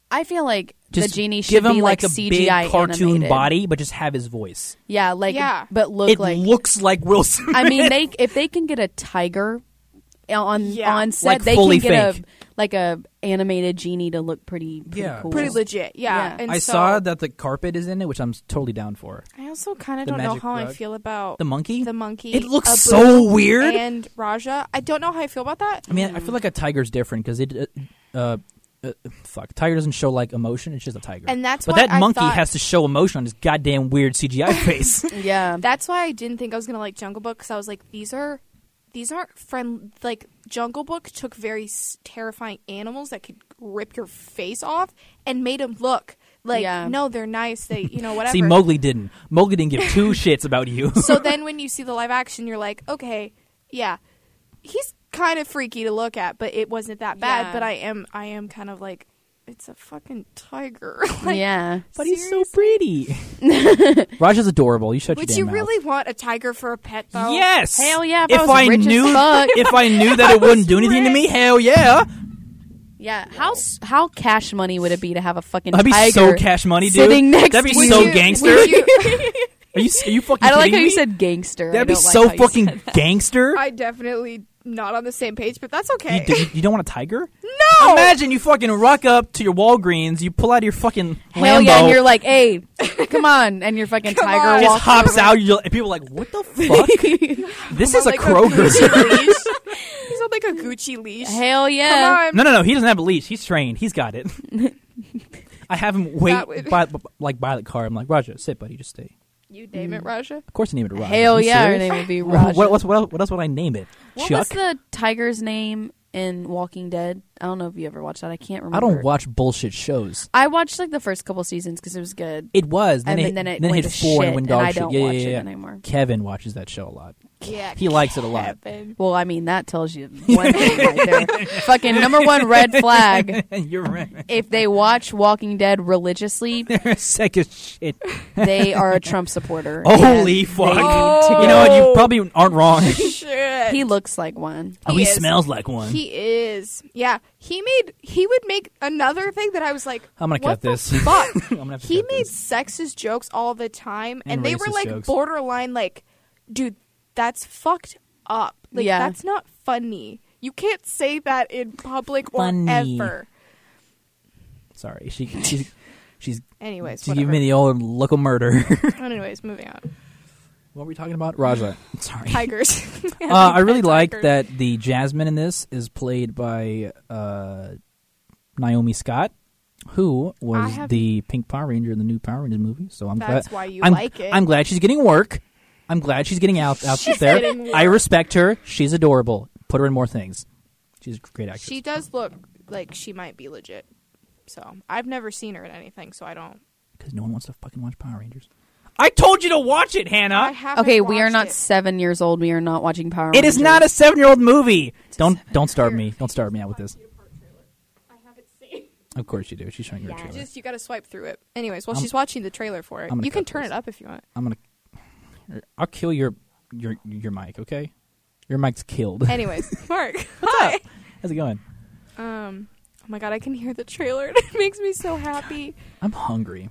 Speaker 2: I feel like
Speaker 1: Just
Speaker 2: the genie
Speaker 1: give
Speaker 2: should
Speaker 1: him
Speaker 2: be
Speaker 1: like,
Speaker 2: like,
Speaker 1: a
Speaker 2: CGI
Speaker 1: big cartoon
Speaker 2: animated.
Speaker 1: body, but just have his voice.
Speaker 2: Yeah, like
Speaker 3: Yeah.
Speaker 2: but look
Speaker 1: it
Speaker 2: like
Speaker 1: looks like Wilson.
Speaker 2: I mean, they if they can get a tiger on
Speaker 3: Yeah.
Speaker 2: on set,
Speaker 1: Like,
Speaker 2: they
Speaker 1: fully
Speaker 2: can get
Speaker 1: fake.
Speaker 2: a like a animated genie to look pretty, pretty
Speaker 1: Yeah.
Speaker 2: cool.
Speaker 3: Pretty legit, yeah.
Speaker 2: Yeah.
Speaker 3: And
Speaker 1: I
Speaker 3: so,
Speaker 1: saw that the carpet is in it, which I'm totally down for.
Speaker 3: I also kind of
Speaker 1: the
Speaker 3: don't know
Speaker 1: magic
Speaker 3: how I
Speaker 1: rug.
Speaker 3: feel about
Speaker 1: The monkey.
Speaker 3: the monkey.
Speaker 1: Mm. It looks
Speaker 3: Abu,
Speaker 1: so weird.
Speaker 3: And Raja, I don't know how I feel about that.
Speaker 1: I mean, I feel like a tiger's different because it, uh, uh, uh, fuck, tiger doesn't show like emotion. It's just a tiger.
Speaker 3: And that's
Speaker 1: but
Speaker 3: why
Speaker 1: that
Speaker 3: I
Speaker 1: monkey
Speaker 3: thought-
Speaker 1: has to show emotion on his goddamn weird CGI face.
Speaker 2: Yeah,
Speaker 3: That's why I didn't think I was gonna like Jungle Book because I was like, these are, these aren't friend. Like Jungle Book took very s- terrifying animals that could rip your face off and made them look like
Speaker 2: Yeah.
Speaker 3: no, they're nice. They you know whatever.
Speaker 1: See, Mowgli didn't. Mowgli didn't give two shits about you.
Speaker 3: so then when you see the live action, you're like, okay, yeah, he's kind of freaky to look at, but it wasn't that bad.
Speaker 2: Yeah.
Speaker 3: But I am, I am kind of like, it's a fucking tiger. like,
Speaker 2: yeah.
Speaker 1: but he's so pretty. Raja's adorable. You shut
Speaker 3: Would
Speaker 1: your damn
Speaker 3: you
Speaker 1: mouth.
Speaker 3: really want a tiger for a pet though?
Speaker 1: Yes.
Speaker 2: Hell yeah, if
Speaker 1: If
Speaker 2: I was rich as
Speaker 1: knew,
Speaker 2: fuck.
Speaker 1: if I knew that it wouldn't do anything to me, hell yeah.
Speaker 2: Yeah, how s- how cash money would it be to have a fucking
Speaker 1: That'd be
Speaker 2: tiger
Speaker 1: so cash money, dude.
Speaker 2: sitting next
Speaker 1: That'd be
Speaker 2: to
Speaker 1: so
Speaker 2: you?
Speaker 1: gangster.
Speaker 3: would you-
Speaker 1: Are you are you fucking?
Speaker 2: I don't like
Speaker 1: kidding
Speaker 2: how
Speaker 1: me?
Speaker 2: you said gangster. I
Speaker 1: That'd be
Speaker 2: don't like
Speaker 1: so
Speaker 2: how you said-
Speaker 1: fucking gangster.
Speaker 3: I definitely not on the same page, but that's
Speaker 1: You,
Speaker 3: okay.
Speaker 1: do, you don't want a tiger?
Speaker 3: no.
Speaker 1: Imagine you fucking rock up to your Walgreens, you pull out your fucking
Speaker 2: Hell
Speaker 1: Lambo,
Speaker 2: yeah, and you're like, hey, come on, and your fucking
Speaker 3: Come
Speaker 2: tiger
Speaker 3: on.
Speaker 1: just
Speaker 2: walks
Speaker 1: hops out, you and people are like, what the fuck? this
Speaker 3: I'm
Speaker 1: is a
Speaker 3: like
Speaker 1: Kroger.
Speaker 3: Gucci leash. He's on like a Gucci leash.
Speaker 2: Hell
Speaker 3: Come
Speaker 2: yeah.
Speaker 3: on.
Speaker 1: no, no, no. He doesn't have a leash. He's trained. He's got it. I have him wait
Speaker 3: That would-
Speaker 1: by, b- like by the car. I'm like, Roger, sit, buddy, just stay.
Speaker 3: You name it, Raja.
Speaker 1: Of course, I name it Roger.
Speaker 2: Hell
Speaker 1: Are you
Speaker 2: yeah, her
Speaker 1: serious?
Speaker 2: name would be
Speaker 1: What,
Speaker 2: Raja.
Speaker 1: what, else- what, else- what else would I name it?
Speaker 2: What
Speaker 1: Chuck.
Speaker 2: was the tiger's name in Walking Dead? I don't know if you ever watched that. I can't remember.
Speaker 1: I don't watch bullshit shows.
Speaker 2: I watched like the first couple seasons because it was good.
Speaker 1: It was. Then
Speaker 2: And
Speaker 1: it,
Speaker 2: then it
Speaker 1: then
Speaker 2: went
Speaker 1: hit
Speaker 2: to
Speaker 1: four
Speaker 2: shit,
Speaker 1: and went
Speaker 2: and
Speaker 1: dog
Speaker 2: I
Speaker 1: shit.
Speaker 2: don't
Speaker 1: yeah,
Speaker 2: watch
Speaker 1: yeah,
Speaker 2: it
Speaker 1: yeah.
Speaker 2: anymore.
Speaker 1: Kevin watches that show a lot.
Speaker 3: Yeah.
Speaker 1: He likes it a lot.
Speaker 3: Kevin.
Speaker 2: Well, I mean that tells you one thing right there. Fucking number one red flag.
Speaker 1: You're right.
Speaker 2: If they watch Walking Dead religiously,
Speaker 1: Sick as shit.
Speaker 2: they are a Trump supporter. and
Speaker 1: Holy
Speaker 2: they
Speaker 1: fuck.
Speaker 2: need to
Speaker 3: Oh.
Speaker 1: You know what? You probably aren't wrong.
Speaker 3: Shit.
Speaker 2: go. He looks like one.
Speaker 1: oh, he
Speaker 3: is.
Speaker 1: smells like one.
Speaker 3: He is. Yeah. He made. He would make another thing that I was like.
Speaker 1: I'm gonna cut
Speaker 3: what the
Speaker 1: this.
Speaker 3: Fuck.
Speaker 1: I'm gonna have to
Speaker 3: he
Speaker 1: cut
Speaker 3: made
Speaker 1: this.
Speaker 3: sexist jokes all the time, and,
Speaker 1: And
Speaker 3: they were
Speaker 1: racist
Speaker 3: like
Speaker 1: jokes.
Speaker 3: borderline. Like, dude, that's fucked up. Like,
Speaker 2: Yeah.
Speaker 3: that's not funny. You can't say that in public
Speaker 1: Funny.
Speaker 3: or ever.
Speaker 1: Sorry, she she's she's,
Speaker 3: Anyways,
Speaker 1: she's giving me
Speaker 3: whatever.
Speaker 1: the old look of murder.
Speaker 3: Anyways, moving on.
Speaker 1: what were we talking about? Raja. Sorry.
Speaker 3: Tigers.
Speaker 1: Uh, I really like
Speaker 3: Tigers.
Speaker 1: that the Jasmine in this is played by uh, Naomi Scott, who
Speaker 3: I
Speaker 1: was
Speaker 3: have-
Speaker 1: the Pink Power Ranger in the new Power Rangers movie. So I'm
Speaker 3: That's
Speaker 1: glad.
Speaker 3: why you
Speaker 1: I'm,
Speaker 3: like it.
Speaker 1: I'm glad she's getting work. I'm glad she's getting out out
Speaker 3: She's
Speaker 1: there.
Speaker 3: getting
Speaker 1: I respect her. She's adorable. Put her in more things. She's a great actress.
Speaker 3: She does look like she might be legit. So I've never seen her in anything, so I don't.
Speaker 1: Because no one wants to fucking watch Power Rangers. I told you to watch it,
Speaker 3: I
Speaker 1: Hannah.
Speaker 3: haven't
Speaker 2: Okay, we are
Speaker 3: watched
Speaker 2: not
Speaker 3: it.
Speaker 2: seven years old. We are not watching Power.
Speaker 1: It is
Speaker 2: Rangers.
Speaker 1: not a seven-year-old movie. Don't don't starve me. Don't starve me out with this.
Speaker 3: I haven't seen.
Speaker 1: Of course you do. She's showing her trailer.
Speaker 3: Just you got to swipe through it. Anyways, while
Speaker 1: I'm-
Speaker 3: she's watching the trailer for it,
Speaker 1: I'm gonna
Speaker 3: you can
Speaker 1: cut
Speaker 3: turn
Speaker 1: this.
Speaker 3: it up if you want.
Speaker 1: I'm gonna. I'll kill your your your mic. Okay, your mic's killed.
Speaker 3: Anyways, Mark,
Speaker 1: What's
Speaker 3: hi.
Speaker 1: up? How's it going?
Speaker 3: Um, oh my god, I can hear the trailer. and It makes me so happy.
Speaker 1: I'm hungry.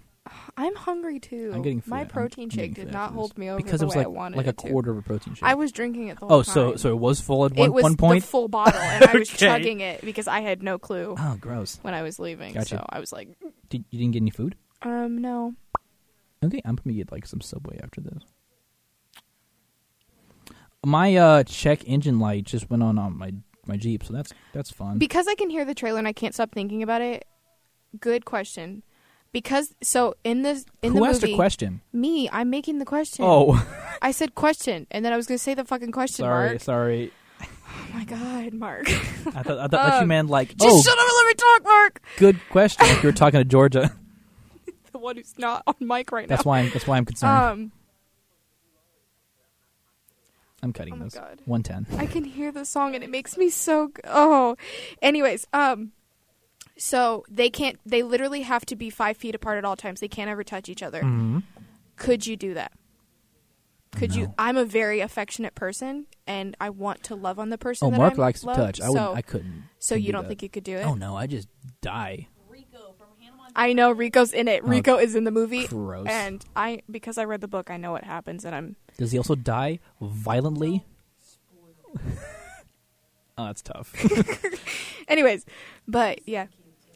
Speaker 3: I'm hungry too.
Speaker 1: I'm getting food.
Speaker 3: my
Speaker 1: I'm-
Speaker 3: protein
Speaker 1: I'm
Speaker 3: shake
Speaker 1: getting
Speaker 3: did
Speaker 1: food
Speaker 3: not
Speaker 1: after
Speaker 3: hold
Speaker 1: this.
Speaker 3: me over
Speaker 1: because
Speaker 3: the
Speaker 1: it was
Speaker 3: way
Speaker 1: like
Speaker 3: I wanted
Speaker 1: like a
Speaker 3: it to.
Speaker 1: quarter of a protein shake.
Speaker 3: I was drinking it the whole
Speaker 1: oh, so
Speaker 3: time.
Speaker 1: so it was full at
Speaker 3: it
Speaker 1: one
Speaker 3: was
Speaker 1: one point.
Speaker 3: the full bottle, and I was
Speaker 1: Okay.
Speaker 3: chugging it because I had no clue
Speaker 1: oh, gross.
Speaker 3: when I was leaving.
Speaker 1: Gotcha.
Speaker 3: So I was like,
Speaker 1: Did, you didn't get any food?
Speaker 3: um, no.
Speaker 1: Okay, I'm gonna get like some Subway after this. My uh check engine light just went on on my my Jeep, so that's that's fun.
Speaker 3: because I can hear the trailer and I can't stop thinking about it. Good question. Because so in this in
Speaker 1: Who
Speaker 3: the
Speaker 1: asked
Speaker 3: movie,
Speaker 1: a question?
Speaker 3: me, I'm making the question.
Speaker 1: Oh,
Speaker 3: I said question, and then I was gonna say the fucking question
Speaker 1: sorry,
Speaker 3: mark.
Speaker 1: sorry.
Speaker 3: Oh my god, Mark!
Speaker 1: I thought I thought that you
Speaker 3: Um,
Speaker 1: meant like
Speaker 3: Just
Speaker 1: oh,
Speaker 3: shut up and let me talk, Mark.
Speaker 1: good question. If you were talking to Georgia,
Speaker 3: The one who's not on mic right
Speaker 1: that's
Speaker 3: now.
Speaker 1: why I'm that's why I'm concerned.
Speaker 3: Um,
Speaker 1: I'm cutting
Speaker 3: oh my
Speaker 1: this.
Speaker 3: God.
Speaker 1: 110.
Speaker 3: I can hear the song and it makes me so. G- oh, anyways, um, So they can't. They literally have to be five feet apart at all times. They can't ever touch each other. Could you do that? Could you?
Speaker 4: Mm-hmm. No.
Speaker 3: I'm a very affectionate person, and I want to love on the person.
Speaker 4: Oh,
Speaker 3: that
Speaker 4: Mark
Speaker 3: I'm
Speaker 4: likes to
Speaker 3: love,
Speaker 4: touch. I
Speaker 3: so,
Speaker 4: wouldn't. I couldn't.
Speaker 3: so
Speaker 4: couldn't
Speaker 3: you don't
Speaker 4: that.
Speaker 3: think you could do it?
Speaker 1: Oh no, I just die.
Speaker 3: I know Rico's in it. Rico is in the movie,
Speaker 4: Oh, gross.
Speaker 3: and I because I read the book, I know what happens, and I'm
Speaker 1: Does he also die violently? oh, that's tough.
Speaker 3: Anyways, but yeah,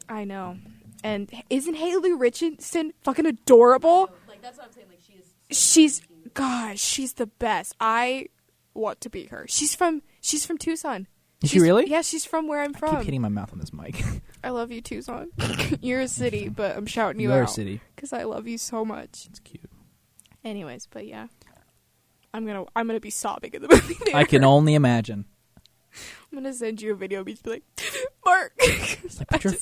Speaker 3: I know. And isn't Haley Richardson fucking adorable?
Speaker 5: Like that's what I'm saying. Like she is.
Speaker 3: She's gosh, she's the best. I want to be her. She's from she's from Tucson.
Speaker 1: Is she
Speaker 3: She's-
Speaker 1: really?
Speaker 3: Yeah, she's from where I'm
Speaker 1: I keep
Speaker 3: from.
Speaker 1: hitting my mouth on this mic.
Speaker 3: I love you, Tucson. You're a city, but I'm shouting you
Speaker 1: Your
Speaker 3: out
Speaker 1: city.
Speaker 3: because I love you so much.
Speaker 1: It's cute.
Speaker 3: Anyways, but yeah, I'm gonna I'm gonna be sobbing in the movie. Theater.
Speaker 1: I can only imagine.
Speaker 3: I'm gonna send you a video. Of me just be like, Mark.
Speaker 1: It's like put your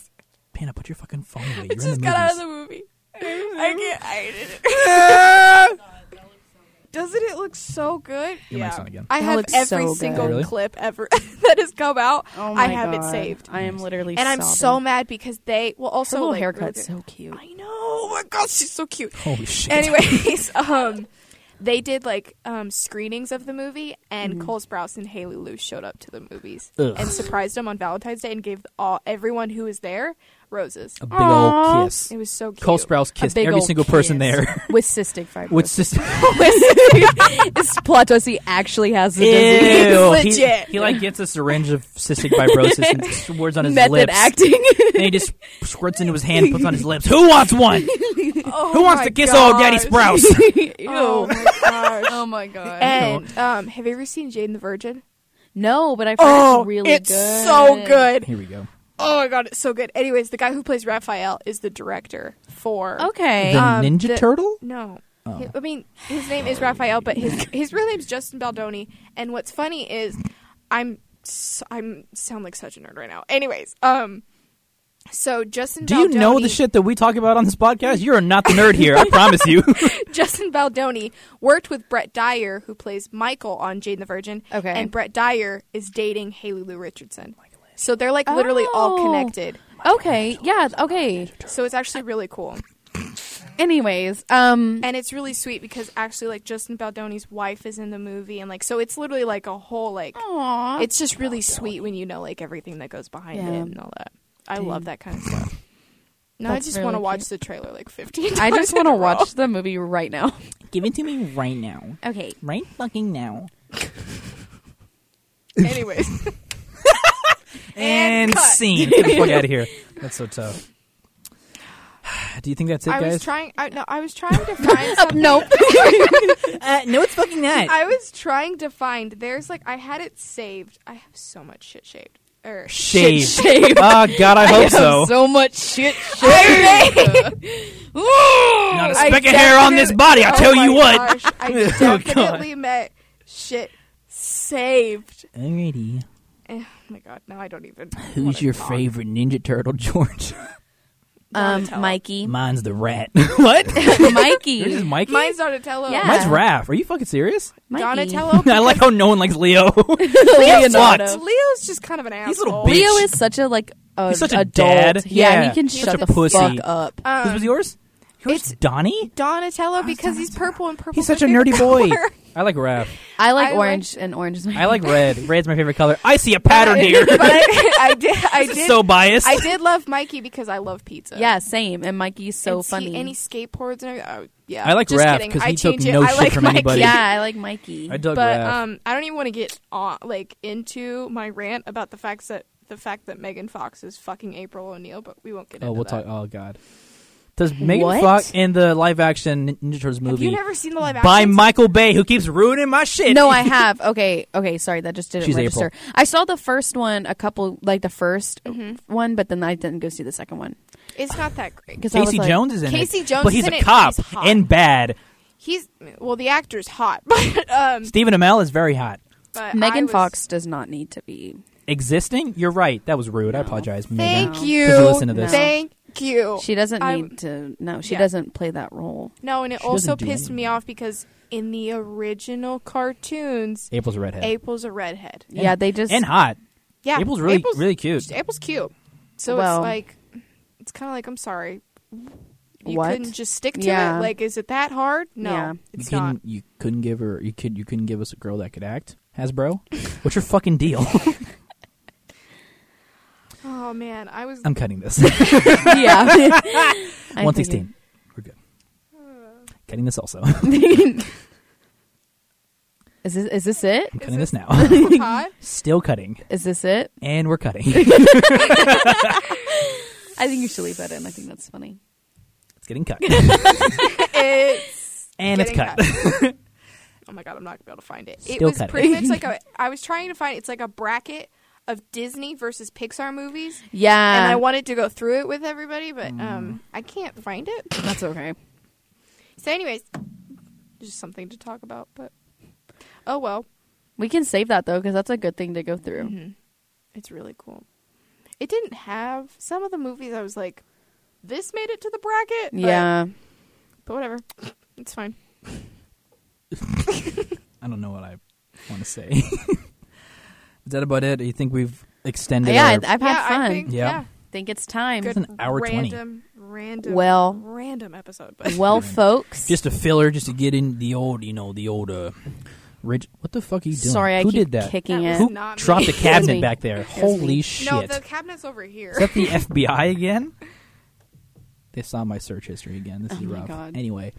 Speaker 1: Panda, put your fucking phone away. You're
Speaker 3: I
Speaker 1: in the
Speaker 3: just got out of
Speaker 1: movies.
Speaker 3: the movie. I can't. I didn't. Doesn't it look so good?
Speaker 1: Your mic's on again.
Speaker 3: I
Speaker 2: That
Speaker 3: have
Speaker 2: looks
Speaker 3: every
Speaker 2: so good.
Speaker 3: single
Speaker 1: Really?
Speaker 3: clip ever that has come out.
Speaker 2: Oh my
Speaker 3: I have it
Speaker 2: God.
Speaker 3: saved.
Speaker 2: I am literally
Speaker 3: and I'm so
Speaker 2: sobbing.
Speaker 3: mad because they well also
Speaker 2: Her little
Speaker 3: like,
Speaker 2: haircut's
Speaker 3: really
Speaker 2: so cute.
Speaker 3: good- I know. Oh my god, she's so cute.
Speaker 1: Holy shit.
Speaker 3: Anyways, um they did like um screenings of the movie and
Speaker 2: Mm-hmm.
Speaker 3: Cole Sprouse and Haley Lu showed up to the movies
Speaker 1: Ugh.
Speaker 3: and surprised them on Valentine's Day and gave all everyone who was there roses.
Speaker 1: a big old
Speaker 2: Aw.
Speaker 1: kiss.
Speaker 3: It was so cute.
Speaker 1: Cole Sprouse kissed
Speaker 2: big
Speaker 1: every
Speaker 2: ol'
Speaker 1: single person
Speaker 2: kiss.
Speaker 1: there.
Speaker 2: with cystic fibrosis.
Speaker 1: What's this?
Speaker 2: this Platosi actually has the disease.
Speaker 1: He,
Speaker 2: Legit.
Speaker 1: he like gets a syringe of cystic fibrosis and squirts on his
Speaker 2: Method
Speaker 1: lips.
Speaker 2: acting.
Speaker 1: And he just squirts into his hand, puts on his lips. Who wants one?
Speaker 3: Oh
Speaker 1: Who wants
Speaker 3: my
Speaker 1: to kiss old Daddy
Speaker 3: gosh.
Speaker 1: Sprouse?
Speaker 3: Oh my gosh.
Speaker 5: Oh my god.
Speaker 3: And um, have you ever seen Jane the Virgin?
Speaker 2: no, but I heard
Speaker 1: Oh,
Speaker 2: it's really
Speaker 3: it's
Speaker 2: good.
Speaker 3: so good.
Speaker 1: Here we go.
Speaker 3: Oh my god, it's so good. Anyways, the guy who plays Raphael is the director for.
Speaker 2: Okay.
Speaker 1: The
Speaker 3: Um,
Speaker 1: Ninja
Speaker 3: the-
Speaker 1: Turtle?
Speaker 3: No.
Speaker 1: Oh.
Speaker 3: He- I mean, his name is Raphael, but his his real name's Justin Baldoni. And what's funny is, I'm s- I'm sound like such a nerd right now. Anyways, um, so Justin.
Speaker 1: Do you know the
Speaker 3: Baldoni-
Speaker 1: shit that we talk about on this podcast? You are not the nerd here, I promise you.
Speaker 3: Justin Baldoni worked with Brett Dyer, who plays Michael on Jane the Virgin.
Speaker 2: Okay.
Speaker 3: And Brett Dyer is dating Haley Lou Richardson. So they're like literally all
Speaker 2: Oh.
Speaker 3: connected.
Speaker 2: Okay. Yeah. Okay.
Speaker 3: So it's actually really cool.
Speaker 2: Anyways, um,
Speaker 3: And it's really sweet because actually like Justin Baldoni's wife is in the movie and like so it's literally like a whole like
Speaker 2: Aw.
Speaker 3: it's just really sweet when you know like everything that goes behind
Speaker 2: Yeah.
Speaker 3: it and all that. I love that kind of stuff. No, I
Speaker 2: That's
Speaker 3: just
Speaker 2: really
Speaker 3: want to
Speaker 2: cute.
Speaker 3: watch the trailer like 15 times.
Speaker 2: I just want
Speaker 3: in
Speaker 2: to
Speaker 3: a row.
Speaker 2: watch the movie right now.
Speaker 1: Give it to me right now.
Speaker 2: Okay.
Speaker 1: Right fucking now.
Speaker 3: Anyways.
Speaker 1: And,
Speaker 3: cut.
Speaker 1: scene. Get the fuck out of here. That's so tough. Do you think that's it,
Speaker 3: I
Speaker 1: guys?
Speaker 3: was trying I no, I was trying to find something
Speaker 2: Nope.
Speaker 1: uh, no, it's fucking not.
Speaker 3: I was trying to find. There's like I had it saved. I have so much shit saved. Er,
Speaker 1: Shave.
Speaker 2: shave.
Speaker 1: Oh, God, I hope
Speaker 2: have
Speaker 1: so.
Speaker 2: much shit. shit.
Speaker 1: Not a
Speaker 3: I
Speaker 1: speck of hair on this
Speaker 3: definitely-
Speaker 1: body, I
Speaker 3: oh
Speaker 1: tell
Speaker 3: my
Speaker 1: you what.
Speaker 3: gosh, I
Speaker 1: Oh, God.
Speaker 3: definitely meant shit saved.
Speaker 1: Alrighty.
Speaker 3: Eh, Oh my god, now I don't even.
Speaker 1: Who's
Speaker 3: wanna
Speaker 1: your
Speaker 3: talk.
Speaker 1: favorite Ninja Turtle, George?
Speaker 2: Um, Mikey.
Speaker 1: Mine's the rat. what? Yours is
Speaker 2: Mikey.
Speaker 1: Mikey?
Speaker 3: Mine's Donatello.
Speaker 2: Yeah.
Speaker 1: Mine's Raph. Are you fucking serious?
Speaker 2: Mikey.
Speaker 3: Donatello.
Speaker 1: I like how no one likes Leo.
Speaker 2: Leonardo.
Speaker 1: Fucked.
Speaker 3: Leo's just kind of an asshole.
Speaker 1: He's a little bitch.
Speaker 2: Leo is such a like a,
Speaker 1: He's such a
Speaker 2: adult.
Speaker 1: dad.
Speaker 2: Yeah,
Speaker 1: Yeah.
Speaker 2: he can
Speaker 1: He's
Speaker 2: shut
Speaker 1: such a
Speaker 2: the
Speaker 1: pussy.
Speaker 2: fuck up.
Speaker 1: This was yours? Yours
Speaker 3: um, it's-
Speaker 1: Donnie?
Speaker 3: Donatello because he's purple and purple.
Speaker 1: He's such a nerdy boy. I like Raph.
Speaker 2: I like
Speaker 3: I like-
Speaker 2: orange, and orange is my.
Speaker 1: I like red. Red's my favorite color. I see a pattern here.
Speaker 3: but I, I did. I did.
Speaker 1: so biased.
Speaker 3: I did love Mikey because I love pizza.
Speaker 2: Yeah, same. And Mikey's so
Speaker 3: And see-
Speaker 2: funny.
Speaker 3: and he skateboards and everything. Oh, yeah.
Speaker 1: I like
Speaker 3: Just
Speaker 1: Raph
Speaker 3: kidding.
Speaker 1: 'cause
Speaker 3: I
Speaker 1: he took
Speaker 3: change it.
Speaker 1: no
Speaker 3: I
Speaker 1: shit
Speaker 3: like
Speaker 1: from
Speaker 3: Mikey.
Speaker 1: anybody.
Speaker 2: yeah, I like Mikey.
Speaker 1: I dug
Speaker 3: But
Speaker 1: Raph.
Speaker 3: um, I don't even want to get on, like into my rant about the facts that the fact that Megan Fox is fucking April O'Neil, but we won't get
Speaker 1: oh,
Speaker 3: into
Speaker 1: we'll
Speaker 3: that.
Speaker 1: talk. Oh, God. Does Megan
Speaker 2: What?
Speaker 1: Fox in the live action Ninja Turtles movie
Speaker 3: Have you never seen the live
Speaker 1: by
Speaker 3: action?
Speaker 1: Michael Bay, who keeps ruining my shit?
Speaker 2: no, I have. Okay, okay. Sorry, that just didn't
Speaker 1: She's
Speaker 2: register.
Speaker 1: April.
Speaker 2: I saw the first one a couple, like the 1st
Speaker 3: Mm-hmm.
Speaker 2: one, but then I didn't go see the second one
Speaker 3: It's not that great.
Speaker 2: because I was
Speaker 1: Casey
Speaker 2: like,
Speaker 1: Jones is in
Speaker 3: Casey
Speaker 1: it.
Speaker 3: Jones
Speaker 1: but
Speaker 3: is
Speaker 1: he's
Speaker 3: in
Speaker 1: a
Speaker 3: it,
Speaker 1: cop
Speaker 3: he's hot.
Speaker 1: and bad.
Speaker 3: He's well, the actor's hot, but um,
Speaker 1: Stephen Amell is very hot.
Speaker 3: but I
Speaker 2: Megan
Speaker 3: was-
Speaker 2: Fox does not need to be.
Speaker 1: Existing? You're right. That was rude. I apologize. Megan.
Speaker 3: Thank you.
Speaker 1: Because you listen to this.
Speaker 3: Thank you.
Speaker 2: She doesn't
Speaker 3: I'm-
Speaker 2: need to. No, she
Speaker 3: Oh, Yeah.
Speaker 2: doesn't play that role.
Speaker 3: no, and it
Speaker 1: She
Speaker 3: also
Speaker 1: doesn't do
Speaker 3: pissed me
Speaker 1: anything.
Speaker 3: off because in the original cartoons,
Speaker 1: April's a redhead.
Speaker 3: April's a redhead.
Speaker 2: yeah, they just
Speaker 1: and hot.
Speaker 3: Yeah,
Speaker 1: April's really, really cute.
Speaker 3: April's cute. So
Speaker 2: Well-
Speaker 3: it's like it's kind of like I'm sorry. You
Speaker 2: What?
Speaker 3: couldn't just stick to
Speaker 2: Yeah.
Speaker 3: it. Like, is it that hard? No,
Speaker 2: Yeah.
Speaker 3: it's
Speaker 1: you,
Speaker 3: not.
Speaker 1: couldn't- you couldn't give her. You could. You couldn't give us a girl that could act. Hasbro, what's your fucking deal?
Speaker 3: Oh man, I was.
Speaker 1: I'm cutting this.
Speaker 2: yeah. I'm
Speaker 1: One
Speaker 2: thinking-
Speaker 1: sixteen. We're good. Cutting this also.
Speaker 2: is this is this it?
Speaker 1: I'm
Speaker 3: Is
Speaker 1: cutting this
Speaker 3: this-
Speaker 1: now.
Speaker 3: Huh?
Speaker 1: Still cutting,
Speaker 2: Is this it?
Speaker 1: and we're cutting.
Speaker 2: I think you should leave that in. I think that's funny.
Speaker 1: it's getting cut,
Speaker 3: it's
Speaker 1: and it's
Speaker 3: getting
Speaker 1: cut.
Speaker 3: oh my god, I'm not gonna be able to find it. it
Speaker 1: Still
Speaker 3: was
Speaker 1: cut it.
Speaker 3: pretty much like a. I was trying to find. It's like a bracket of Disney versus Pixar movies,
Speaker 2: Yeah.
Speaker 3: and I wanted to go through it with everybody, but
Speaker 1: Mm.
Speaker 3: um, I can't find it.
Speaker 2: that's okay.
Speaker 3: So, anyways, just something to talk about. But oh well,
Speaker 2: We can save that though, because that's a good thing to go through.
Speaker 3: Mm-hmm. it's really cool. It didn't have some of the movies. I was like, this made it to the bracket. but-
Speaker 2: Yeah.
Speaker 3: but whatever, it's fine.
Speaker 1: I don't know what I want to say. Is that about it? You think we've extended?
Speaker 2: yeah, I,
Speaker 1: our-
Speaker 2: I've had
Speaker 3: yeah,
Speaker 2: fun.
Speaker 3: I think,
Speaker 1: Yeah.
Speaker 3: yeah.
Speaker 2: think it's time.
Speaker 3: Good
Speaker 1: an hour 20.
Speaker 3: random, random,
Speaker 2: Well-
Speaker 3: random episode. But
Speaker 2: Well, folks.
Speaker 1: just a filler, just to get in the old, you know, the old. Uh, Rich, what the fuck are you doing?
Speaker 2: sorry, I
Speaker 1: Who
Speaker 2: keep
Speaker 1: did that?
Speaker 2: kicking
Speaker 3: That
Speaker 2: it.
Speaker 3: was
Speaker 1: Who
Speaker 3: Not me.
Speaker 1: dropped the
Speaker 3: It was
Speaker 1: cabinet
Speaker 2: me.
Speaker 1: back there?
Speaker 2: was
Speaker 1: Holy
Speaker 2: me.
Speaker 1: shit!
Speaker 3: no, the cabinet's over here.
Speaker 1: Is that the FBI again? They saw my search history again. This is
Speaker 2: Oh my
Speaker 1: rough.
Speaker 2: God.
Speaker 1: Anyway,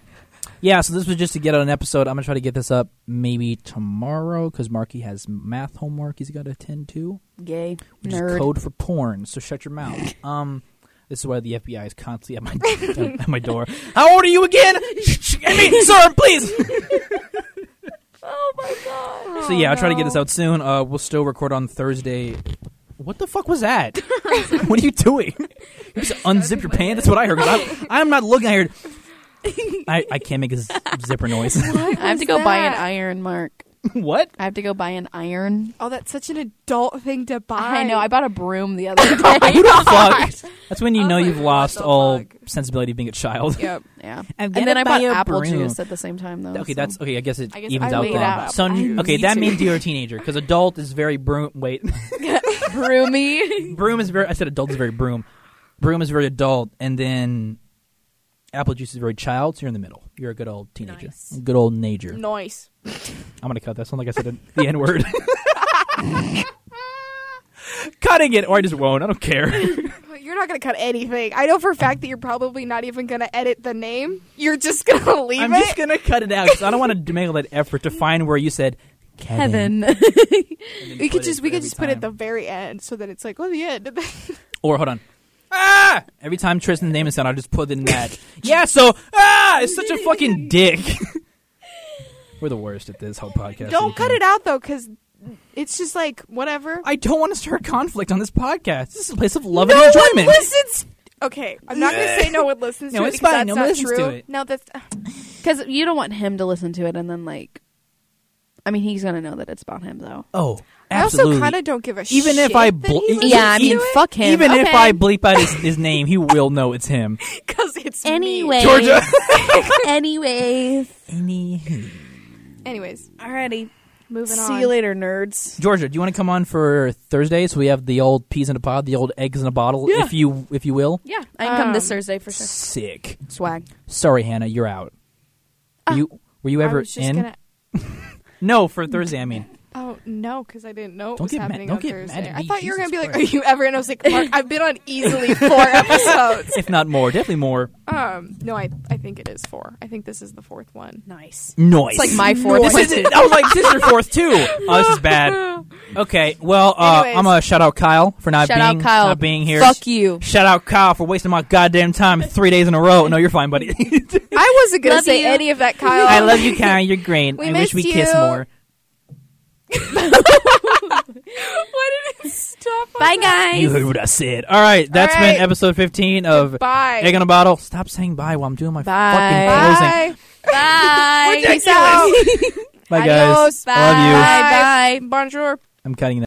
Speaker 1: yeah. So this was just to get on an episode. I'm gonna try to get this up maybe tomorrow because Marky has math homework he's got to attend to,
Speaker 2: Gay
Speaker 1: which
Speaker 2: nerd.
Speaker 1: is code for porn. So shut your mouth. um, this is why the FBI is constantly at my at my door. How old are you again? I mean, sir, please.
Speaker 2: Oh my god.
Speaker 1: So yeah, I'll
Speaker 3: Oh,
Speaker 1: try to get this out soon. Uh, we'll still record on Thursday. What the fuck was that? what are you doing? You just unzip your pants. That's what I heard. 'cause I'm, I'm not looking. I heard. I, I can't make a z- zipper noise.
Speaker 2: I have to go buy an iron, Mark.
Speaker 1: what?
Speaker 2: I have to go buy an iron.
Speaker 3: Oh, that's such an adult thing to buy.
Speaker 2: I know. I bought a broom the other day.
Speaker 1: Fuck. That's when you
Speaker 3: I was
Speaker 1: know
Speaker 3: like,
Speaker 1: you've
Speaker 3: Oh what
Speaker 1: lost
Speaker 3: the
Speaker 1: all
Speaker 3: fuck?
Speaker 1: sensibility of being a child.
Speaker 3: Yep.
Speaker 2: yeah.
Speaker 1: I'm
Speaker 2: And
Speaker 1: gonna
Speaker 2: then I
Speaker 1: buy
Speaker 2: bought
Speaker 1: a
Speaker 2: apple
Speaker 1: broom.
Speaker 2: juice at the same time, though.
Speaker 1: Okay,
Speaker 2: so-
Speaker 1: that's okay. I guess it
Speaker 3: I guess
Speaker 1: evens
Speaker 3: I
Speaker 1: out
Speaker 3: made
Speaker 1: then.
Speaker 2: up.
Speaker 1: So
Speaker 3: I-
Speaker 1: okay,
Speaker 3: me
Speaker 1: that
Speaker 3: too.
Speaker 1: means you're a teenager because adult is very broom. Wait,
Speaker 2: broomy.
Speaker 1: broom is very. I said adult is very broom. Broom is very adult, and then apple juice is very child. So you're in the middle. You're a good old teenager,
Speaker 2: Nice.
Speaker 1: good old nager.
Speaker 3: Noise.
Speaker 1: I'm gonna cut that. Sound like I said the n word. Cutting it, or I just won't. I don't care.
Speaker 3: You're not gonna cut anything. I know for a fact that you're probably not even gonna edit the name. You're just gonna leave
Speaker 1: I'm
Speaker 3: it.
Speaker 1: just gonna cut it out 'cause I don't want to make all that effort to find where you said Kevin.
Speaker 2: Heaven.
Speaker 1: and then
Speaker 3: we could
Speaker 1: put
Speaker 3: just
Speaker 1: it
Speaker 3: we could
Speaker 1: every
Speaker 3: just put it at the
Speaker 1: time.
Speaker 3: very end, so that it's like, oh, the end.
Speaker 1: Or hold on. Ah! Every time Tristan's name is said, I'll just put in that. yeah. So ah, it's such a fucking dick. We're the worst at this whole podcast.
Speaker 3: Don't cut it out though, because it's just like whatever.
Speaker 1: I don't want to start conflict on this podcast. This is a place of love
Speaker 3: no
Speaker 1: and enjoyment.
Speaker 3: one listens. Okay, I'm not gonna say no one listens
Speaker 1: No,
Speaker 3: to
Speaker 1: it's
Speaker 3: it. because
Speaker 1: fine.
Speaker 3: That's
Speaker 1: No one
Speaker 3: not
Speaker 1: listens to
Speaker 3: true.
Speaker 1: it.
Speaker 3: No, that's
Speaker 2: Because you don't want him to listen to it and then, like, I mean, he's going to know that it's about him, though.
Speaker 1: Oh,
Speaker 3: I
Speaker 1: absolutely.
Speaker 3: also kind of don't give a shit.
Speaker 1: even if I
Speaker 3: that he
Speaker 1: ble-
Speaker 3: listens
Speaker 2: Yeah, I mean,
Speaker 3: to it,
Speaker 2: fuck him.
Speaker 1: Even if
Speaker 2: Okay.
Speaker 1: I bleep out his, his name, he will know it's him.
Speaker 3: 'cause it's me.
Speaker 2: Anyway.
Speaker 1: Georgia.
Speaker 2: Anyways.
Speaker 3: Anyways,
Speaker 2: Alrighty.
Speaker 3: moving on.
Speaker 2: See you later, nerds.
Speaker 1: Georgia, do you want to come on for Thursday? So we have the old peas in a pod, the old eggs in a bottle,
Speaker 2: Yeah.
Speaker 1: if you if you will.
Speaker 2: Yeah, I can come this
Speaker 3: Um,
Speaker 2: Thursday for sure.
Speaker 1: Sick.
Speaker 2: Swag.
Speaker 1: Sorry, Hannah, you're out. Were you were you
Speaker 3: I
Speaker 1: ever
Speaker 3: was just
Speaker 1: in?
Speaker 3: gonna-
Speaker 1: No, for Thursday. I mean,
Speaker 3: Oh no, because I didn't know it
Speaker 1: Don't
Speaker 3: was
Speaker 1: get mad-
Speaker 3: happening
Speaker 1: don't
Speaker 3: on
Speaker 1: get mad
Speaker 3: Thursday.
Speaker 1: at
Speaker 3: I
Speaker 1: me,
Speaker 3: thought you were
Speaker 1: Jesus
Speaker 3: gonna be like, "Are
Speaker 1: Christ.
Speaker 3: you ever?" And I was like, "Mark, I've been on easily four episodes."
Speaker 1: if not more, definitely more.
Speaker 3: Um, no, I I think it is four. I think this is the fourth one.
Speaker 2: Nice.
Speaker 1: Noise.
Speaker 2: It's like my fourth
Speaker 1: This
Speaker 2: one,
Speaker 1: is I was like, this is your fourth too. Oh, this is bad. Okay, well, uh,
Speaker 3: Anyways.
Speaker 1: I'm gonna shout out Kyle for not
Speaker 2: Shout
Speaker 1: being
Speaker 2: out Kyle.
Speaker 1: not being here.
Speaker 2: Fuck you.
Speaker 1: Shout out Kyle for wasting my goddamn time three days in a row. No, you're fine, buddy.
Speaker 3: I wasn't gonna
Speaker 2: Love
Speaker 3: say
Speaker 2: you.
Speaker 3: any of that, Kyle.
Speaker 1: I love you, Kyle. You're great.
Speaker 3: We
Speaker 1: I wish we
Speaker 3: missed
Speaker 1: kissed
Speaker 3: you.
Speaker 1: more.
Speaker 3: Why did it stop? on
Speaker 2: Bye,
Speaker 3: that?
Speaker 1: You
Speaker 2: guys.
Speaker 1: heard what I said. All right, that's
Speaker 3: All right.
Speaker 1: been episode 15 of
Speaker 3: Bye.
Speaker 1: Egg on a Bottle. Stop saying bye while I'm doing my
Speaker 2: Bye.
Speaker 1: fucking closing.
Speaker 3: Bye.
Speaker 2: Bye.
Speaker 3: Peace out.
Speaker 1: Bye, guys.
Speaker 3: Adios.
Speaker 1: I love you.
Speaker 2: Bye. Bye.
Speaker 3: Bonjour.
Speaker 1: I'm cutting that.